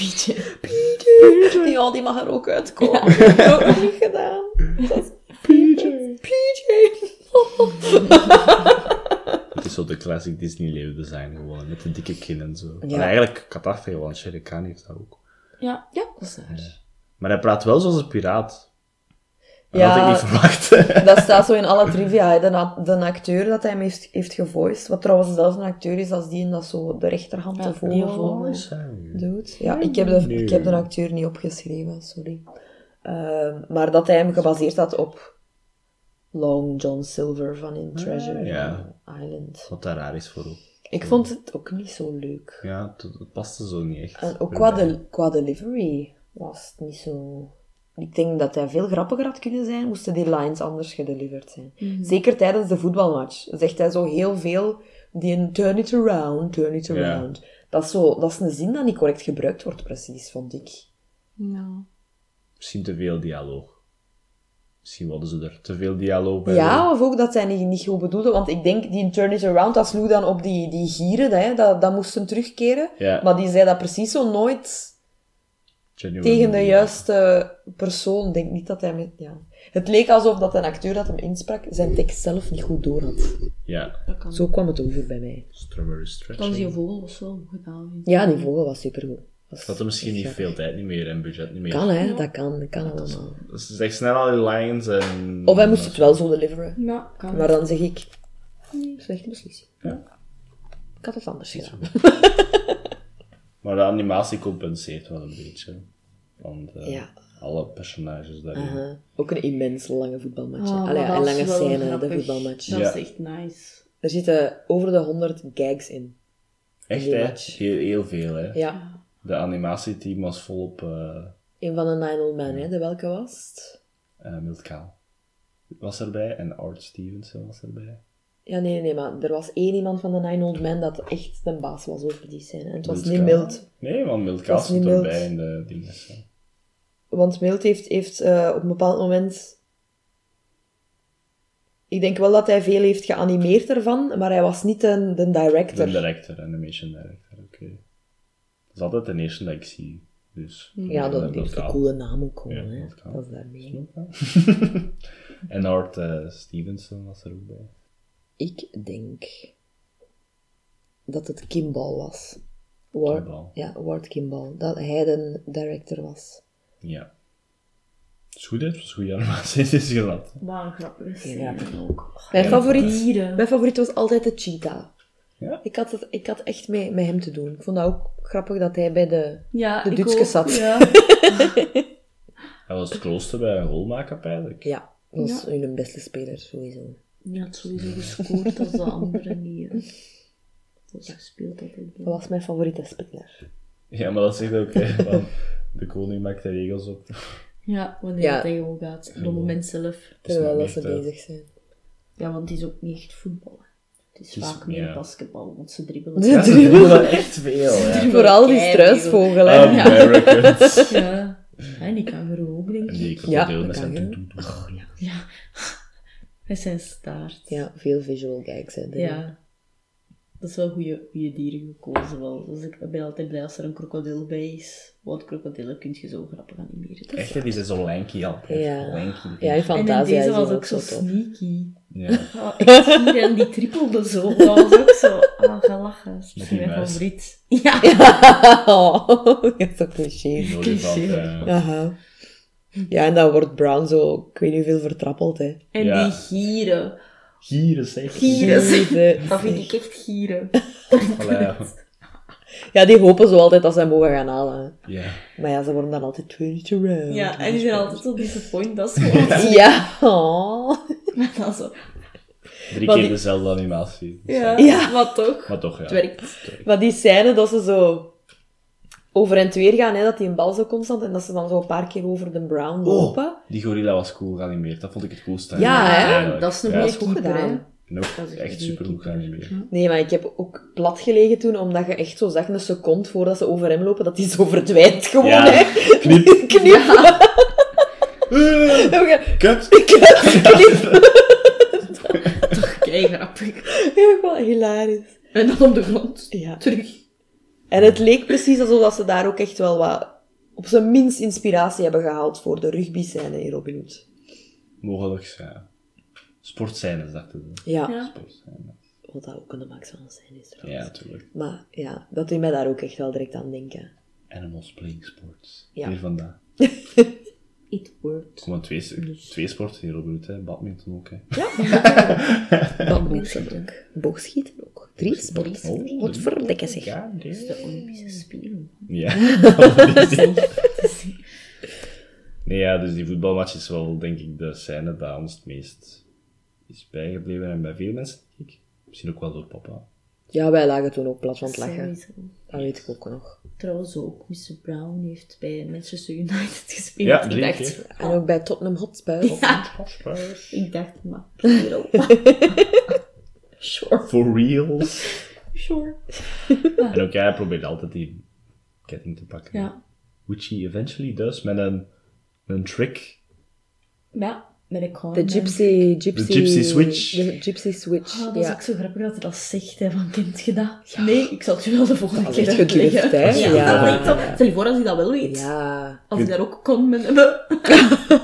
Speaker 3: Pietje.
Speaker 2: Die, oh, die mag er ook uitkomen. Dat heb ik ook nog niet gedaan. Dat is PJ. PJ.
Speaker 1: Het is zo de classic Disney leeuwdesign gewoon, met de dikke kin en zo.
Speaker 2: Ja.
Speaker 1: En eigenlijk, ik had achtergewoon, want Shere Khan heeft dat ook.
Speaker 3: Ja.
Speaker 2: Ja, dat is waar.
Speaker 1: Maar hij praat wel zoals een piraat. Dat
Speaker 2: Ja.
Speaker 1: had ik niet verwacht. Oh,
Speaker 2: Dat staat zo in alle trivia. hè. De, na- de acteur dat hij hem heeft, heeft gevoiced, wat trouwens zelfs een acteur is als die in dat zo de rechterhand
Speaker 3: Ja,
Speaker 2: te
Speaker 3: die
Speaker 2: voren
Speaker 3: vogel.
Speaker 2: doet. Ja, ik heb, de, ik heb de acteur niet opgeschreven, sorry. Ehm, maar dat hij hem gebaseerd had op Long John Silver van in Treasure
Speaker 1: ja.
Speaker 2: Island.
Speaker 1: Wat daar raar is voor ook.
Speaker 2: Ik vond het ook niet zo leuk.
Speaker 1: Ja, het, het paste zo niet echt.
Speaker 2: En ook
Speaker 1: bij
Speaker 2: qua,
Speaker 1: mij.
Speaker 2: de, qua delivery was het niet zo... Ik denk dat hij veel grappiger had kunnen zijn, moesten die lines anders gedeliverd zijn. Zeker tijdens de voetbalmatch zegt hij zo heel veel die een turn it around, turn it around. Dat, is zo, dat is een zin dat niet correct gebruikt wordt, precies, vond ik.
Speaker 3: Ja.
Speaker 1: Misschien te veel dialoog. Misschien wilden ze er te veel dialoog bij. doen.
Speaker 2: Ja, of ook dat zij niet, niet goed bedoelde, want ik denk die turn it around, dat sloeg dan op die, die gieren, hè, dat, dat moesten terugkeren.
Speaker 1: Ja.
Speaker 2: Maar die zei dat precies zo nooit...
Speaker 1: Genuine
Speaker 2: tegen de
Speaker 1: dialoog.
Speaker 2: juiste persoon. Ik denk niet dat hij met... Ja. Het leek alsof dat een acteur dat hem insprak zijn tekst zelf niet goed door had.
Speaker 1: Ja,
Speaker 3: Dat kan.
Speaker 2: Zo kwam het over bij mij.
Speaker 1: Strawberry
Speaker 3: Dan
Speaker 1: Stretching.
Speaker 3: is je vogel of zo gedaan. vind ik.
Speaker 2: Ja, die vogel was supergoed. Was
Speaker 1: Ze hadden misschien niet veel tijd niet meer en budget niet meer.
Speaker 2: Kan, hè. Dat kan, dat kan allemaal.
Speaker 1: Dus ze zegt snel al die lines en...
Speaker 2: Of hij moest het wel zo deliveren.
Speaker 3: Ja, kan.
Speaker 2: Maar dan zeg ik... Slechte beslissing. Ik had het anders gedaan.
Speaker 1: Maar de animatie compenseert wel een beetje. Want eh,
Speaker 2: Ja.
Speaker 1: alle personages daarin.
Speaker 2: Aha. Eh, Ook een immens lange voetbalmatch. hè.
Speaker 3: Oh,
Speaker 2: Allee,
Speaker 3: maar
Speaker 2: een
Speaker 3: dat is
Speaker 2: lange
Speaker 3: wel
Speaker 2: scène,
Speaker 3: grappig.
Speaker 2: de voetbalmatch.
Speaker 3: Dat
Speaker 1: Ja.
Speaker 3: is echt nice.
Speaker 2: Er zitten over de 100 gags in.
Speaker 1: Echt,
Speaker 2: Die
Speaker 1: hè?
Speaker 2: match.
Speaker 1: Heel, heel veel, hè?
Speaker 2: Ja.
Speaker 1: De animatieteam was volop eh
Speaker 2: Een van de Nine Old Men, hè? De welke was het?
Speaker 1: eh, Milt Kaal was erbij en Art Stevenson was erbij.
Speaker 2: Ja, nee, nee, nee, maar er was één iemand van de Nine Old Men dat echt de baas was over die scène. En het was
Speaker 1: Milt
Speaker 2: niet
Speaker 1: Kaal.
Speaker 2: Milt.
Speaker 1: Nee, want Milt Kaal
Speaker 2: Was
Speaker 1: stond
Speaker 2: niet Milt.
Speaker 1: erbij in de dingen. hè.
Speaker 2: Want Milt heeft, heeft eh, op een bepaald moment... Ik denk wel dat hij veel heeft geanimeerd ervan, maar hij was niet de, de director.
Speaker 1: De director, animation director, oké. Dat is altijd de eerste dat ik zie. Dus,
Speaker 2: Ja, dat
Speaker 1: Milt
Speaker 2: heeft een
Speaker 1: Kaal.
Speaker 2: coole naam ook gewoon,
Speaker 1: Ja,
Speaker 2: hè.
Speaker 1: Milt Kaal.
Speaker 2: Dat is daarmee.
Speaker 1: Milt Kaal. en Art eh, Stevenson was er ook bij.
Speaker 2: Ik denk dat het Kimball was. Ward,
Speaker 1: Kimball.
Speaker 2: Ja, Ward Kimball. Dat hij de director was.
Speaker 1: Ja. Het is goed, hè? Het was goede animatie, het is geland.
Speaker 3: Wat een grappige scène ook.
Speaker 2: Mijn,
Speaker 1: Ja,
Speaker 2: favoriet,
Speaker 3: Dieren.
Speaker 2: mijn favoriet was altijd de cheetah.
Speaker 1: Ja?
Speaker 2: Ik, had het, ik had echt mee met hem te doen. Ik vond dat ook grappig dat hij bij de...
Speaker 3: Ja,
Speaker 2: De
Speaker 3: ik
Speaker 2: Duitske
Speaker 3: ook,
Speaker 2: zat.
Speaker 3: Ja.
Speaker 1: Hij was het klooster bij een rolmaker, eigenlijk.
Speaker 2: Ja, dat was
Speaker 3: Ja.
Speaker 2: hun beste speler, sowieso.
Speaker 3: Ja, het sowieso gescoord als de andere niet. hè. Dat is gespeeld altijd
Speaker 2: Dat was mijn favoriete speler.
Speaker 1: Ja, maar dat zegt ook, hè, van, de koning maakt de regels op.
Speaker 3: Ja, wanneer
Speaker 2: Ja.
Speaker 3: het tegen hem gaat. Op het moment zelf.
Speaker 1: is
Speaker 2: Terwijl
Speaker 1: nog
Speaker 2: dat ze
Speaker 1: niet, eh,
Speaker 2: bezig zijn.
Speaker 3: Ja, want het is ook niet echt voetbal. hè. Het is
Speaker 1: Het is-
Speaker 3: vaak meer
Speaker 1: ja.
Speaker 3: basketbal, want ze dribbelen.
Speaker 2: De
Speaker 1: Ja, ze
Speaker 2: dribbel.
Speaker 1: doen wel echt veel, hè. Ah,
Speaker 2: Vooral die
Speaker 3: Kei-
Speaker 2: struisvogel, hè.
Speaker 1: Americans.
Speaker 3: Ja. En die kangaroo ook, denk
Speaker 1: En
Speaker 3: ik.
Speaker 1: die ik
Speaker 2: Ja,
Speaker 1: deel
Speaker 2: dat
Speaker 1: met
Speaker 2: kan,
Speaker 1: zijn
Speaker 2: hè.
Speaker 1: toetoe.
Speaker 3: Ja. Met zijn staart.
Speaker 2: Ja, veel visual gags, hè. de-
Speaker 3: Ja. Dat is wel goede dieren gekozen wel. Dus ik ben altijd blij als er een krokodil bij is. Want krokodillen kun je zo grappig animeren.
Speaker 1: Echt, hè, die zijn zo lanky al. hè.
Speaker 2: Ja.
Speaker 1: Lanky.
Speaker 2: Ja, in
Speaker 3: En in
Speaker 2: Fantasia is
Speaker 3: deze
Speaker 2: die
Speaker 3: was
Speaker 2: ook
Speaker 3: ook zo
Speaker 2: zo tof.
Speaker 3: sneaky.
Speaker 1: Ja.
Speaker 3: Oh, echt hier en die trippelde zo. Dat was ook zo. Ah, ga lachen. Dat
Speaker 1: Met
Speaker 3: is
Speaker 1: die
Speaker 3: mijn
Speaker 1: muis.
Speaker 3: favoriet. Ja.
Speaker 2: Oh, dat is ook cliché.
Speaker 1: Een olifant,
Speaker 3: Cliché.
Speaker 1: eh.
Speaker 2: Aha. Ja, en dan wordt Brown zo, ik weet niet hoeveel, vertrappeld, hè.
Speaker 3: En
Speaker 1: Ja.
Speaker 3: die gieren.
Speaker 1: Gieren, zeg.
Speaker 3: Gieren.
Speaker 2: Jezus.
Speaker 3: Dat vind ik echt gieren.
Speaker 1: Allee,
Speaker 2: Ja, die hopen zo altijd dat ze hem mogen gaan halen. hè.
Speaker 1: Ja.
Speaker 2: Maar ja, ze worden dan altijd turned around.
Speaker 3: Ja, en die zijn altijd zo disappointed. Dat is gewoon...
Speaker 2: Ja. Oh.
Speaker 3: Maar dan zo...
Speaker 1: Drie
Speaker 2: Want
Speaker 1: keer
Speaker 2: die-
Speaker 1: dezelfde animatie. Dus,
Speaker 3: Ja,
Speaker 1: eh,
Speaker 2: Ja.
Speaker 3: maar toch.
Speaker 1: Maar toch, ja.
Speaker 3: Het werkt.
Speaker 2: Maar die scène dat ze zo over en weer gaan, hè, dat die een bal zo constant en dat ze dan zo een paar keer over de Brown lopen.
Speaker 1: Oh, die gorilla was cool geanimeerd. Dat vond ik het coolste.
Speaker 2: Ja, hè?
Speaker 1: eigenlijk.
Speaker 3: Dat is een
Speaker 1: Ja,
Speaker 3: goede
Speaker 2: is goed
Speaker 3: keeper, hè.
Speaker 2: gedaan.
Speaker 1: en ook
Speaker 3: dat is
Speaker 1: echt
Speaker 3: een
Speaker 1: super goed
Speaker 3: goede keeper.
Speaker 1: geanimeerd.
Speaker 2: Nee, maar ik heb ook plat gelegen toen, omdat je echt zo zag, een seconde voordat ze over hem lopen, dat die zo verdwijnt gewoon,
Speaker 1: Ja.
Speaker 2: hè.
Speaker 1: Knip.
Speaker 2: Knip.
Speaker 1: Eh, Kut.
Speaker 3: Kei grappig.
Speaker 2: Ja, gewoon hilarisch.
Speaker 3: En dan op de grond.
Speaker 2: Ja.
Speaker 3: Terug.
Speaker 2: En het leek precies alsof dat ze daar ook echt wel wat, op zijn minst, inspiratie hebben gehaald voor de rugby-scène in Robin Hood.
Speaker 1: Mogelijk, ja. Sportscènes, dachten ze.
Speaker 2: Ja.
Speaker 3: Ja.
Speaker 1: Sportscènes.
Speaker 2: Wat dat ook in de Max van zijn is
Speaker 1: Ja,
Speaker 2: trouwens.
Speaker 1: natuurlijk.
Speaker 2: Maar ja, dat doet mij daar ook echt wel direct aan denken.
Speaker 1: Animals playing sports.
Speaker 2: Ja.
Speaker 1: Weer vandaag.
Speaker 3: It worked.
Speaker 1: Kom maar, twee, twee sporten hier op de route, hè. Badminton ook, hè.
Speaker 2: Bamboeschieten ook. Boogschieten ook. Drie sporten.
Speaker 1: Oh,
Speaker 2: Wat verdikke zich.
Speaker 1: Ja,
Speaker 3: Dat is de Olympische Spelen.
Speaker 1: ja. Nee, ja, dus die voetbalmatch is wel, denk ik, de scène bij ons het meest is bijgebleven. En bij veel mensen, denk ik. Misschien ook wel door papa.
Speaker 2: Ja, wij lagen toen ook plat van het lachen.
Speaker 3: Sowieso.
Speaker 2: Dat weet ik ook nog.
Speaker 3: Trouwens ook, Mr. Brown heeft bij Manchester United gespeeld.
Speaker 1: Ja,
Speaker 3: ik
Speaker 1: drie
Speaker 3: dacht,
Speaker 1: keer.
Speaker 2: En ook bij Tottenham Hotspur. of-
Speaker 3: ik dacht, maar sure. sure.
Speaker 1: For reals.
Speaker 3: Sure.
Speaker 1: En ook jij probeert altijd die ketting te pakken.
Speaker 3: Ja.
Speaker 1: Which he eventually does met een, een trick.
Speaker 3: Maar ja, met een corner.
Speaker 2: De gypsy, gypsy...
Speaker 1: De gypsy switch.
Speaker 2: De gypsy switch,
Speaker 3: eh, Ah, dat is
Speaker 2: ja.
Speaker 3: ook zo grappig dat hij dat zegt, hè, van kent je dat? Nee, ik zal het je wel de volgende
Speaker 2: Dat is
Speaker 3: keer
Speaker 2: echt gedurfd,
Speaker 3: uitleggen.
Speaker 2: hè?
Speaker 3: Ja,
Speaker 2: Ja.
Speaker 3: dat weet ik. Stel je voor als hij dat wel weet.
Speaker 2: Ja.
Speaker 3: Als hij daar ook kon met...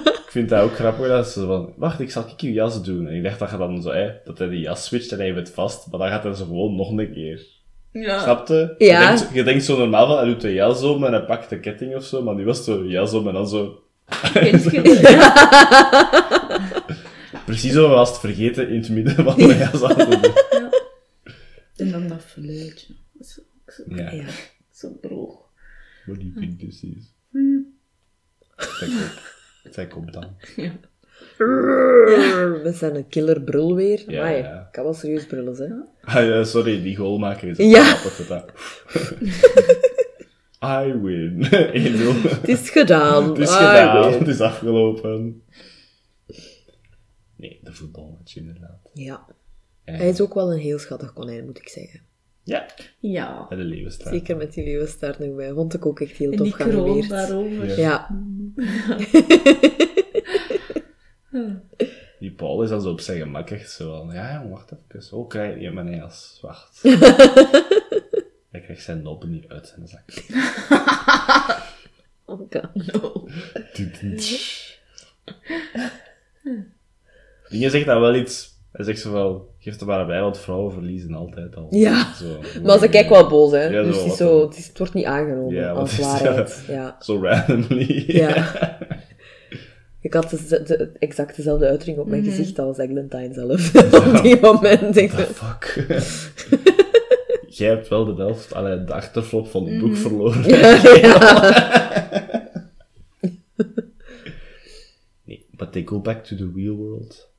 Speaker 1: Ik vind dat ook grappig dat ze van, wacht, ik zal ik je jas doen. En ik dacht dat je dan zo, hè, dat hij die jas switcht en hij het vast, maar dan gaat hij zo gewoon nog een keer.
Speaker 3: Ah. Ja.
Speaker 1: Snapte?
Speaker 2: Ja.
Speaker 1: Je, denkt, je denkt zo normaal van, hij doet de jas om en hij pakt de ketting of zo, maar die was zo de jas om en dan zo,
Speaker 3: Kent je dat? Ja.
Speaker 1: precies zo was het vergeten in het midden van de jas aan te doen.
Speaker 3: En dan dat fluitje. Dat is ook zo,
Speaker 1: Ja.
Speaker 2: Ja.
Speaker 4: Zo droog.
Speaker 1: What do you think this is? Zij komt. Zij komt dan.
Speaker 2: We zijn een killer brul weer.
Speaker 1: Ja,
Speaker 2: Amai,
Speaker 1: ja.
Speaker 2: kan wel serieus brullen, hè.
Speaker 1: Ah, ja, sorry, die goalmaker is
Speaker 2: Ja.
Speaker 1: grappig dat dat- I win. 1-0.
Speaker 2: Het is gedaan.
Speaker 1: Het is
Speaker 2: Ah,
Speaker 1: gedaan,
Speaker 2: nee.
Speaker 1: het is afgelopen. Nee, de voetbalmatch inderdaad.
Speaker 2: Ja.
Speaker 1: En-
Speaker 2: Hij is ook wel een heel schattig konijn, moet ik zeggen.
Speaker 1: Ja,
Speaker 4: Ja.
Speaker 1: bij de Leeuwenstraat.
Speaker 2: Zeker met die leeuwenstaart nog bij. Vond ik ook echt heel
Speaker 4: En
Speaker 2: tof
Speaker 4: die kroon
Speaker 2: geanimeerd.
Speaker 4: daarover.
Speaker 1: Ja.
Speaker 2: Ja.
Speaker 1: Die Paul is dan zo op zijn gemak echt zo van, ja jong, wacht even. Oh, krijg je mijn jas, wacht. Hij krijgt zijn noppen niet uit zijn zak.
Speaker 4: Oh, No.
Speaker 1: Dingen zegt dan wel iets. Hij zegt zo wel, geef er maar bij, want vrouwen verliezen altijd al.
Speaker 2: Ja.
Speaker 1: Zo,
Speaker 2: Maar ze kijkt wel boos, hè.
Speaker 1: Ja,
Speaker 2: dus
Speaker 1: zo
Speaker 2: het, is
Speaker 1: wat
Speaker 2: zo,
Speaker 1: dan.
Speaker 2: het, is- het wordt niet aangenomen
Speaker 1: Ja,
Speaker 2: als
Speaker 1: want-
Speaker 2: waarheid. Ja.
Speaker 1: Zo randomly.
Speaker 2: ja. Ik had dus de, de- exact dezelfde uitdruk op mijn
Speaker 4: Mhm.
Speaker 2: gezicht als Eglantine zelf. op die moment. Ik
Speaker 1: What the fuck? Jij hebt wel de helft, allee, de achterflop van het
Speaker 2: Mhm.
Speaker 1: boek verloren. nee, but they go back to the real world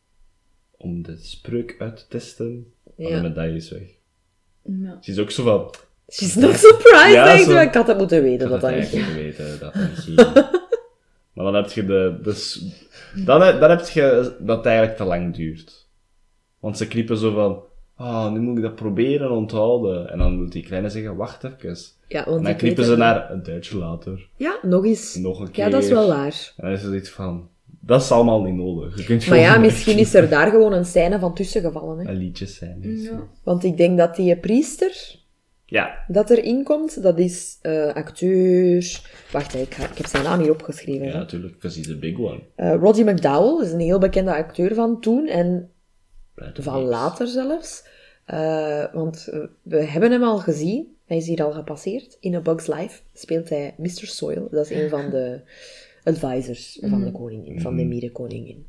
Speaker 1: om de spreuk uit te testen, maar
Speaker 2: Ja.
Speaker 1: de medaille is weg.
Speaker 4: Ja.
Speaker 1: Ze is ook zo van,
Speaker 2: She's not surprised,
Speaker 1: Ja,
Speaker 2: denk ik.
Speaker 1: zo-
Speaker 2: Ik had dat moeten weten,
Speaker 1: dat
Speaker 2: dat dat
Speaker 1: had ik
Speaker 2: niet...
Speaker 1: eigenlijk weten, dat dat niet ging. Maar dan heb je de... de s- dan, he- dan heb je dat het eigenlijk te lang duurt. Want ze kniepen zo van... Ah, nu moet ik dat proberen onthouden. En dan moet die kleine zeggen, wacht even. En
Speaker 2: Ja, want
Speaker 1: dan
Speaker 2: ik weet
Speaker 1: kniepen ze
Speaker 2: dat-
Speaker 1: naar een tijdje later.
Speaker 2: Ja, nog eens.
Speaker 1: Nog een keer.
Speaker 2: Ja, dat is wel waar.
Speaker 1: En dan is er iets van... Dat is allemaal niet nodig. Je kunt
Speaker 2: Maar ja,
Speaker 1: gewoon
Speaker 2: misschien is er daar gewoon een scène van tussen gevallen. Hè?
Speaker 1: Een liedje zijn. Ja.
Speaker 2: Want ik denk dat die priester
Speaker 1: ja.
Speaker 2: dat erin komt, dat is eh, acteur... Wacht, hè, ik, ga- ik heb zijn naam hier opgeschreven. hè.
Speaker 1: natuurlijk. Because he's a big one.
Speaker 2: Eh, Roddy McDowell is een heel bekende acteur van toen en
Speaker 1: Right
Speaker 2: van
Speaker 1: away.
Speaker 2: later zelfs. Eh, want eh, we hebben hem al gezien. Hij is hier al gepasseerd. In A Bug's Life speelt hij Mr. Soil. Dat is een van de advisors van de koningin, van de mierenkoningin.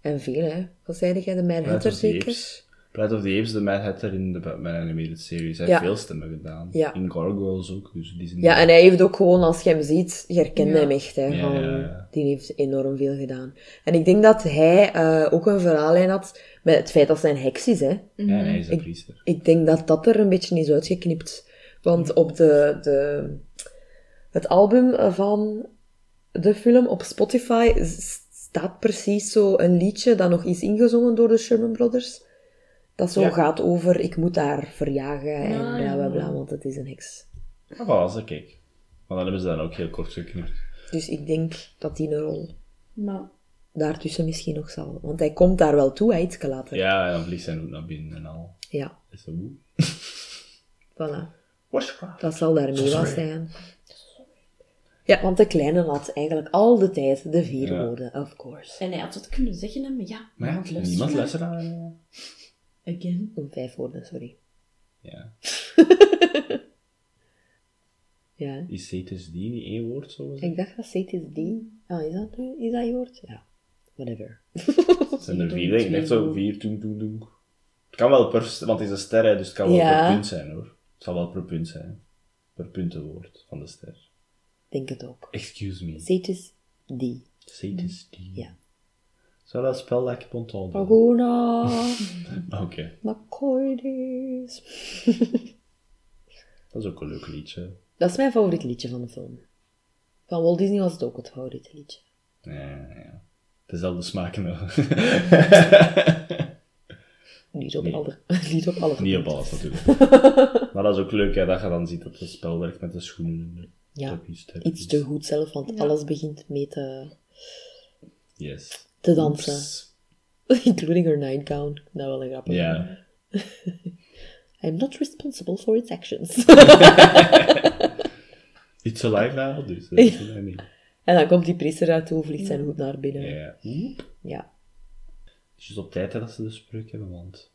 Speaker 2: En veel, hè. Wat zei jij? De Mad
Speaker 1: Planet
Speaker 2: Hatter
Speaker 1: of the
Speaker 2: zeker?
Speaker 1: Apes. Planet of the Apes, de Mad Hatter in de Batman Animated Series. Hij
Speaker 2: Ja.
Speaker 1: heeft veel stemmen gedaan.
Speaker 2: Ja.
Speaker 1: In Gargoyles ook. Dus die zijn
Speaker 2: Ja, en hij heeft ook gewoon, als je hem ziet, je herkende hem echt. Hè,
Speaker 1: Ja,
Speaker 2: van,
Speaker 1: ja, ja.
Speaker 2: Die heeft enorm veel gedaan. En ik denk dat hij eh, ook een verhaallijn had met het feit dat zijn heks is. Hè.
Speaker 1: Ja, en hij is een priester.
Speaker 2: Ik denk dat dat er een beetje is uitgeknipt. Want op de, de, het album eh, van de film op Spotify s- staat precies zo een liedje dat nog is ingezongen door de Sherman Brothers. Dat zo
Speaker 1: Ja.
Speaker 2: gaat over, ik moet haar verjagen en bla bla bla, want het is een heks.
Speaker 1: Ah, voilà, ze kijk. Maar dan hebben ze dan ook heel kort geknipt.
Speaker 2: Dus ik denk dat die een rol
Speaker 4: Maar
Speaker 2: daartussen misschien nog zal. Want hij komt daar wel toe, hij iets later.
Speaker 1: Ja, en dan vliegt zijn hoed naar binnen en al.
Speaker 2: Ja,
Speaker 1: Is dat goed?
Speaker 2: voilà.
Speaker 1: Washcraft.
Speaker 2: Dat zal daarmee wel
Speaker 1: Sorry.
Speaker 2: zijn. Ja, want de kleine had eigenlijk al de tijd de vier
Speaker 1: Ja.
Speaker 2: woorden, of course.
Speaker 4: En hij had dat kunnen zeggen, hè, maar ja.
Speaker 1: Maar
Speaker 4: niemand
Speaker 1: ja, niemand
Speaker 4: naar-
Speaker 1: luistert naar hem.
Speaker 4: Again.
Speaker 2: Om vijf woorden, sorry.
Speaker 1: Ja.
Speaker 2: Ja, hè.
Speaker 1: Is Cetus die niet één woord zo gezegd?
Speaker 2: ik dacht dat zet is die. Ah, is dat, is dat je woord? Ja, whatever.
Speaker 1: Zijn er
Speaker 4: doen
Speaker 1: vier, denk ik.
Speaker 4: twee
Speaker 1: Net zo
Speaker 4: doen.
Speaker 1: vier, doen, doen, doen. Het kan wel per... st- Want het is een ster, hè, dus het kan wel
Speaker 2: Ja.
Speaker 1: per punt zijn, hoor. Het zal wel per punt zijn. Per puntenwoord van de ster.
Speaker 2: Denk het ook.
Speaker 1: Excuse me.
Speaker 2: Zet is die.
Speaker 1: Cetus die.
Speaker 2: Ja.
Speaker 1: Zou dat spel dat ik heb onthouden? Ah,
Speaker 2: Agona,
Speaker 1: Oké.
Speaker 2: Macoides.
Speaker 1: Dat is ook een leuk liedje.
Speaker 2: Dat is mijn favoriet liedje van de film. Van Walt Disney was het ook het favoriete liedje.
Speaker 1: Ja, ja, ja. Dezelfde smaken wel.
Speaker 2: Niet op
Speaker 1: Nee.
Speaker 2: alle... Niet op alle...
Speaker 1: Niet op alles natuurlijk. maar dat is ook leuk, hè, dat je dan ziet dat het spel werkt met de schoenen. en de
Speaker 2: Ja,
Speaker 1: topjes, topjes.
Speaker 2: Iets te goed zelf, want alles begint mee te,
Speaker 1: Yes.
Speaker 2: te dansen.
Speaker 1: Oeps.
Speaker 2: Including her nightgown. Dat wel een grappig.
Speaker 1: Ja.
Speaker 2: I'm not responsible for its actions.
Speaker 1: It's alive now, dus dat is het niet.
Speaker 2: en dan komt die priester daartoe, vliegt zijn hoed naar binnen. Ja.
Speaker 1: Ja. Het
Speaker 2: ja.
Speaker 1: is dus op tijd hè, dat ze de spreuk hebben, want...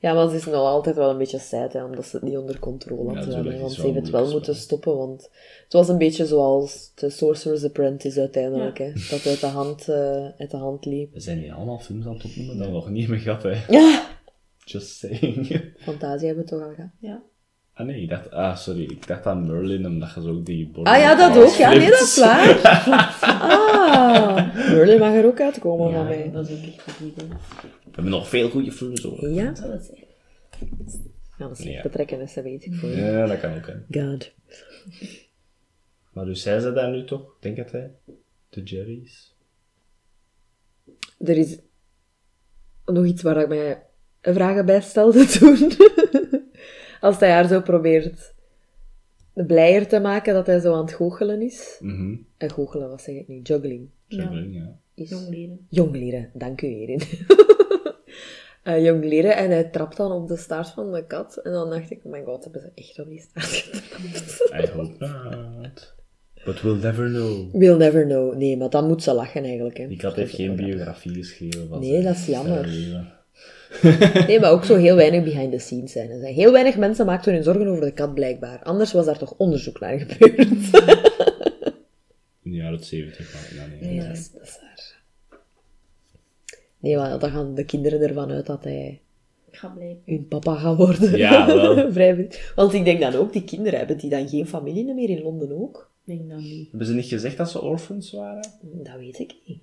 Speaker 2: maar ze is nog altijd wel een beetje sad, hè, omdat ze het niet onder controle
Speaker 1: Ja,
Speaker 2: had.
Speaker 1: natuurlijk,
Speaker 2: hè,
Speaker 1: het
Speaker 2: want
Speaker 1: is
Speaker 2: ze
Speaker 1: wel
Speaker 2: heeft het
Speaker 1: een
Speaker 2: wel
Speaker 1: moeilijk
Speaker 2: moeten
Speaker 1: spel.
Speaker 2: stoppen, want het was een beetje zoals de Sorcerer's Apprentice uiteindelijk. Hè, dat uit de, hand, eh, uit de hand liep.
Speaker 1: We zijn hier allemaal films aan het opnoemen dat we nog niet hebben gehad, hè.
Speaker 2: Ja,
Speaker 1: Just saying.
Speaker 2: Fantasie hebben we toch al gehad.
Speaker 4: Ja.
Speaker 1: Ah nee, ik dacht, ah, sorry, ik dacht aan Merlin, omdat je zo ook die
Speaker 2: Ah ja, dat
Speaker 1: borderlands
Speaker 2: ook. Ja, nee,
Speaker 1: flipt.
Speaker 2: dat is waar. Ah, Merlin mag er ook uitkomen van mij.
Speaker 4: Dat is ook echt goed. hè.
Speaker 1: We hebben nog veel goede films hoor.
Speaker 2: Ja?
Speaker 4: Zou dat zijn?
Speaker 2: Ja, dat is
Speaker 1: Ja.
Speaker 2: echt betrekkelijk, dat weet ik voor je.
Speaker 1: Ja, dat kan ook. Hè.
Speaker 2: God.
Speaker 1: Maar dus zij ze daar nu toch? Ik Denk het hè? De Jerry's.
Speaker 2: Er is nog iets waar ik mij vragen bij stelde toen. Als hij haar zo probeert blijer te maken dat hij zo aan het goochelen is.
Speaker 1: Mhm.
Speaker 2: En goochelen, wat zeg ik nu? Juggling.
Speaker 1: Juggling, ja.
Speaker 2: Is...
Speaker 4: Jongleren.
Speaker 2: Jongleren, dank u hierin. Eh jongleren en hij trapt dan op de staart van de kat. En dan dacht ik, oh mijn god, hebben ze echt op die staart getrapt?
Speaker 1: I hope not. But we'll never know.
Speaker 2: We'll never know. Nee, maar dan moet ze lachen eigenlijk. Hè.
Speaker 1: Die kat heeft geen biografie geschreven. Van
Speaker 2: Nee,
Speaker 1: zijn-
Speaker 2: dat is jammer.
Speaker 1: zijn leven.
Speaker 2: Nee, maar ook zo heel weinig behind the scenes zijn. Er zijn heel weinig mensen maakten hun zorgen over de kat blijkbaar. Anders was daar toch onderzoek naar gebeurd.
Speaker 1: In de jaren 70 maar ik dat niet.
Speaker 2: Ja, dat is, dat is waar. Nee, maar dan gaan de kinderen ervan uit dat hij
Speaker 4: Ik ga blijven.
Speaker 2: hun papa gaat worden.
Speaker 1: Ja, wel.
Speaker 2: Vrij ver- Want ik denk dan ook, die kinderen hebben die dan geen familie meer in Londen ook?
Speaker 4: Ik denk dat niet.
Speaker 1: Hebben ze niet gezegd dat ze orphans waren?
Speaker 2: Dat weet ik niet.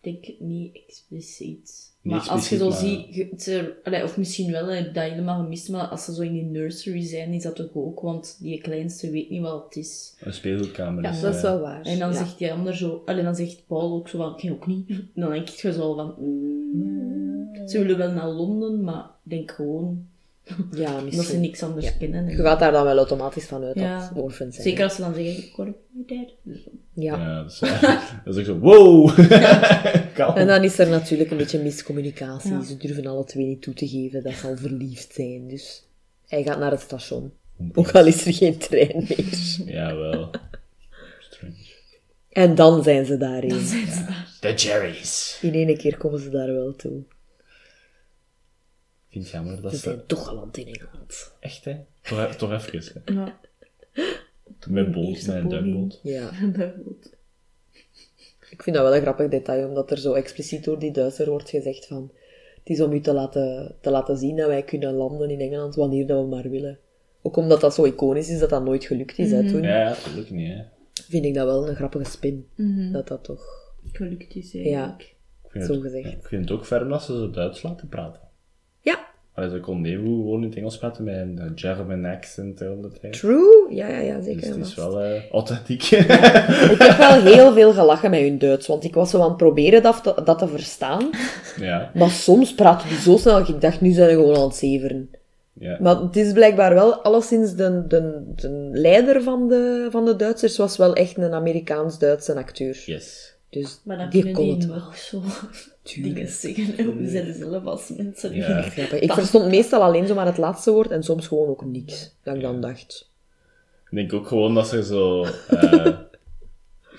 Speaker 4: Ik denk niet expliciet.
Speaker 1: Niet
Speaker 4: maar als je
Speaker 1: expliciet,
Speaker 4: zo
Speaker 1: maar-
Speaker 4: ziet, je- ze- allee, of misschien wel, heb ik dat helemaal gemist, maar als ze zo in die nursery zijn, is dat toch ook, want die kleinste weet niet wat het is.
Speaker 1: Een speelgoedkamer.
Speaker 4: Ja,
Speaker 1: is,
Speaker 2: Dat is
Speaker 1: eh,
Speaker 2: wel waar.
Speaker 4: En dan
Speaker 2: Ja.
Speaker 4: zegt die ander zo, allee, dan zegt Paul ook zo van, ik ook niet. En dan denk ik zo al van, mm. ze willen wel naar Londen, maar ik denk gewoon
Speaker 2: Ja,
Speaker 4: dat ze
Speaker 2: misschien.
Speaker 4: niks anders
Speaker 2: Ja.
Speaker 4: kennen.
Speaker 2: Je gaat daar dan wel automatisch van uit
Speaker 4: Ja.
Speaker 2: dat ze orphans zijn.
Speaker 4: Zeker als ze dan zeggen, corrupted.
Speaker 2: Ja.
Speaker 1: Ja, dat is, dat is ook zo, wow! Kalm.
Speaker 2: En dan is er natuurlijk een beetje miscommunicatie.
Speaker 4: Ja.
Speaker 2: Ze durven alle twee niet toe te geven dat ze al verliefd zijn. Dus hij gaat naar het station. Ook
Speaker 1: Compleet.
Speaker 2: al is er geen trein meer.
Speaker 1: Jawel. Strange.
Speaker 2: En dan zijn ze daarin.
Speaker 1: De Jerry's.
Speaker 2: In één keer komen ze daar wel toe.
Speaker 1: Ik vind het jammer dat
Speaker 2: Ze
Speaker 1: ze...
Speaker 2: zijn toch geland in Engeland.
Speaker 1: Echt, hè? Toch, e- toch even, hè?
Speaker 4: Ja.
Speaker 1: Met boot, met een duikboot.
Speaker 2: Ja.
Speaker 4: Bijvoorbeeld.
Speaker 2: Ik vind dat wel een grappig detail, omdat er zo expliciet door die Duitser wordt gezegd van... Het is om u te laten, te laten zien dat wij kunnen landen in Engeland wanneer dat we maar willen. Ook omdat dat zo iconisch is dat dat nooit gelukt is, hè, toen.
Speaker 1: Ja, ja, gelukkig niet, hè?
Speaker 2: Vind ik dat wel een grappige spin.
Speaker 4: Mhm.
Speaker 2: Dat dat toch...
Speaker 4: Gelukkig is
Speaker 2: Ja.
Speaker 4: dus eigenlijk.
Speaker 1: Ik vind
Speaker 2: Zo
Speaker 1: het-
Speaker 2: gezegd.
Speaker 1: Ik vind het ook ferm dat ze zo Duits laten praten.
Speaker 2: Ja,
Speaker 1: Allee, ze kon even goed gewoon in het Engels praten met een eh, German accent de hele tijd.
Speaker 2: true. Ja, ja, ja, zeker.
Speaker 1: Dus het is
Speaker 2: maar-
Speaker 1: wel eh, authentiek.
Speaker 2: Ik heb wel heel veel gelachen met hun Duits, want ik was zo aan het proberen dat te, dat te verstaan.
Speaker 1: ja,
Speaker 2: Maar soms praten die zo snel dat ik dacht, nu zijn ze gewoon aan het zeveren.
Speaker 1: ja.
Speaker 2: Maar het is blijkbaar wel, alleszins de, de, de leider van de, van de Duitsers was wel echt een Amerikaans-Duitse acteur.
Speaker 1: Yes.
Speaker 2: Dus
Speaker 4: Maar dan
Speaker 2: die
Speaker 4: kunnen
Speaker 2: kon
Speaker 4: die
Speaker 2: het wel.
Speaker 4: nog zo dingen zeggen. hè. We zijn zelf als mensen.
Speaker 1: Ja.
Speaker 4: niet.
Speaker 2: Grappig. Ik verstond meestal alleen zo maar het laatste woord en soms gewoon ook niks, dat ik dan dacht.
Speaker 1: Ik denk ook gewoon dat ze zo... eh,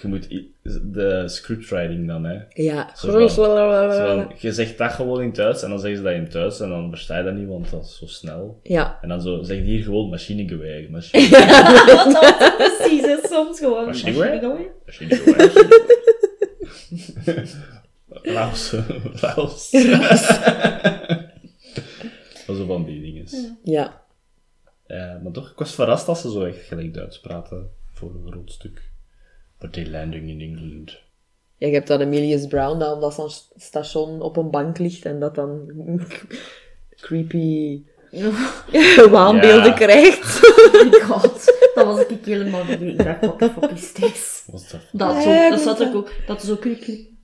Speaker 1: je moet... i- De scriptwriting dan, hè.
Speaker 2: Ja.
Speaker 1: Zo Zo van, je zegt dat gewoon in Duits en dan zeggen ze dat in Duits en dan versta je dat niet, want dat is zo snel.
Speaker 2: Ja.
Speaker 1: En dan zo, zeg je hier gewoon machinegeweer. Machine,
Speaker 4: Wat dan? Precies, hè, soms gewoon.
Speaker 1: Machinegeweer?
Speaker 4: Machinegeweer?
Speaker 1: machinegeweer. Raus. Raus. Dat is zo van die dingen.
Speaker 2: Ja.
Speaker 1: Eh, maar toch, ik was verrast dat ze zo echt gelijk Duits praten voor een groot stuk. But they landing in England.
Speaker 2: Ja, je hebt dan Emilius Brown, dat op dat sta- station op een bank ligt en dat dan creepy waanbeelden
Speaker 1: Ja.
Speaker 2: krijgt.
Speaker 4: Oh my god, dat was ik helemaal vergeten. Ik dacht, what the fuck is this?
Speaker 1: Wat dat
Speaker 4: Dat,
Speaker 2: Ja,
Speaker 4: zo, dat zat
Speaker 2: dat-
Speaker 4: ik ook. Dat is ook een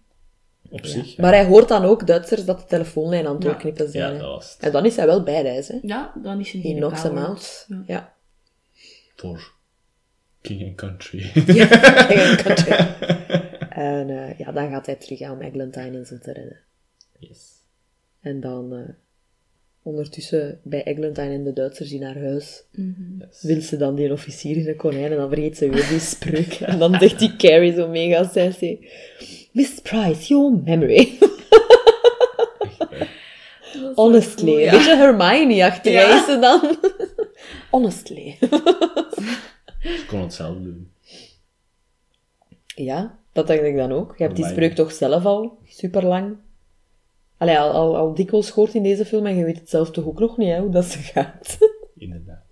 Speaker 1: op zich?
Speaker 2: Maar hij hoort dan ook Duitsers dat de telefoonlijn aan het doorknippen
Speaker 1: Ja,
Speaker 2: zijn.
Speaker 1: dat
Speaker 2: hè.
Speaker 1: was het.
Speaker 2: en dan is hij wel bij de ijs, hè.
Speaker 4: Ja, dan is een
Speaker 2: He
Speaker 4: hele
Speaker 2: knocks
Speaker 4: kamer.
Speaker 2: them out.
Speaker 4: Ja.
Speaker 2: Ja.
Speaker 1: Voor King and Country.
Speaker 2: en eh, ja, dan gaat hij terug aan om Eglantine en zo te redden.
Speaker 1: yes.
Speaker 2: En dan eh, ondertussen bij Eglantine en de Duitsers in haar huis
Speaker 1: yes.
Speaker 2: wil ze dan die officier in een konijn en dan vergeet ze weer die spreuk. En dan zegt die Carrie zo mega sassy. Miss Price, your memory. Honestly. Een beetje Hermione-achtig
Speaker 4: Ja.
Speaker 2: hè, is ze dan. Honestly.
Speaker 1: Ik kon het zelf doen.
Speaker 2: Ja, dat denk ik dan ook. Je hebt die
Speaker 1: Hermione.
Speaker 2: spreuk toch zelf al super lang. Allee, al, al, al dikwijls gehoord in deze film en je weet het zelf toch ook nog niet hè, hoe dat ze gaat.
Speaker 1: Inderdaad.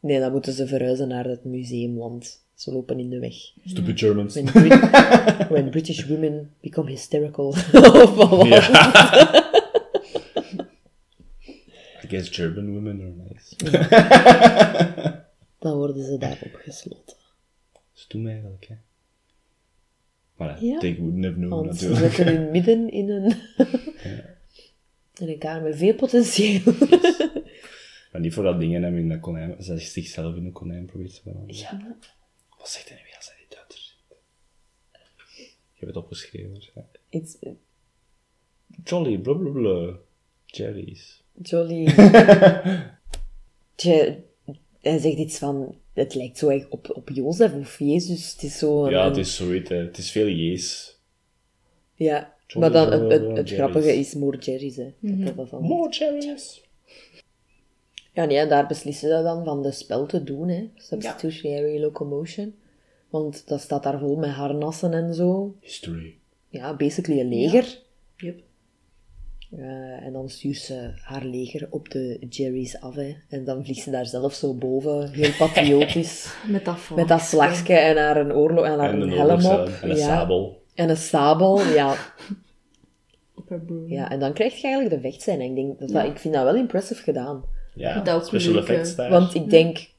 Speaker 2: Nee, dan moeten ze verhuizen naar het museum, want ze lopen in de weg.
Speaker 1: Stupid Dus Germans.
Speaker 2: When, Brit- when British women become hysterical. of wat?
Speaker 1: I guess German women are nice.
Speaker 2: Dan worden ze daar opgesloten.
Speaker 1: Ze doen mij eigenlijk, hè. Maar
Speaker 2: Ja.
Speaker 1: ja, they wouldn't have known
Speaker 2: Want ze
Speaker 1: natuurlijk.
Speaker 2: zitten hun midden in een... in een kamer met veel potentieel.
Speaker 1: Maar niet voor dat dingen hem in dat konijn... Ze zichzelf in een konijn probeert te veranderen.
Speaker 2: ja.
Speaker 1: Wat zegt hij nu weer als hij niet uit er zit? Ik heb het opgeschreven waarschijnlijk.
Speaker 2: It's
Speaker 1: Jolly, blablabla. Cherries.
Speaker 2: jolly... Tje, hij zegt iets van... Het lijkt zo erg op, op Jozef of Jezus. Het is zo een-
Speaker 1: Ja, het is zoiets, hè. Het is veel jees.
Speaker 2: Ja,
Speaker 1: Jolly,
Speaker 2: maar dan, het, het,
Speaker 1: jolly,
Speaker 2: het
Speaker 1: jolly
Speaker 2: grappige
Speaker 1: eh, Jerry's.
Speaker 2: is more Jerry's, hè. Dat hebben we van-
Speaker 1: More cherries.
Speaker 2: Ja, nee, en daar beslissen ze dan van de spel te doen, hè. Substitutionary locomotion. Want dat staat daar vol met harnassen en zo.
Speaker 1: History.
Speaker 2: Ja, basically een leger.
Speaker 4: Yep.
Speaker 2: Eh, en dan stuurt ze haar leger op de Jerry's af, hè. En dan vliegt ze daar zelf zo boven, heel patriotisch.
Speaker 4: Met dat vlak.
Speaker 2: met dat slagje en haar een oorlog en haar
Speaker 1: En
Speaker 2: een
Speaker 1: een
Speaker 2: helm op.
Speaker 1: oorlogshelm. En een
Speaker 2: ja.
Speaker 1: sabel.
Speaker 2: En een sabel, ja.
Speaker 4: Op haar broer.
Speaker 2: ja. En dan krijg je eigenlijk de vechtscène. Ik, denk dat dat, ik vind dat wel impressive gedaan.
Speaker 1: Ja,
Speaker 4: Dat ook
Speaker 1: special
Speaker 4: leuk, hè.
Speaker 1: effects daar.
Speaker 2: Want ik denk,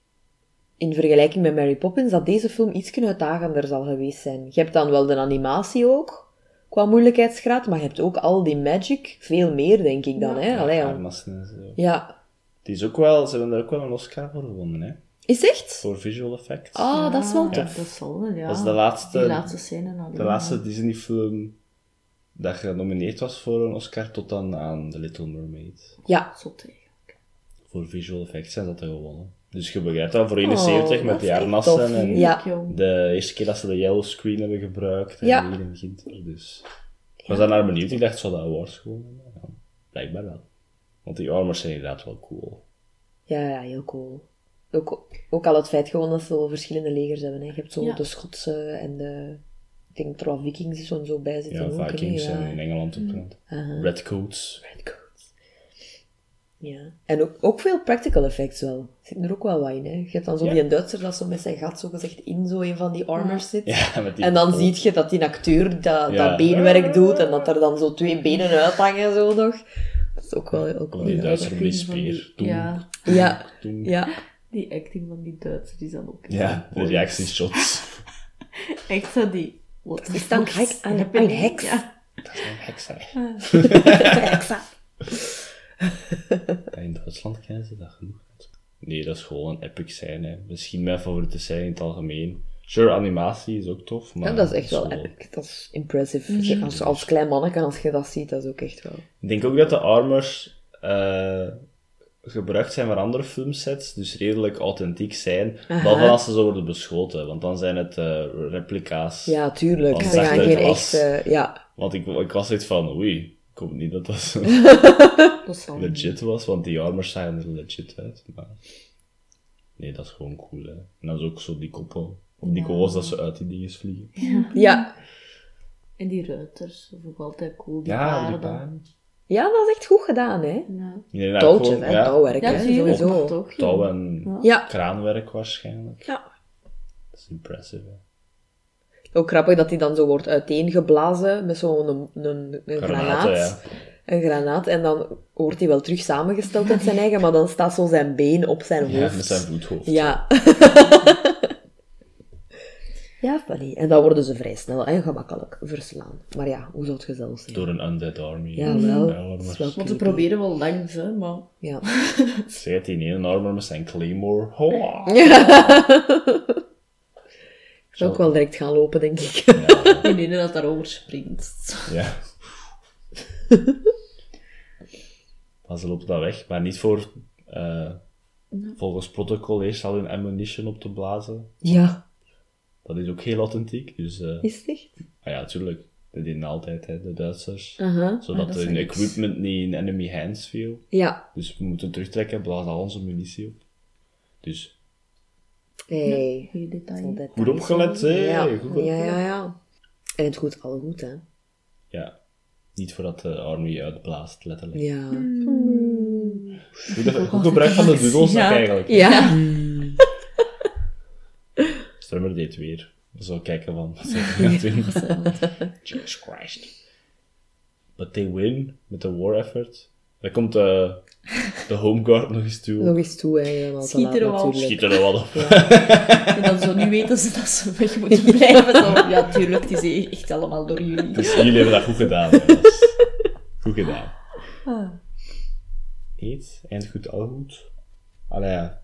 Speaker 2: in vergelijking met Mary Poppins, dat deze film iets uitdagender zal geweest zijn. Je hebt dan wel de animatie ook, qua moeilijkheidsgraad, maar je hebt ook al die magic, veel meer denk ik dan. Hè? Allee, ja.
Speaker 1: Armassen en zo.
Speaker 2: ja.
Speaker 1: Het is ook wel... Ze hebben daar ook wel een Oscar voor gewonnen, hè.
Speaker 2: Is het echt?
Speaker 1: Voor visual effects.
Speaker 2: Ah, dat is wel
Speaker 4: Ah,
Speaker 2: tof.
Speaker 4: Dat zal wel, ja.
Speaker 1: Dat is de laatste-
Speaker 4: Die laatste scène. na
Speaker 1: De laatste Disney-film dat genomineerd was voor een Oscar tot dan aan The Little Mermaid.
Speaker 2: Ja.
Speaker 4: Zot, hè.
Speaker 1: Voor visual effects zijn dat er gewonnen. Dus je begrijpt dat, voor 71
Speaker 2: Oh,
Speaker 1: met
Speaker 2: dat
Speaker 1: die
Speaker 2: is echt tof.
Speaker 1: harnassen en
Speaker 2: Ja.
Speaker 4: Leuk, jong.
Speaker 1: de eerste keer dat ze de yellow screen hebben gebruikt en
Speaker 2: Ja.
Speaker 1: hier in Ginter. Dus ik was daarnaar benieuwd. Ik dacht, zou dat awards gewoon hebben? Ja, blijkbaar wel. Want die armors zijn inderdaad wel cool.
Speaker 2: Ja, ja, heel cool. Ook, ook al het feit gewoon dat ze wel verschillende legers hebben. Hè. Je hebt zo
Speaker 4: Ja.
Speaker 2: de Schotse en de... Ik denk dat er wel vikings zo en zo bij zitten.
Speaker 1: Ja,
Speaker 2: ook, hè.
Speaker 1: Vikings
Speaker 2: Ja. Mm.
Speaker 1: zijn in Engeland ook.
Speaker 2: Aha.
Speaker 1: Redcoats.
Speaker 2: Redcoats. Ja. En ook, ook veel practical effects wel. Zitten er ook wel wat in, hè. Je hebt dan zo
Speaker 1: Ja.
Speaker 2: die Duitser dat zo met zijn gat zo gezegd in zo een van die armors zit.
Speaker 1: Ja, met die
Speaker 2: En dan ziet je dat die acteur dat, dat
Speaker 1: Ja.
Speaker 2: beenwerk doet en dat er dan zo twee benen uithangen zo nog. Dat is ook wel... Ook wel
Speaker 1: Die
Speaker 2: grappig.
Speaker 1: Duitser met die
Speaker 4: Van die-
Speaker 1: speer. Toen,
Speaker 4: Ja,
Speaker 2: Ja,
Speaker 1: toen.
Speaker 2: ja.
Speaker 4: die acting van die Duitser die is dan ook...
Speaker 1: Ja, de reactieshots.
Speaker 4: Echt zo die... Wat
Speaker 2: Is dan gek aan de- een heks?
Speaker 4: Ja.
Speaker 1: Dat is een heks, hè.
Speaker 2: Exa.
Speaker 1: Ja, in Duitsland kennen ze dat genoeg. Nee, dat is gewoon een epic scène. Hè. Misschien mijn favoriete scène in het algemeen. Sure, animatie is ook tof, maar...
Speaker 2: Ja, dat is echt wel
Speaker 1: zo-
Speaker 2: epic. Dat is impressive. Je- Als, als klein manneke, als je dat ziet, dat is ook echt wel...
Speaker 1: Ik denk ook dat de armors eh, gebruikt zijn voor andere filmsets, dus redelijk authentiek zijn. Behalve als ze zo worden beschoten, want dan zijn het eh, replica's.
Speaker 2: Ja, tuurlijk.
Speaker 1: Als
Speaker 2: Ze
Speaker 1: zacht
Speaker 2: gaan
Speaker 1: uit
Speaker 2: geen
Speaker 1: was.
Speaker 2: echte... Ja.
Speaker 1: Want ik, ik was echt van, oei, ik hoop niet dat dat zo
Speaker 4: Dat zal
Speaker 1: legit was, want die armors zagen er legit uit. Maar... Nee, dat is gewoon cool, hè. En dat is ook zo die koppel. Op die koppels dat ze uit die dingen vliegen.
Speaker 2: Ja.
Speaker 4: En die ruiters, dat is ook altijd cool. Die
Speaker 1: Ja, die
Speaker 4: paarden.
Speaker 1: paarden.
Speaker 2: Ja, dat is echt goed gedaan, hè.
Speaker 4: Ja,
Speaker 1: Nee, nou,
Speaker 2: Touwtje,
Speaker 1: gewoon,
Speaker 2: hè.
Speaker 1: ja,
Speaker 2: Touwwerk,
Speaker 4: ja
Speaker 2: hè.
Speaker 4: zie je ook
Speaker 2: Sowieso.
Speaker 4: nog, toch?
Speaker 1: touw en
Speaker 2: Ja.
Speaker 1: kraanwerk waarschijnlijk.
Speaker 2: ja.
Speaker 1: Dat is impressive, hè.
Speaker 2: Ook grappig dat die dan zo wordt uiteengeblazen met zo'n een, een, een granaat.
Speaker 1: Granaten, ja.
Speaker 2: Een granaat. En dan wordt hij wel terug samengesteld uit zijn eigen, maar dan staat zo zijn been op zijn
Speaker 1: Ja,
Speaker 2: hoofd.
Speaker 1: met zijn voethoofd.
Speaker 2: Ja. ja, funny. En dan worden ze vrij snel en gemakkelijk verslaan. Maar ja, hoe zou het gezellig zijn?
Speaker 1: Door een undead army.
Speaker 2: Ja, wel.
Speaker 1: maar
Speaker 2: Dat is wel
Speaker 4: Want
Speaker 2: creepy.
Speaker 4: ze proberen wel langs, hè, maar...
Speaker 2: Ja.
Speaker 1: Zeg het in één armor met zijn claymore. Hoa.
Speaker 2: Ik zou ook wel direct gaan lopen, denk ik.
Speaker 4: Die ene dat daarover springt.
Speaker 1: Ja. maar ze lopen dan weg, maar niet voor... eh, Volgens protocol eerst al hun ammunition op te blazen.
Speaker 2: Ja.
Speaker 1: Dat is ook heel authentiek. Dus, eh,
Speaker 2: Is het echt?
Speaker 1: ah ja, natuurlijk. Dat deden altijd hè, de Duitsers.
Speaker 2: Aha.
Speaker 1: Zodat
Speaker 4: Ah, dat
Speaker 1: hun
Speaker 4: is niks.
Speaker 1: equipment niet in enemy hands viel.
Speaker 2: Ja.
Speaker 1: Dus we moeten terugtrekken, blazen al onze munitie op. Dus
Speaker 2: Hey.
Speaker 4: Goeie detail.
Speaker 2: Dat
Speaker 1: goed opgelet, hè?
Speaker 2: Ja.
Speaker 1: Goed op-
Speaker 2: ja, ja, ja. En het goed, al goed, hè?
Speaker 1: Ja. Niet voordat de army uitblaast, letterlijk.
Speaker 2: Ja.
Speaker 5: Goed, dat- goed gebruik van de
Speaker 4: relaxed.
Speaker 5: doedelzak
Speaker 4: Ja.
Speaker 5: eigenlijk.
Speaker 2: Ja.
Speaker 1: Strummer deed weer. Zo kijken van, wat zijn we aan het doen? Jesus Christ. But they win met de war effort. Dan komt de, de home guard nog eens toe.
Speaker 2: Nog eens toe, hè. want
Speaker 4: Schiet
Speaker 2: laat
Speaker 4: er wel.
Speaker 2: natuurlijk.
Speaker 1: Schiet er wel op.
Speaker 4: En dan zo nu weten ze dat ze weg moeten blijven. Dan, ja, tuurlijk, het is echt allemaal door jullie.
Speaker 1: Dus jullie hebben dat goed gedaan. jongens. Goed gedaan.
Speaker 2: Ah.
Speaker 1: Eet, eind goed, al goed. Allee, ja.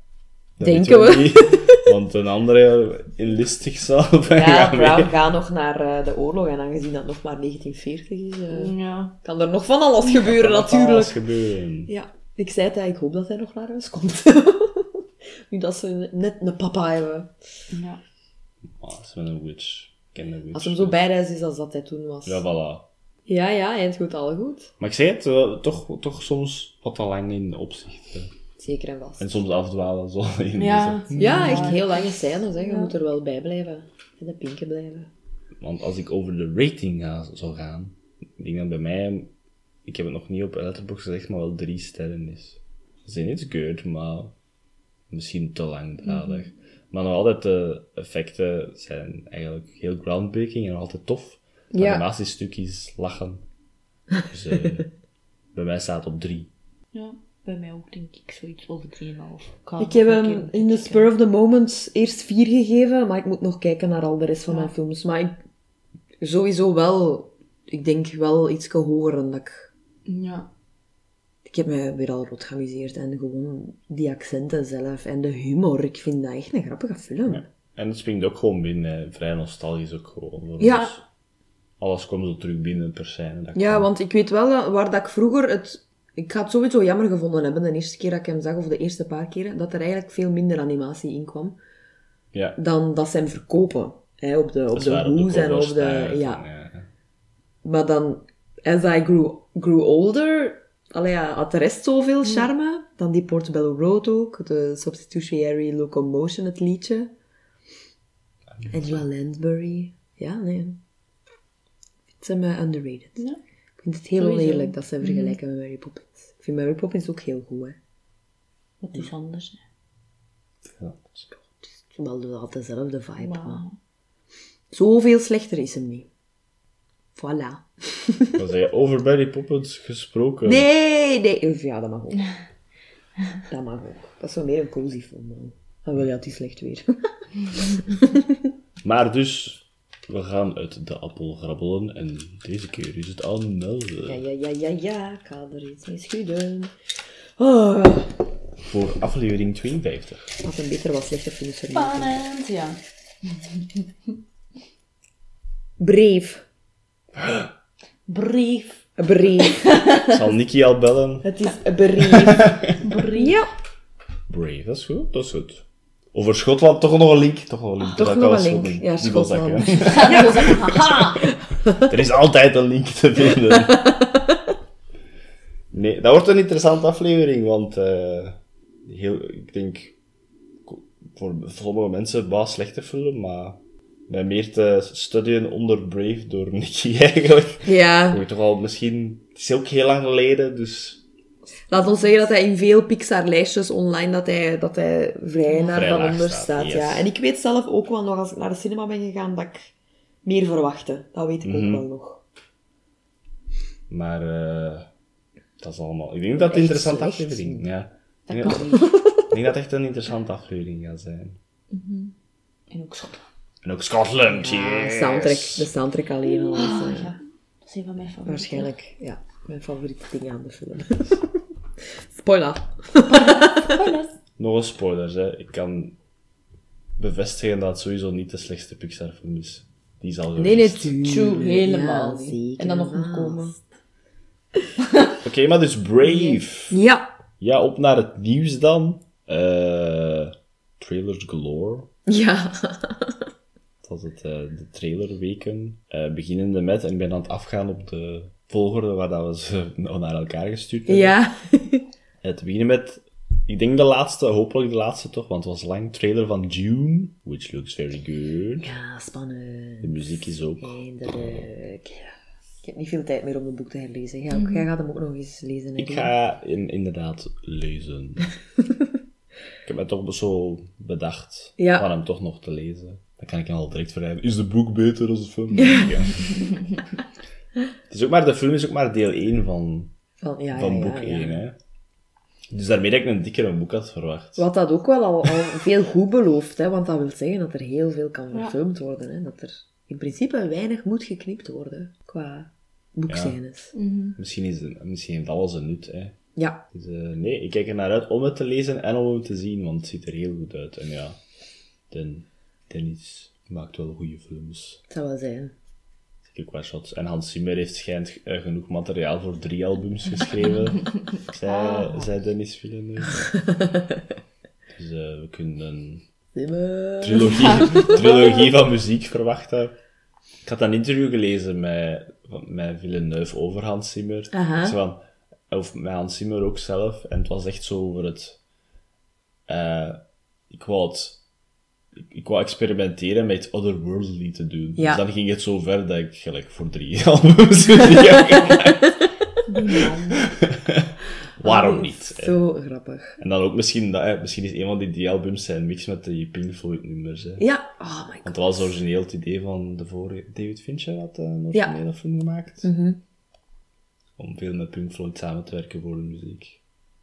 Speaker 1: Dat
Speaker 2: Denken
Speaker 1: weten niet, want een andere enlist zichzelf en
Speaker 2: Ja,
Speaker 1: gaat mee.
Speaker 2: Brown gaat nog naar eh, de oorlog en aangezien dat nog maar 1940 is, eh,
Speaker 3: Mm. Ja.
Speaker 2: kan er nog van alles gebeuren
Speaker 1: Wat kan
Speaker 2: natuurlijk.
Speaker 1: alles gebeuren.
Speaker 2: Ja, ik zei het, hè, ik hoop dat hij nog naar huis komt. nu dat ze net een papa hebben.
Speaker 3: ja.
Speaker 1: Oh, dat is wel een witch. Ik ken de witch.
Speaker 2: Als hem zo bijreis is als dat hij toen was.
Speaker 1: Ja, voilà.
Speaker 2: ja, ja, eind goed, al goed.
Speaker 1: Maar ik zei het, eh, toch, toch soms wat te lang in opzicht. eh.
Speaker 2: Zeker en vast.
Speaker 1: En soms afdwalen. Zo in
Speaker 3: Ja.
Speaker 2: Ja, echt heel lange scènes, hè. je
Speaker 3: Ja.
Speaker 2: moet er wel bij blijven. En de pinken blijven.
Speaker 1: deze. Want als ik over de rating ga, zou gaan, ik denk dat bij mij, ik heb het nog niet op Letterboxd gezegd, maar wel drie sterren is. Dat is niet good, maar misschien te langdradig. Maar nog altijd, de effecten zijn eigenlijk heel groundbreaking en nog altijd tof. Het
Speaker 2: Ja.
Speaker 1: animatiestukjes lachen. Dus eh, bij mij staat het op drie.
Speaker 3: Ja, bij mij ook denk ik zoiets over 3,5.
Speaker 2: Ah, Ik heb hem in de spur of the moment eerst vier gegeven, maar ik moet nog kijken naar al de rest van
Speaker 3: Ja.
Speaker 2: mijn films. Maar ik, sowieso wel, ik denk wel iets hoger dan dat ik...
Speaker 3: Ja.
Speaker 2: Ik heb me weer al rot geamuseerd en gewoon die accenten zelf en de humor. Ik vind dat echt een grappige film. Ja,
Speaker 1: En dat springt ook gewoon binnen, hè. vrij nostalgisch ook gewoon. voor
Speaker 2: Ja.
Speaker 1: ons. Alles komt zo terug binnen per scène. dat kan.
Speaker 2: want ik weet wel eh, waar dat ik vroeger het... Ik ga het sowieso jammer gevonden hebben, de eerste keer dat ik hem zag, of de eerste paar keren, dat er eigenlijk veel minder animatie in kwam
Speaker 1: Ja,
Speaker 2: dan dat ze hem verkopen. Hè, op de,
Speaker 1: dat
Speaker 2: op
Speaker 1: is
Speaker 2: de
Speaker 1: waar, op de
Speaker 2: hoes en
Speaker 1: covers
Speaker 2: op de...
Speaker 1: daar,
Speaker 2: Ja,
Speaker 1: en, eh,
Speaker 2: Maar dan, as I grew, grew older, allee, ja, had de rest zoveel
Speaker 3: Mm.
Speaker 2: charme. Dan die Portobello Road ook, de Substitutionary Locomotion, het liedje. Angela Lansbury. Ja, nee. Ik vind hem eh, underrated.
Speaker 3: Ja.
Speaker 2: Ik vind het heel
Speaker 3: Sowieso. Mm.
Speaker 2: oneerlijk dat ze hem vergelijken met Mary Poppins. Ik vind Mary Poppins ook heel goed, hè.
Speaker 3: Wat is anders, hè.
Speaker 1: ja.
Speaker 2: Het is Wel altijd dezelfde vibe, maar...
Speaker 3: Maar...
Speaker 2: Zoveel slechter is hem niet. Voilà.
Speaker 1: Dan zei je over Barry Poppins gesproken.
Speaker 2: Nee, nee. Of ja, dat mag ook. Dat mag ook. Dat is wel meer een cozy film dan. Dan wil je het is slecht weer.
Speaker 1: Maar dus, we gaan uit de appel grabbelen. En deze keer is het another.
Speaker 2: Ja, ja, ja, ja, ja. Ik ga er iets mee schudden. Oh,
Speaker 1: Voor aflevering 52.
Speaker 2: had een beter wat slechte films vermeden.
Speaker 3: Spannend, ja.
Speaker 2: Breef.
Speaker 3: Brief.
Speaker 2: Breef.
Speaker 1: Zal Nicky al bellen?
Speaker 2: Het is breef.
Speaker 3: Brief.
Speaker 2: Ja.
Speaker 1: Brave, dat is goed, dat is goed. Over Schotland toch nog een link. Toch nog een link.
Speaker 2: Ah, Toch
Speaker 1: Dat
Speaker 2: nog
Speaker 1: was
Speaker 2: een link.
Speaker 1: goed.
Speaker 2: Ja,
Speaker 1: Die was dat,
Speaker 2: Schotland.
Speaker 1: hè.
Speaker 3: Ja, dat was- haha.
Speaker 1: Er is altijd een link te vinden. Nee, dat wordt een interessante aflevering, want eh, heel, ik denk voor sommige mensen baas slechte film, maar bij meer te studeren onder Brave door Nicky eigenlijk.
Speaker 2: Ja.
Speaker 1: Moet je toch al misschien, het is ook heel lang geleden, dus
Speaker 2: Laat ons zeggen dat hij in veel Pixar-lijstjes online dat hij, dat hij vrij naar
Speaker 1: Vrij
Speaker 2: van
Speaker 1: laag
Speaker 2: onder
Speaker 1: staat,
Speaker 2: staat.
Speaker 1: yes.
Speaker 2: ja. En ik weet zelf ook wel nog, als ik naar de cinema ben gegaan, dat ik meer verwachtte. Dat weet ik
Speaker 1: Mhm.
Speaker 2: ook wel nog.
Speaker 1: maar eh, dat is allemaal. Ik denk dat het een
Speaker 2: Echt
Speaker 1: interessante
Speaker 2: slecht.
Speaker 1: aflevering, ja. Ik
Speaker 3: Dat
Speaker 1: denk dat-
Speaker 3: kan niet.
Speaker 1: ik denk dat het echt een interessante aflevering gaat zijn.
Speaker 3: En ook schot.
Speaker 1: En ook Scotland,
Speaker 2: Ja,
Speaker 1: yes.
Speaker 2: soundtrack, de soundtrack alleen al. is, eh,
Speaker 3: Ah, ja. Dat is een van mijn favorieten.
Speaker 2: Waarschijnlijk, ja. Mijn favoriete ding aan de film. Spoiler.
Speaker 1: Nog een spoilers, hè. Ik kan bevestigen dat het sowieso niet de slechtste Pixar-film is. Die is al geweest.
Speaker 2: Nee, natuurlijk.
Speaker 3: True, helemaal
Speaker 2: Ja,
Speaker 3: niet.
Speaker 2: zeker
Speaker 3: En dan nog moet
Speaker 2: en
Speaker 3: komen.
Speaker 2: vast.
Speaker 1: Oké, maar dus Brave.
Speaker 2: Ja.
Speaker 1: Ja, op naar het nieuws dan. Eh, trailers galore.
Speaker 2: Ja.
Speaker 1: Dat was het, eh, de trailerweken. Eh, beginnende met, en ik ben aan het afgaan op de volgorde waar dat we ze naar elkaar gestuurd hebben.
Speaker 2: Ja.
Speaker 1: Het Eh, beginnen met, ik denk de laatste, hopelijk de laatste toch, want het was lang. Trailer van June, which looks very good.
Speaker 2: Ja, spannend.
Speaker 1: De muziek is ook
Speaker 2: Eindelijk. Ja. Ik heb niet veel tijd meer om het boek te herlezen. Jij, ook- jij gaat hem ook nog eens lezen. hè,
Speaker 1: Ik
Speaker 2: Ria?
Speaker 1: ga in, inderdaad lezen. ik heb me toch zo bedacht
Speaker 2: Ja.
Speaker 1: om hem toch nog te lezen. Dan kan ik hem al direct verrijden. Is de boek beter dan de film? Ja. het is ook maar, de film is ook maar deel 1 van,
Speaker 2: Van, ja,
Speaker 1: van
Speaker 2: ja, ja,
Speaker 1: boek
Speaker 2: ja.
Speaker 1: 1. Hè? Dus daarmee dat ik een dikkere boek had verwacht.
Speaker 2: Wat dat ook wel al, al veel goed belooft, hè, want dat wil zeggen dat er heel veel kan verfilmd worden. Hè, dat er in principe weinig moet geknipt worden qua boekscènes. Ja.
Speaker 1: Misschien, is, het- misschien heeft alles een nut. Hè? Dus, eh, nee, ik kijk er naar uit om het te lezen en om het te zien, want het ziet er heel goed uit. En ja, Den- Dennis maakt wel goede films.
Speaker 2: het zou wel zijn.
Speaker 1: Zeker qua shots. En Hans Zimmer heeft schijnt eh, genoeg materiaal voor drie albums geschreven. zei, eh, zei Dennis Villeneuve. dus eh, we kunnen een
Speaker 2: Zimmer.
Speaker 1: trilogie, trilogie van muziek verwachten. Ik had een interview gelezen met, van- met Villeneuve over Hans Zimmer.
Speaker 2: Aha.
Speaker 1: Zo van, of met Hans Zimmer ook zelf. En het was echt zo over het... eh, ik wou het... Ik, ik wou experimenteren met otherworldly te doen.
Speaker 2: Ja.
Speaker 1: Dus dan ging het zo ver dat ik gelijk voor drie albums muziek heb gemaakt. Waarom niet? hè?
Speaker 2: Zo grappig.
Speaker 1: En dan ook misschien, dat, hè, misschien is een van die, die albums zijn mix met die Pink Floyd nummers. Hè.
Speaker 2: Ja, oh my god.
Speaker 1: Want dat was origineel het idee van de vorige... David Fincher had eh, een
Speaker 2: Ja. Mhm.
Speaker 1: originele film gemaakt. Om veel met Pink Floyd samen te werken voor de muziek.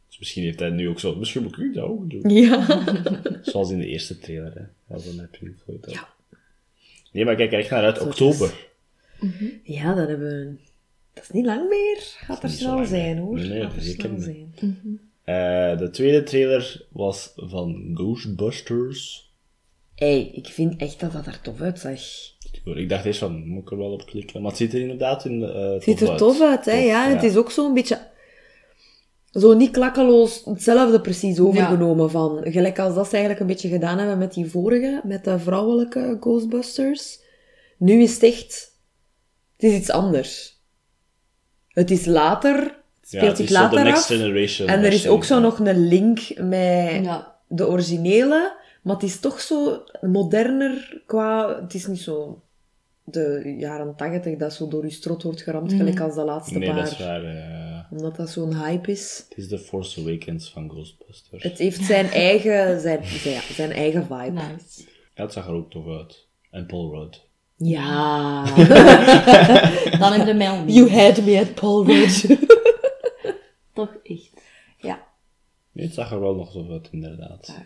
Speaker 1: Dus misschien heeft hij nu ook zo... Misschien moet ik dat ook doen.
Speaker 2: Ja.
Speaker 1: Zoals in de eerste trailer, hè. Dat was met Pink Floyd. ook.
Speaker 2: Ja.
Speaker 1: Nee, maar ik kijk er echt naar uit.
Speaker 2: Soort
Speaker 1: Oktober.
Speaker 2: ja, dat hebben we... Dat is niet lang meer. Gaat er
Speaker 1: niet zo
Speaker 2: snel
Speaker 1: lang meer.
Speaker 2: zijn, hoor.
Speaker 1: Nee, nee,
Speaker 2: Gaat er
Speaker 1: zeker
Speaker 2: snel
Speaker 1: niet.
Speaker 2: zijn.
Speaker 1: Eh, de tweede trailer was van Ghostbusters.
Speaker 2: Ey, ik vind echt dat dat er tof uitzag.
Speaker 1: Ik dacht eerst van, moet ik er wel op klikken? Maar het ziet er inderdaad in, eh
Speaker 2: Het ziet er tof uit, hè? ja, het is ook zo'n beetje. Zo niet klakkeloos hetzelfde precies overgenomen van. Gelijk als dat ze eigenlijk een beetje gedaan hebben met die vorige, met de vrouwelijke Ghostbusters. Nu is het echt. Het is iets anders. Het is later, het
Speaker 1: Ja,
Speaker 2: speelt
Speaker 1: het
Speaker 2: zich
Speaker 1: is zo de
Speaker 2: later
Speaker 1: next
Speaker 2: af.
Speaker 1: generation.
Speaker 2: En er is ook zo
Speaker 1: nog
Speaker 2: nog een link met
Speaker 3: Ja.
Speaker 2: de originele, maar het is toch zo moderner qua... Het is niet zo de jaren tachtig dat zo door je strot wordt geramd, gelijk als de laatste
Speaker 1: Nee,
Speaker 2: paar.
Speaker 1: dat is waar. eh,
Speaker 2: Omdat dat zo'n hype is.
Speaker 1: het is de Force Awakens van Ghostbusters.
Speaker 2: Het heeft zijn eigen, zijn, zijn, ja, zijn eigen vibe.
Speaker 3: Nice.
Speaker 1: Ja, het zag er ook tof uit. En Paul Rudd.
Speaker 2: Ja.
Speaker 3: Dan heb je mij al niet.
Speaker 2: You had me at Paul Rudd.
Speaker 3: Toch echt.
Speaker 2: ja.
Speaker 1: Nee, het zag er wel nog tof uit, inderdaad.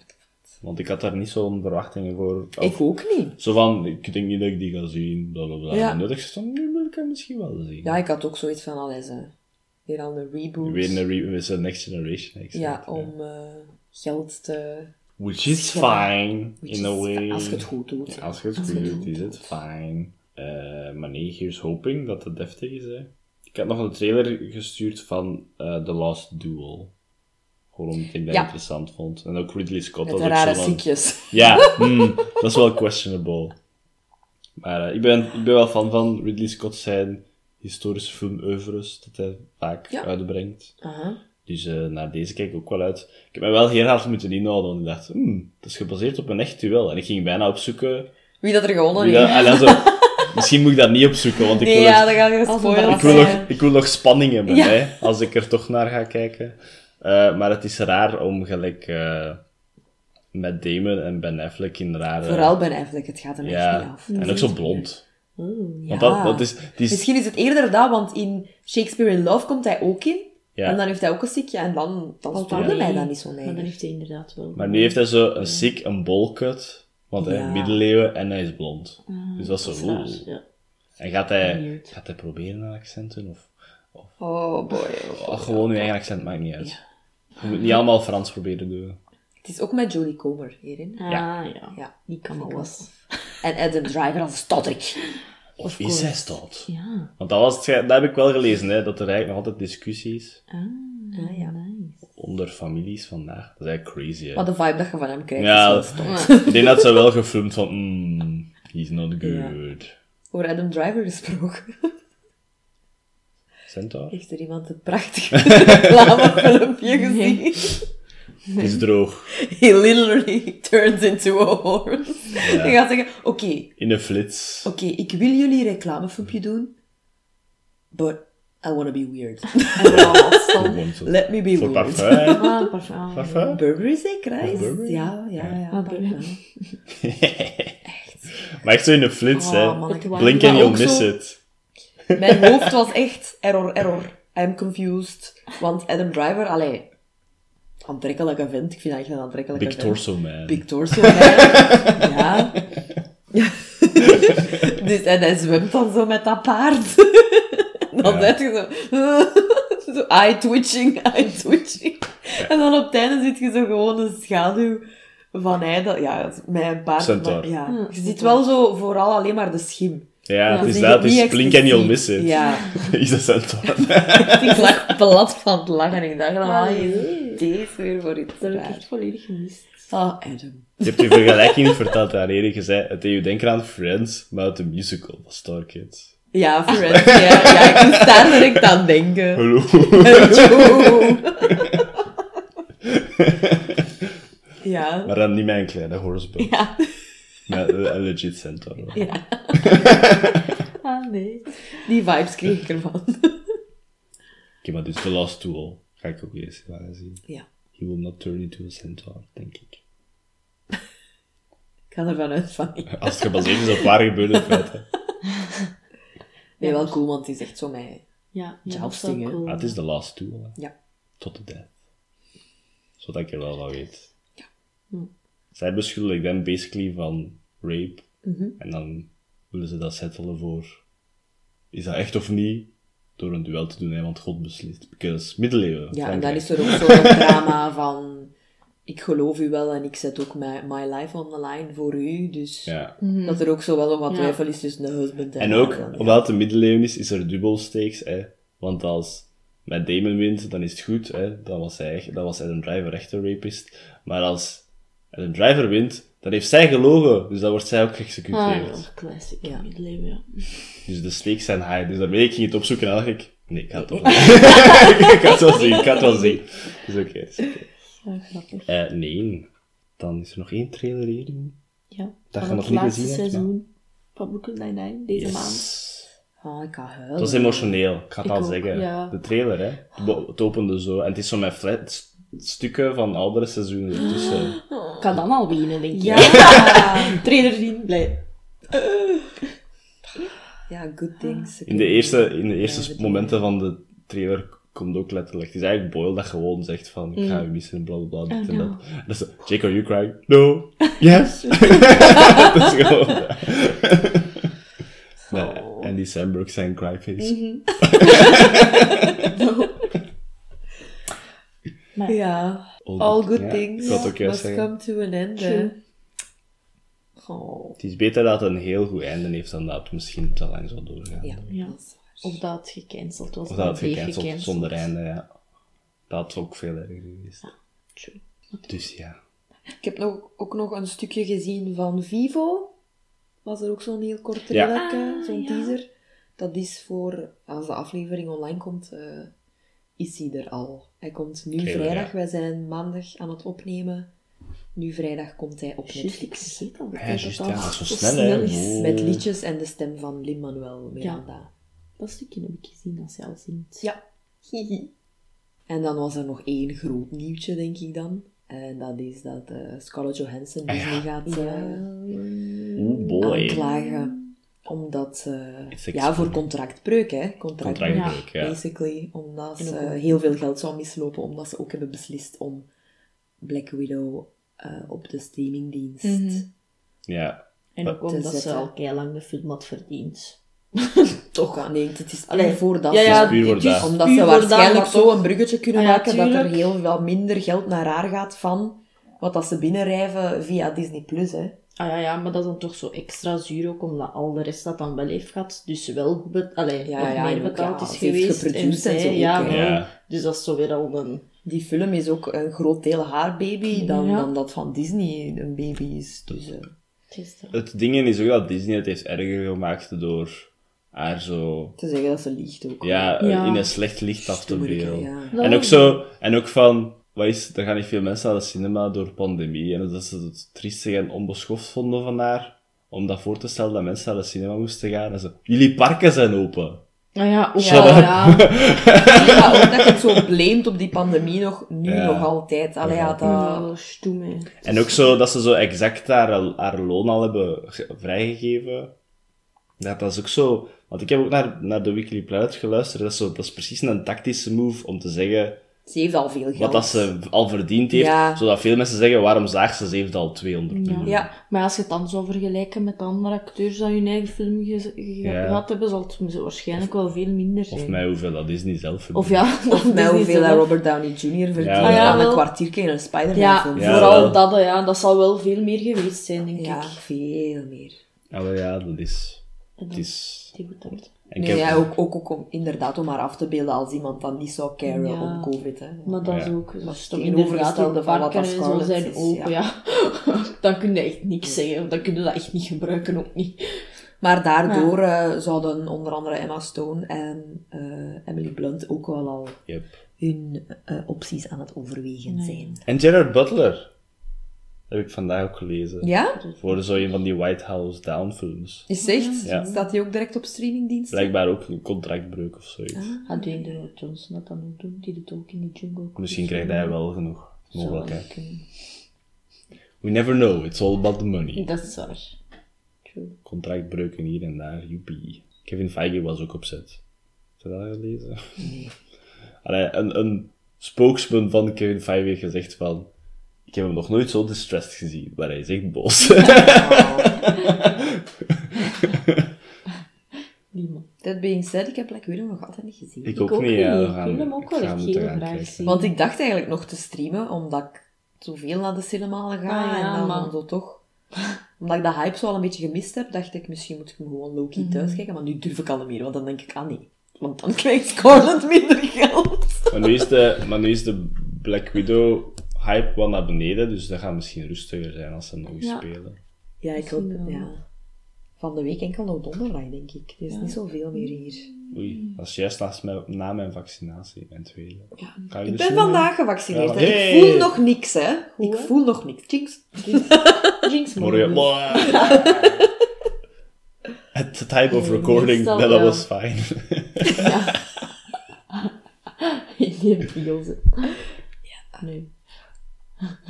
Speaker 1: Want ik had daar niet zo'n verwachtingen voor. Of
Speaker 2: Ik ook niet.
Speaker 1: Zo van, ik denk niet dat ik die ga zien, bla bla bla.
Speaker 2: Ja.
Speaker 1: En dat ik zei van, nu wil ik hem misschien wel zien.
Speaker 2: Ja, ik had ook zoiets van, al eens weer al een reboot.
Speaker 1: Weer een re- is een Next Generation. ik zeg
Speaker 2: ja,
Speaker 1: het, hè.
Speaker 2: om eh, geld te...
Speaker 1: Which is
Speaker 2: Ja.
Speaker 1: fine,
Speaker 2: Which
Speaker 1: in a
Speaker 2: is-
Speaker 1: way.
Speaker 2: Als je het goed doet. hè.
Speaker 1: Als je het goed doet, is het fijn. Eh, maar nee, here's hoping dat het deftig is. Hè. Ik had nog een trailer gestuurd van eh, The Last Duel. Gewoon omdat ik dat
Speaker 2: Ja.
Speaker 1: interessant vond. En ook Ridley Scott.
Speaker 2: Met
Speaker 1: was
Speaker 2: de
Speaker 1: ook
Speaker 2: rare
Speaker 1: zo van-
Speaker 2: ziekjes.
Speaker 1: Ja, hmm, dat is wel questionable. Maar eh, ik, ben, ik ben wel fan van Ridley Scott zijn historische film oeuvres dat hij vaak
Speaker 2: Ja.
Speaker 1: uitbrengt.
Speaker 2: Aha.
Speaker 1: Dus eh, naar deze kijk ik ook wel uit. Ik heb mij wel heel hard moeten inhouden, want ik dacht, hmm, dat is gebaseerd op een echt duel. En ik ging bijna opzoeken
Speaker 2: Wie dat er gewonnen
Speaker 1: Moet ik
Speaker 2: heeft.
Speaker 1: dat- allee, zo, misschien moet ik dat niet opzoeken, want ik,
Speaker 2: Nee,
Speaker 1: wil,
Speaker 2: ja,
Speaker 1: er-
Speaker 2: dan ga je
Speaker 3: Als
Speaker 2: spoilers
Speaker 3: een
Speaker 1: ik, wil
Speaker 3: verrassing.
Speaker 1: nog, ik wil nog spanning hebben, hè, als ik er toch naar ga kijken. Eh, maar het is raar om gelijk eh, met Damon en Ben Affleck in rare...
Speaker 2: Vooral Ben Affleck, het gaat hem echt niet
Speaker 1: ja,
Speaker 2: af.
Speaker 1: en ook zo blond.
Speaker 2: Oeh,
Speaker 1: Want
Speaker 2: Oh,
Speaker 1: dat,
Speaker 2: ja.
Speaker 1: dat is... het is
Speaker 2: Misschien is het eerder dat, want in Shakespeare in Love komt hij ook in.
Speaker 1: Ja.
Speaker 2: En dan heeft hij ook een ziekje en dan, dan stoorde mij dat niet zo
Speaker 3: Maar dan
Speaker 2: mee.
Speaker 3: heeft hij inderdaad wel.
Speaker 1: Maar nu heeft hij zo een sick, een bolkut, want hij
Speaker 2: Ja. Mm,
Speaker 1: heeft middeleeuwen en hij is blond. dus dat is zo...
Speaker 3: Dat is raar,
Speaker 1: oeh.
Speaker 3: ja.
Speaker 1: En gaat hij,
Speaker 3: Weird.
Speaker 1: gaat hij proberen naar accenten? Of,
Speaker 2: Oh boy.
Speaker 1: oh, gewoon uw eigen accent maakt niet uit. Je moet niet allemaal Frans proberen te doen.
Speaker 2: Het is ook met Jodie Comer hierin.
Speaker 1: Ja.
Speaker 3: Ah ja.
Speaker 2: Ja.
Speaker 3: Die kan
Speaker 2: Vind ik
Speaker 3: alles.
Speaker 2: En Adam Driver als stotterik.
Speaker 1: Of is hij stout?
Speaker 3: Ja.
Speaker 1: Want dat, was het ge- dat heb ik wel gelezen, hè, dat er eigenlijk nog altijd discussies
Speaker 3: Ah,
Speaker 2: ja.
Speaker 3: nice.
Speaker 1: onder families vandaag. Dat is eigenlijk crazy, hè.
Speaker 2: Maar de vibe Oh, dat je van hem krijgt is
Speaker 1: ja,
Speaker 2: wel stom.
Speaker 1: ik denk dat ze wel gefilmd van, mm, he's not good.
Speaker 2: Over Adam Driver gesproken.
Speaker 1: Centaur?
Speaker 2: Heeft er iemand een prachtig reclamefilmpje gezien?
Speaker 1: Het is droog.
Speaker 2: He literally turns into a horse.
Speaker 1: Ja.
Speaker 2: Je gaat zeggen, oké,
Speaker 1: In een flits.
Speaker 2: oké, ik wil jullie een reclamefilmpje doen. But I want to be weird.
Speaker 3: En vooral afstand.
Speaker 1: Gewoon zo.
Speaker 2: Let me be
Speaker 1: Voor
Speaker 2: weird.
Speaker 1: parfum.
Speaker 3: Ah, parfum.
Speaker 1: Parfum?
Speaker 2: Burberry zeker, hè?
Speaker 1: Of
Speaker 2: Is-
Speaker 1: Burberry?
Speaker 2: Ja, ja, ja.
Speaker 3: Ah, Burberry.
Speaker 2: parfum.
Speaker 1: Maar echt zo in de flits,
Speaker 2: Oh,
Speaker 1: hè.
Speaker 2: man, ik-
Speaker 3: Het wa-
Speaker 1: Blink
Speaker 3: Maar
Speaker 1: and you'll
Speaker 3: ook
Speaker 1: miss
Speaker 3: zo-
Speaker 1: it.
Speaker 2: Mijn hoofd was echt error, error. I'm confused. Want Adam Driver, allee... Aantrekkelijke vent. Ik vind dat echt een aantrekkelijke
Speaker 1: Big
Speaker 2: vent.
Speaker 1: torso man.
Speaker 2: Big torso. hè. ja. dus, en hij zwemt dan zo met dat paard. dan
Speaker 1: Ja.
Speaker 2: zit je zo... zo eye twitching, eye twitching. En dan op het einde zit je zo gewoon een schaduw van hij. Dat, ja, met een paard.
Speaker 1: Centaur.
Speaker 2: maar ja.
Speaker 3: Hm,
Speaker 2: Je ziet wel zo vooral alleen maar de schim.
Speaker 1: Ja, het
Speaker 2: Dan
Speaker 1: is
Speaker 2: zie
Speaker 1: Dus dat.
Speaker 2: je
Speaker 1: Het is
Speaker 2: niet
Speaker 1: blink and you'll miss
Speaker 2: expliciet.
Speaker 1: it.
Speaker 2: Ja.
Speaker 1: Is dat Centaur?
Speaker 2: Ik lag plat van het lachen en ik dacht, ah,
Speaker 3: Ah,
Speaker 2: je
Speaker 3: nee.
Speaker 2: deze weer voor iets
Speaker 3: Dat heb ik echt
Speaker 2: raar.
Speaker 3: volledig gemist.
Speaker 2: Ah, Adam.
Speaker 1: Je hebt je vergelijking niet verteld daar eerder. Je zei, het deed je denken aan Friends, maar uit de musical van Star Kids.
Speaker 2: Ja, Friends, ja, ja, ik moest daar direct aan denken.
Speaker 1: Hallo.
Speaker 2: Hallo. ja.
Speaker 1: Maar dan niet mijn kleine horseboot.
Speaker 2: Ja.
Speaker 1: Maar eh, een legit Centaur.
Speaker 2: ja,
Speaker 3: Ah, nee.
Speaker 2: die vibes kreeg ik ervan.
Speaker 1: Oké, maar dus The Last Duel ga ik ook eens laten zien.
Speaker 2: Ja.
Speaker 1: He will not turn into a centaur, denk ik.
Speaker 2: Ik ga ervan uit van niet.
Speaker 1: Als het gebaseerd is op waar gebeurde feiten.
Speaker 2: Nee, wel cool, want die is echt zo mij.
Speaker 3: Ja, ja
Speaker 2: Jousting, hè.
Speaker 1: Maar het is The Last Duel. hè.
Speaker 2: Ja.
Speaker 1: Tot de death. Zodat ik er wel van weet.
Speaker 2: Ja.
Speaker 3: Hm.
Speaker 1: Zij beschuldigt hem basically van rape.
Speaker 2: Mhm.
Speaker 1: En dan willen ze dat settelen voor... Is dat echt of niet? Door een duel te doen, hè, want God beslist. Because middeleeuwen.
Speaker 2: Ja, en dan
Speaker 1: Frankrijk.
Speaker 2: is er ook zo'n drama van... Ik geloof u wel en ik zet ook my, my life on the line voor u, dus...
Speaker 1: Ja.
Speaker 2: Dat er ook zo wel nog wat
Speaker 3: Ja.
Speaker 2: twijfel is tussen de husband en
Speaker 1: En
Speaker 2: de
Speaker 1: ook,
Speaker 2: man, ja.
Speaker 1: omdat het de middeleeuwen is, is er dubbel stakes, hè. Want als Matt Damon wint, dan is het goed, hè. Dan was, hij, echt- dan was Adam Driver echt een rapist. Maar als Adam Driver wint, dan heeft zij gelogen. Dus dan wordt zij ook geëxecuteerd.
Speaker 3: Ah, classic.
Speaker 2: Ja.
Speaker 3: Ja. Middeleeuwen, ja.
Speaker 1: Dus de stakes zijn high. Dus dan weet ik, ik ging het opzoeken en dan dacht ik... Nee, ik ga het toch wel zien. Ik ga het wel zien, ik ga het wel zien. Dus oké. is oké.
Speaker 3: Ah, grappig.
Speaker 1: Eh, nee. Dan is er nog één trailer hier.
Speaker 3: Ja.
Speaker 1: Dat
Speaker 3: Van
Speaker 1: je nog
Speaker 3: het
Speaker 1: niet
Speaker 3: laatste
Speaker 1: gezien hebt,
Speaker 3: seizoen van Brooklyn Nine-Nine, deze maand.
Speaker 1: Yes.
Speaker 2: Ah, ik ga huilen.
Speaker 1: Het was emotioneel, ik ga het
Speaker 3: Ik
Speaker 1: al
Speaker 3: ook,
Speaker 1: zeggen.
Speaker 3: ja.
Speaker 1: De trailer, hè. Het bo- Het opende zo. En het is zo met flat st- stukken van oudere seizoenen ertussen.
Speaker 3: Ik kan dan al winnen, denk ik.
Speaker 2: Ja!
Speaker 3: Trainer zien, blij.
Speaker 2: ja, good things.
Speaker 1: In de eerste, in de
Speaker 2: Ja,
Speaker 1: eerste
Speaker 2: dat-
Speaker 1: momenten van de trailer k- komt ook letterlijk... Het is eigenlijk Boyle dat gewoon zegt van... Ik
Speaker 2: Mm.
Speaker 1: ga je missen, bla bla bla, dit en dat. En dat is zo, Jake, are you crying? No. Yes. dat is gewoon... ja. Nee, en die Sam Brooks zijn cryface.
Speaker 2: Mhm. Ja,
Speaker 1: All,
Speaker 2: all good
Speaker 1: Oh, ja,
Speaker 2: things
Speaker 1: Ik wou het ook juist
Speaker 2: must
Speaker 1: zeggen.
Speaker 2: come to an end. hè.
Speaker 3: True.
Speaker 2: Oh,
Speaker 1: Het is beter dat het een heel goed einde heeft dan dat het misschien te lang zal doorgaan.
Speaker 2: ja.
Speaker 3: Ja. Of dat het gecanceld was.
Speaker 1: Of dat het
Speaker 3: bleef
Speaker 1: gecanceld zonder einde, ja. Dat had ook veel erger geweest.
Speaker 3: True.
Speaker 1: Dus ja.
Speaker 2: Ik heb nog, ook nog een stukje gezien van Vivo. Was er ook zo'n heel kort
Speaker 1: Ja.
Speaker 2: trailer,
Speaker 3: Ah,
Speaker 2: zo'n
Speaker 3: ja.
Speaker 2: teaser. Dat is voor, als de aflevering online komt, eh, is hij er al. Hij komt nu
Speaker 1: Trailer,
Speaker 2: vrijdag,
Speaker 1: ja.
Speaker 2: wij zijn maandag aan het opnemen. Nu vrijdag komt hij op
Speaker 3: Juist, ik
Speaker 2: Netflix.
Speaker 3: vergeet al.
Speaker 1: Ja,
Speaker 3: dat
Speaker 1: juist,
Speaker 3: dat
Speaker 1: ja,
Speaker 3: al
Speaker 1: dat is zo
Speaker 3: zo
Speaker 1: snel, hè.
Speaker 3: is.
Speaker 1: Wow.
Speaker 2: Met liedjes en de stem van Lin-Manuel Miranda.
Speaker 3: Dat stukje heb ik gezien als je al zingt.
Speaker 2: Ja. Hihi. En dan was er nog één groot nieuwtje, denk ik dan. En dat is dat eh, Scarlett Johansson
Speaker 1: Ah, ja.
Speaker 2: Disney gaat eh,
Speaker 1: Oeh,
Speaker 2: Ah,
Speaker 1: boy.
Speaker 2: aanklagen. Omdat, eh,
Speaker 1: It's
Speaker 2: ja, voor contractbreuk, hè. Contractbreuk,
Speaker 1: Contractbreuk, ja.
Speaker 2: basically. Omdat ze
Speaker 3: En ook-
Speaker 2: eh, heel veel geld zou mislopen, omdat ze ook hebben beslist om Black Widow eh, op de streamingdienst...
Speaker 3: Mhm.
Speaker 1: Ja.
Speaker 3: En ook
Speaker 2: Te
Speaker 3: omdat ze
Speaker 2: zetten.
Speaker 3: al keilang de film had verdiend.
Speaker 2: Toch? Ah, nee, het is puur
Speaker 3: Allee,
Speaker 2: voor dat.
Speaker 3: ja, ja,
Speaker 1: puur voor
Speaker 3: het is
Speaker 1: dat.
Speaker 2: Omdat
Speaker 3: puur
Speaker 2: ze
Speaker 3: voor dat,
Speaker 2: waarschijnlijk
Speaker 3: maar
Speaker 2: zo
Speaker 3: toch-
Speaker 2: een bruggetje kunnen
Speaker 3: Ah ja,
Speaker 2: maken dat er
Speaker 3: tuurlijk.
Speaker 2: heel veel minder geld naar haar gaat van wat dat ze binnenrijven via Disney Plus. Hè.
Speaker 3: Ah ja, ja, maar dat is dan toch zo extra zuur ook, omdat al de rest dat dan wel heeft gehad. Dus wel goed bet- allee,
Speaker 2: Ja,
Speaker 3: nog
Speaker 2: ja, en
Speaker 3: meer
Speaker 2: ook,
Speaker 3: betaald
Speaker 2: ja,
Speaker 3: is
Speaker 2: ze heeft
Speaker 3: geweest.
Speaker 2: geproduceerd en zo
Speaker 3: zij-
Speaker 2: ook,
Speaker 3: ja,
Speaker 2: hè.
Speaker 3: wel.
Speaker 1: Ja.
Speaker 3: Dus dat is zo weer al een...
Speaker 2: Die film is ook een groot deel haar baby dan,
Speaker 3: Ja.
Speaker 2: dan dat van Disney een baby is. Dus, eh,
Speaker 3: Het is dat.
Speaker 1: Het ding is ook dat Disney het heeft erger gemaakt door haar zo...
Speaker 2: te zeggen dat ze liegt ook.
Speaker 1: Ja,
Speaker 3: Ja.
Speaker 1: in een slecht licht af te
Speaker 2: Stoerke,
Speaker 1: beelden.
Speaker 2: ja.
Speaker 1: En ook zo... En ook van... Wat is, er gaan niet veel mensen naar de cinema door pandemie. En dat ze het triestig en onbeschoft vonden van haar. Om dat voor te stellen dat mensen naar de cinema moesten gaan. En zo, jullie parken zijn open.
Speaker 2: Ah ja, ook,
Speaker 1: Shut
Speaker 2: ja,
Speaker 1: up.
Speaker 2: ja. Ja, ook dat je het zo blamed op die pandemie nog, nu
Speaker 1: Ja.
Speaker 2: nog altijd. Allee, ja,
Speaker 4: Ja,
Speaker 2: dat...
Speaker 4: dat is stoem, hè.
Speaker 1: En ook zo dat ze zo exact haar, haar loon al hebben ge- vrijgegeven. Dat, dat is ook zo. Want ik heb ook naar, naar de Weekly Planet geluisterd. Dat is, zo, dat is precies een tactische move om te zeggen
Speaker 2: Ze heeft al veel geld.
Speaker 1: wat dat ze al verdiend heeft.
Speaker 2: Ja.
Speaker 1: Zodat veel mensen zeggen: waarom zaagt ze? Ze heeft al 200 miljoen.
Speaker 2: Ja,
Speaker 3: Maar als je het dan zou vergelijken met de andere acteurs die hun eigen film ge- ge-
Speaker 1: Ja.
Speaker 3: gehad hebben, zal het waarschijnlijk wel veel minder zijn.
Speaker 1: Of mij hoeveel dat is niet zelf.
Speaker 3: Of ja, dat
Speaker 2: of
Speaker 3: is
Speaker 2: mij
Speaker 3: niet
Speaker 2: hoeveel
Speaker 3: zo.
Speaker 2: dat Robert Downey Jr. verdient
Speaker 1: Ja,
Speaker 3: ja.
Speaker 2: aan
Speaker 3: wel.
Speaker 2: een kwartiertje in een Spider-Man
Speaker 3: Ja,
Speaker 2: film.
Speaker 1: Ja, wel.
Speaker 3: vooral dat, hè, ja. Dat zal wel veel meer geweest zijn, denk
Speaker 2: Ja,
Speaker 3: ik.
Speaker 2: veel meer.
Speaker 1: Ja, maar ja, dat is.
Speaker 3: En
Speaker 1: Het
Speaker 3: dan-
Speaker 1: is.
Speaker 3: Die moet dat-
Speaker 1: en
Speaker 2: Nee, ja, ook, ook, ook om, inderdaad om haar af te beelden als iemand dan niet zou caren
Speaker 3: Ja.
Speaker 2: om COVID. Hè.
Speaker 3: Maar dat is
Speaker 1: Ja.
Speaker 3: ook zo
Speaker 2: Maar
Speaker 3: stom. Inderdaad,
Speaker 2: tegenovergestelde
Speaker 3: ook de
Speaker 2: van wat
Speaker 3: varken
Speaker 2: dat
Speaker 3: en zo
Speaker 2: Scarlett
Speaker 3: zijn
Speaker 2: is,
Speaker 3: open, ja. dan kun je echt niks zeggen. of Dan kun je dat echt niet gebruiken, ook niet.
Speaker 2: Maar daardoor eh, zouden onder andere Emma Stone en eh, Emily Blunt ook wel al
Speaker 1: Yep.
Speaker 2: hun eh, opties aan het overwegen
Speaker 3: Nee.
Speaker 2: zijn.
Speaker 1: En Gerard Butler. Dat heb ik vandaag ook gelezen.
Speaker 2: Ja?
Speaker 1: Voor zo een van die White House Down films.
Speaker 2: Is echt?
Speaker 1: Ja.
Speaker 2: Staat die ook direct op streamingdiensten?
Speaker 1: Blijkbaar ook een contractbreuk of zoiets.
Speaker 2: Ah.
Speaker 3: Gaat Dwayne de Rock Johnson dat dan ook doen? Die doet ook in de jungle. Cruise.
Speaker 1: Misschien krijgt hij wel genoeg.
Speaker 3: Zou wel
Speaker 1: Mogelijk, hè.
Speaker 3: kunnen.
Speaker 1: We never know, it's all about the money.
Speaker 3: Dat is waar. True.
Speaker 1: Contractbreuken hier en daar, joepie. Kevin Feige was ook opzet. Heb je dat gelezen? Allee, een, een spokesman van Kevin Feige heeft gezegd van... Ik heb hem nog nooit zo distressed gezien, maar hij is echt boos.
Speaker 3: Die man.
Speaker 2: That being said, ik heb Black Widow nog altijd niet gezien.
Speaker 1: ik
Speaker 3: ook
Speaker 1: ook niet.
Speaker 3: niet.
Speaker 1: ja, we
Speaker 3: Ik
Speaker 1: gaan-
Speaker 3: wil hem ook
Speaker 1: ik
Speaker 3: wel
Speaker 1: ga
Speaker 3: echt
Speaker 1: moeten
Speaker 3: heel
Speaker 1: gaan
Speaker 3: graag
Speaker 1: kijken.
Speaker 3: zien.
Speaker 2: Want ik dacht eigenlijk nog te streamen, omdat ik zoveel naar de cinema ga.
Speaker 3: Ah, ja,
Speaker 2: en dan
Speaker 3: maar-
Speaker 2: zo toch... Omdat ik de hype zo al een beetje gemist heb, dacht ik, misschien moet ik hem gewoon low-key
Speaker 3: Mhm.
Speaker 2: thuis kijken. Maar nu durf ik al niet meer, want dan denk ik, ah nee. Want dan krijgt Scarlett minder geld.
Speaker 1: Maar nu, is de, maar nu is de Black Widow hype wel naar beneden, dus dat gaat misschien rustiger zijn als ze nog eens
Speaker 3: Ja.
Speaker 1: spelen.
Speaker 2: Ja, ik hoop...
Speaker 3: Misschien wel.
Speaker 2: Ja. Van de week enkel nog donderdag, denk ik. Er is niet zoveel meer hier. Mm.
Speaker 1: Oei, dat is juist naast mijn, na mijn vaccinatie, mijn tweede. Kan je
Speaker 2: Ik
Speaker 1: dus
Speaker 2: ben
Speaker 1: doen?
Speaker 2: vandaag gevaccineerd.
Speaker 1: Ja,
Speaker 2: hè.
Speaker 1: hey.
Speaker 2: Ik voel nog niks, hè. ik
Speaker 3: hè?
Speaker 2: voel nog niks. Jinx.
Speaker 3: Jinx
Speaker 1: Morgen.
Speaker 3: Morbius.
Speaker 1: At the time of
Speaker 3: Nee,
Speaker 1: recording,
Speaker 3: meestal
Speaker 1: that
Speaker 3: wel.
Speaker 1: was fine.
Speaker 3: In die bio zit. Ja. Nee.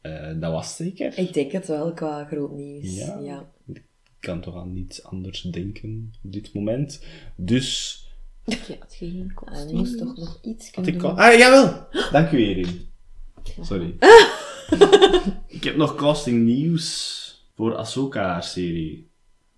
Speaker 1: Eh, dat was zeker.
Speaker 2: Ik denk het wel, qua groot nieuws.
Speaker 1: Ja.
Speaker 2: ja.
Speaker 1: Ik kan toch aan niets anders denken op dit moment. Dus.
Speaker 3: Ja, het ging geen kost.
Speaker 2: En moest toch nog iets
Speaker 1: Had
Speaker 2: kunnen
Speaker 1: ik
Speaker 2: doen.
Speaker 1: al... Ah, jawel! Dank u, Erin. Sorry. ik heb nog casting nieuws voor Ahsoka, haar serie.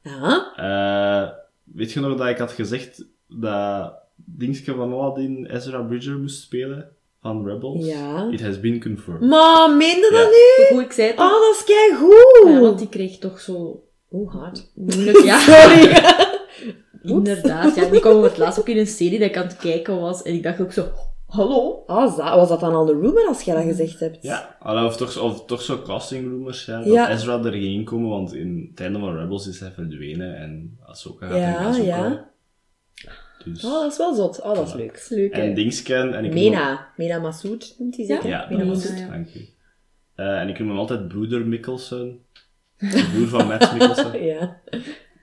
Speaker 2: Ja?
Speaker 1: Eh, weet je nog dat ik had gezegd dat Dingske van Aladdin Ezra Bridger moest spelen van Rebels?
Speaker 2: Ja.
Speaker 1: It has been confirmed.
Speaker 2: Maar, meende
Speaker 1: Ja.
Speaker 2: dat nu?
Speaker 4: Hoe ik zei het
Speaker 2: Ah,
Speaker 4: al,
Speaker 2: dat is keigoed!
Speaker 4: ja, want die kreeg toch zo
Speaker 2: Hoe hard?
Speaker 4: moeilijk... Ja,
Speaker 2: Sorry.
Speaker 4: inderdaad. Ja, die kwam het laatst ook in een serie dat ik aan het kijken was. En ik dacht ook zo, hallo?
Speaker 2: Ah, za- was dat dan al de rumor als jij dat gezegd hebt?
Speaker 1: Mm. Ja, Allee, of toch, of toch zo casting rumors, ja, dat
Speaker 2: Ja.
Speaker 1: Ezra er ging inkomen, want in het einde van Rebels is hij verdwenen en Ahsoka gaat
Speaker 2: Ja,
Speaker 1: hem gaan zoeken.
Speaker 2: ja.
Speaker 1: Dus,
Speaker 2: Oh, dat is wel zot. Oh, dat is
Speaker 1: Voilà.
Speaker 2: leuk.
Speaker 4: Leuk, hè?
Speaker 1: en Dingske en ik noem-
Speaker 2: Mena. Mena Massoud noemt hij zeker?
Speaker 1: Ja,
Speaker 2: Mena
Speaker 1: dat was
Speaker 2: Massoud.
Speaker 1: het,
Speaker 4: ja.
Speaker 1: dank u. Eh, en ik noem hem altijd broeder Mikkelsen, de broer van Matt Mikkelsen.
Speaker 2: Ja.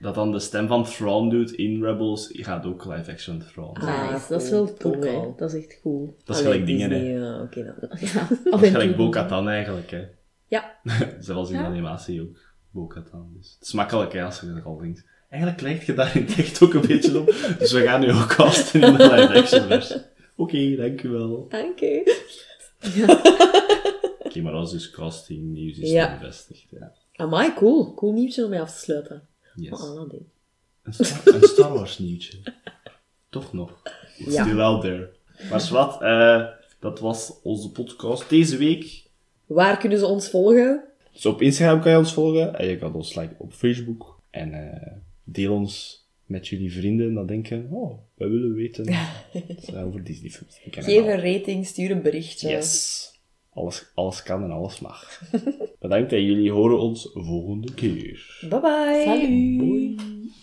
Speaker 1: Dat dan de stem van Thrawn doet in Rebels, je gaat ook live action Thrawn.
Speaker 2: Ah,
Speaker 4: Nice, dat is
Speaker 2: cool.
Speaker 4: wel cool,
Speaker 2: Ook
Speaker 4: hè.
Speaker 2: al.
Speaker 4: Dat is echt cool.
Speaker 1: dat is gelijk dingen, hè.
Speaker 2: Disney, ja, Oké dan.
Speaker 4: Ja,
Speaker 1: Dat is gelijk Bo-Katan eigenlijk, hè.
Speaker 2: Ja.
Speaker 1: Zelfs in de animatie ook. Bo-Katan. Dus het is makkelijk, hè, als je dat al denkt. Eigenlijk lijkt je daar in het echt ook een beetje op. Dus we gaan nu ook casten in de live-action versie. Oké, dankjewel. Oké,
Speaker 2: Dank u.
Speaker 1: maar dat is dus casting nieuws is
Speaker 2: Ja.
Speaker 1: dan bevestigd, ja.
Speaker 2: Amai, cool. Cool nieuwtje om mee af te sluiten. Maar
Speaker 1: Yes.
Speaker 2: Aladdin.
Speaker 1: Een Star, een Star Wars nieuwtje. Toch nog. It's
Speaker 2: Ja.
Speaker 1: still out there. Maar wat, eh dat was onze podcast deze week.
Speaker 2: Waar kunnen ze ons volgen?
Speaker 1: Dus op Instagram kan je ons volgen en je kan ons liken op Facebook. En eh, deel ons met jullie vrienden dat denken, oh, wij willen weten wat zij over Disney films denken. en
Speaker 2: Geef
Speaker 1: al.
Speaker 2: een rating, stuur een berichtje.
Speaker 1: Yes. Alles, alles kan en alles mag. Bedankt en jullie horen ons volgende keer.
Speaker 2: Bye bye.
Speaker 3: Salut.
Speaker 1: Bye.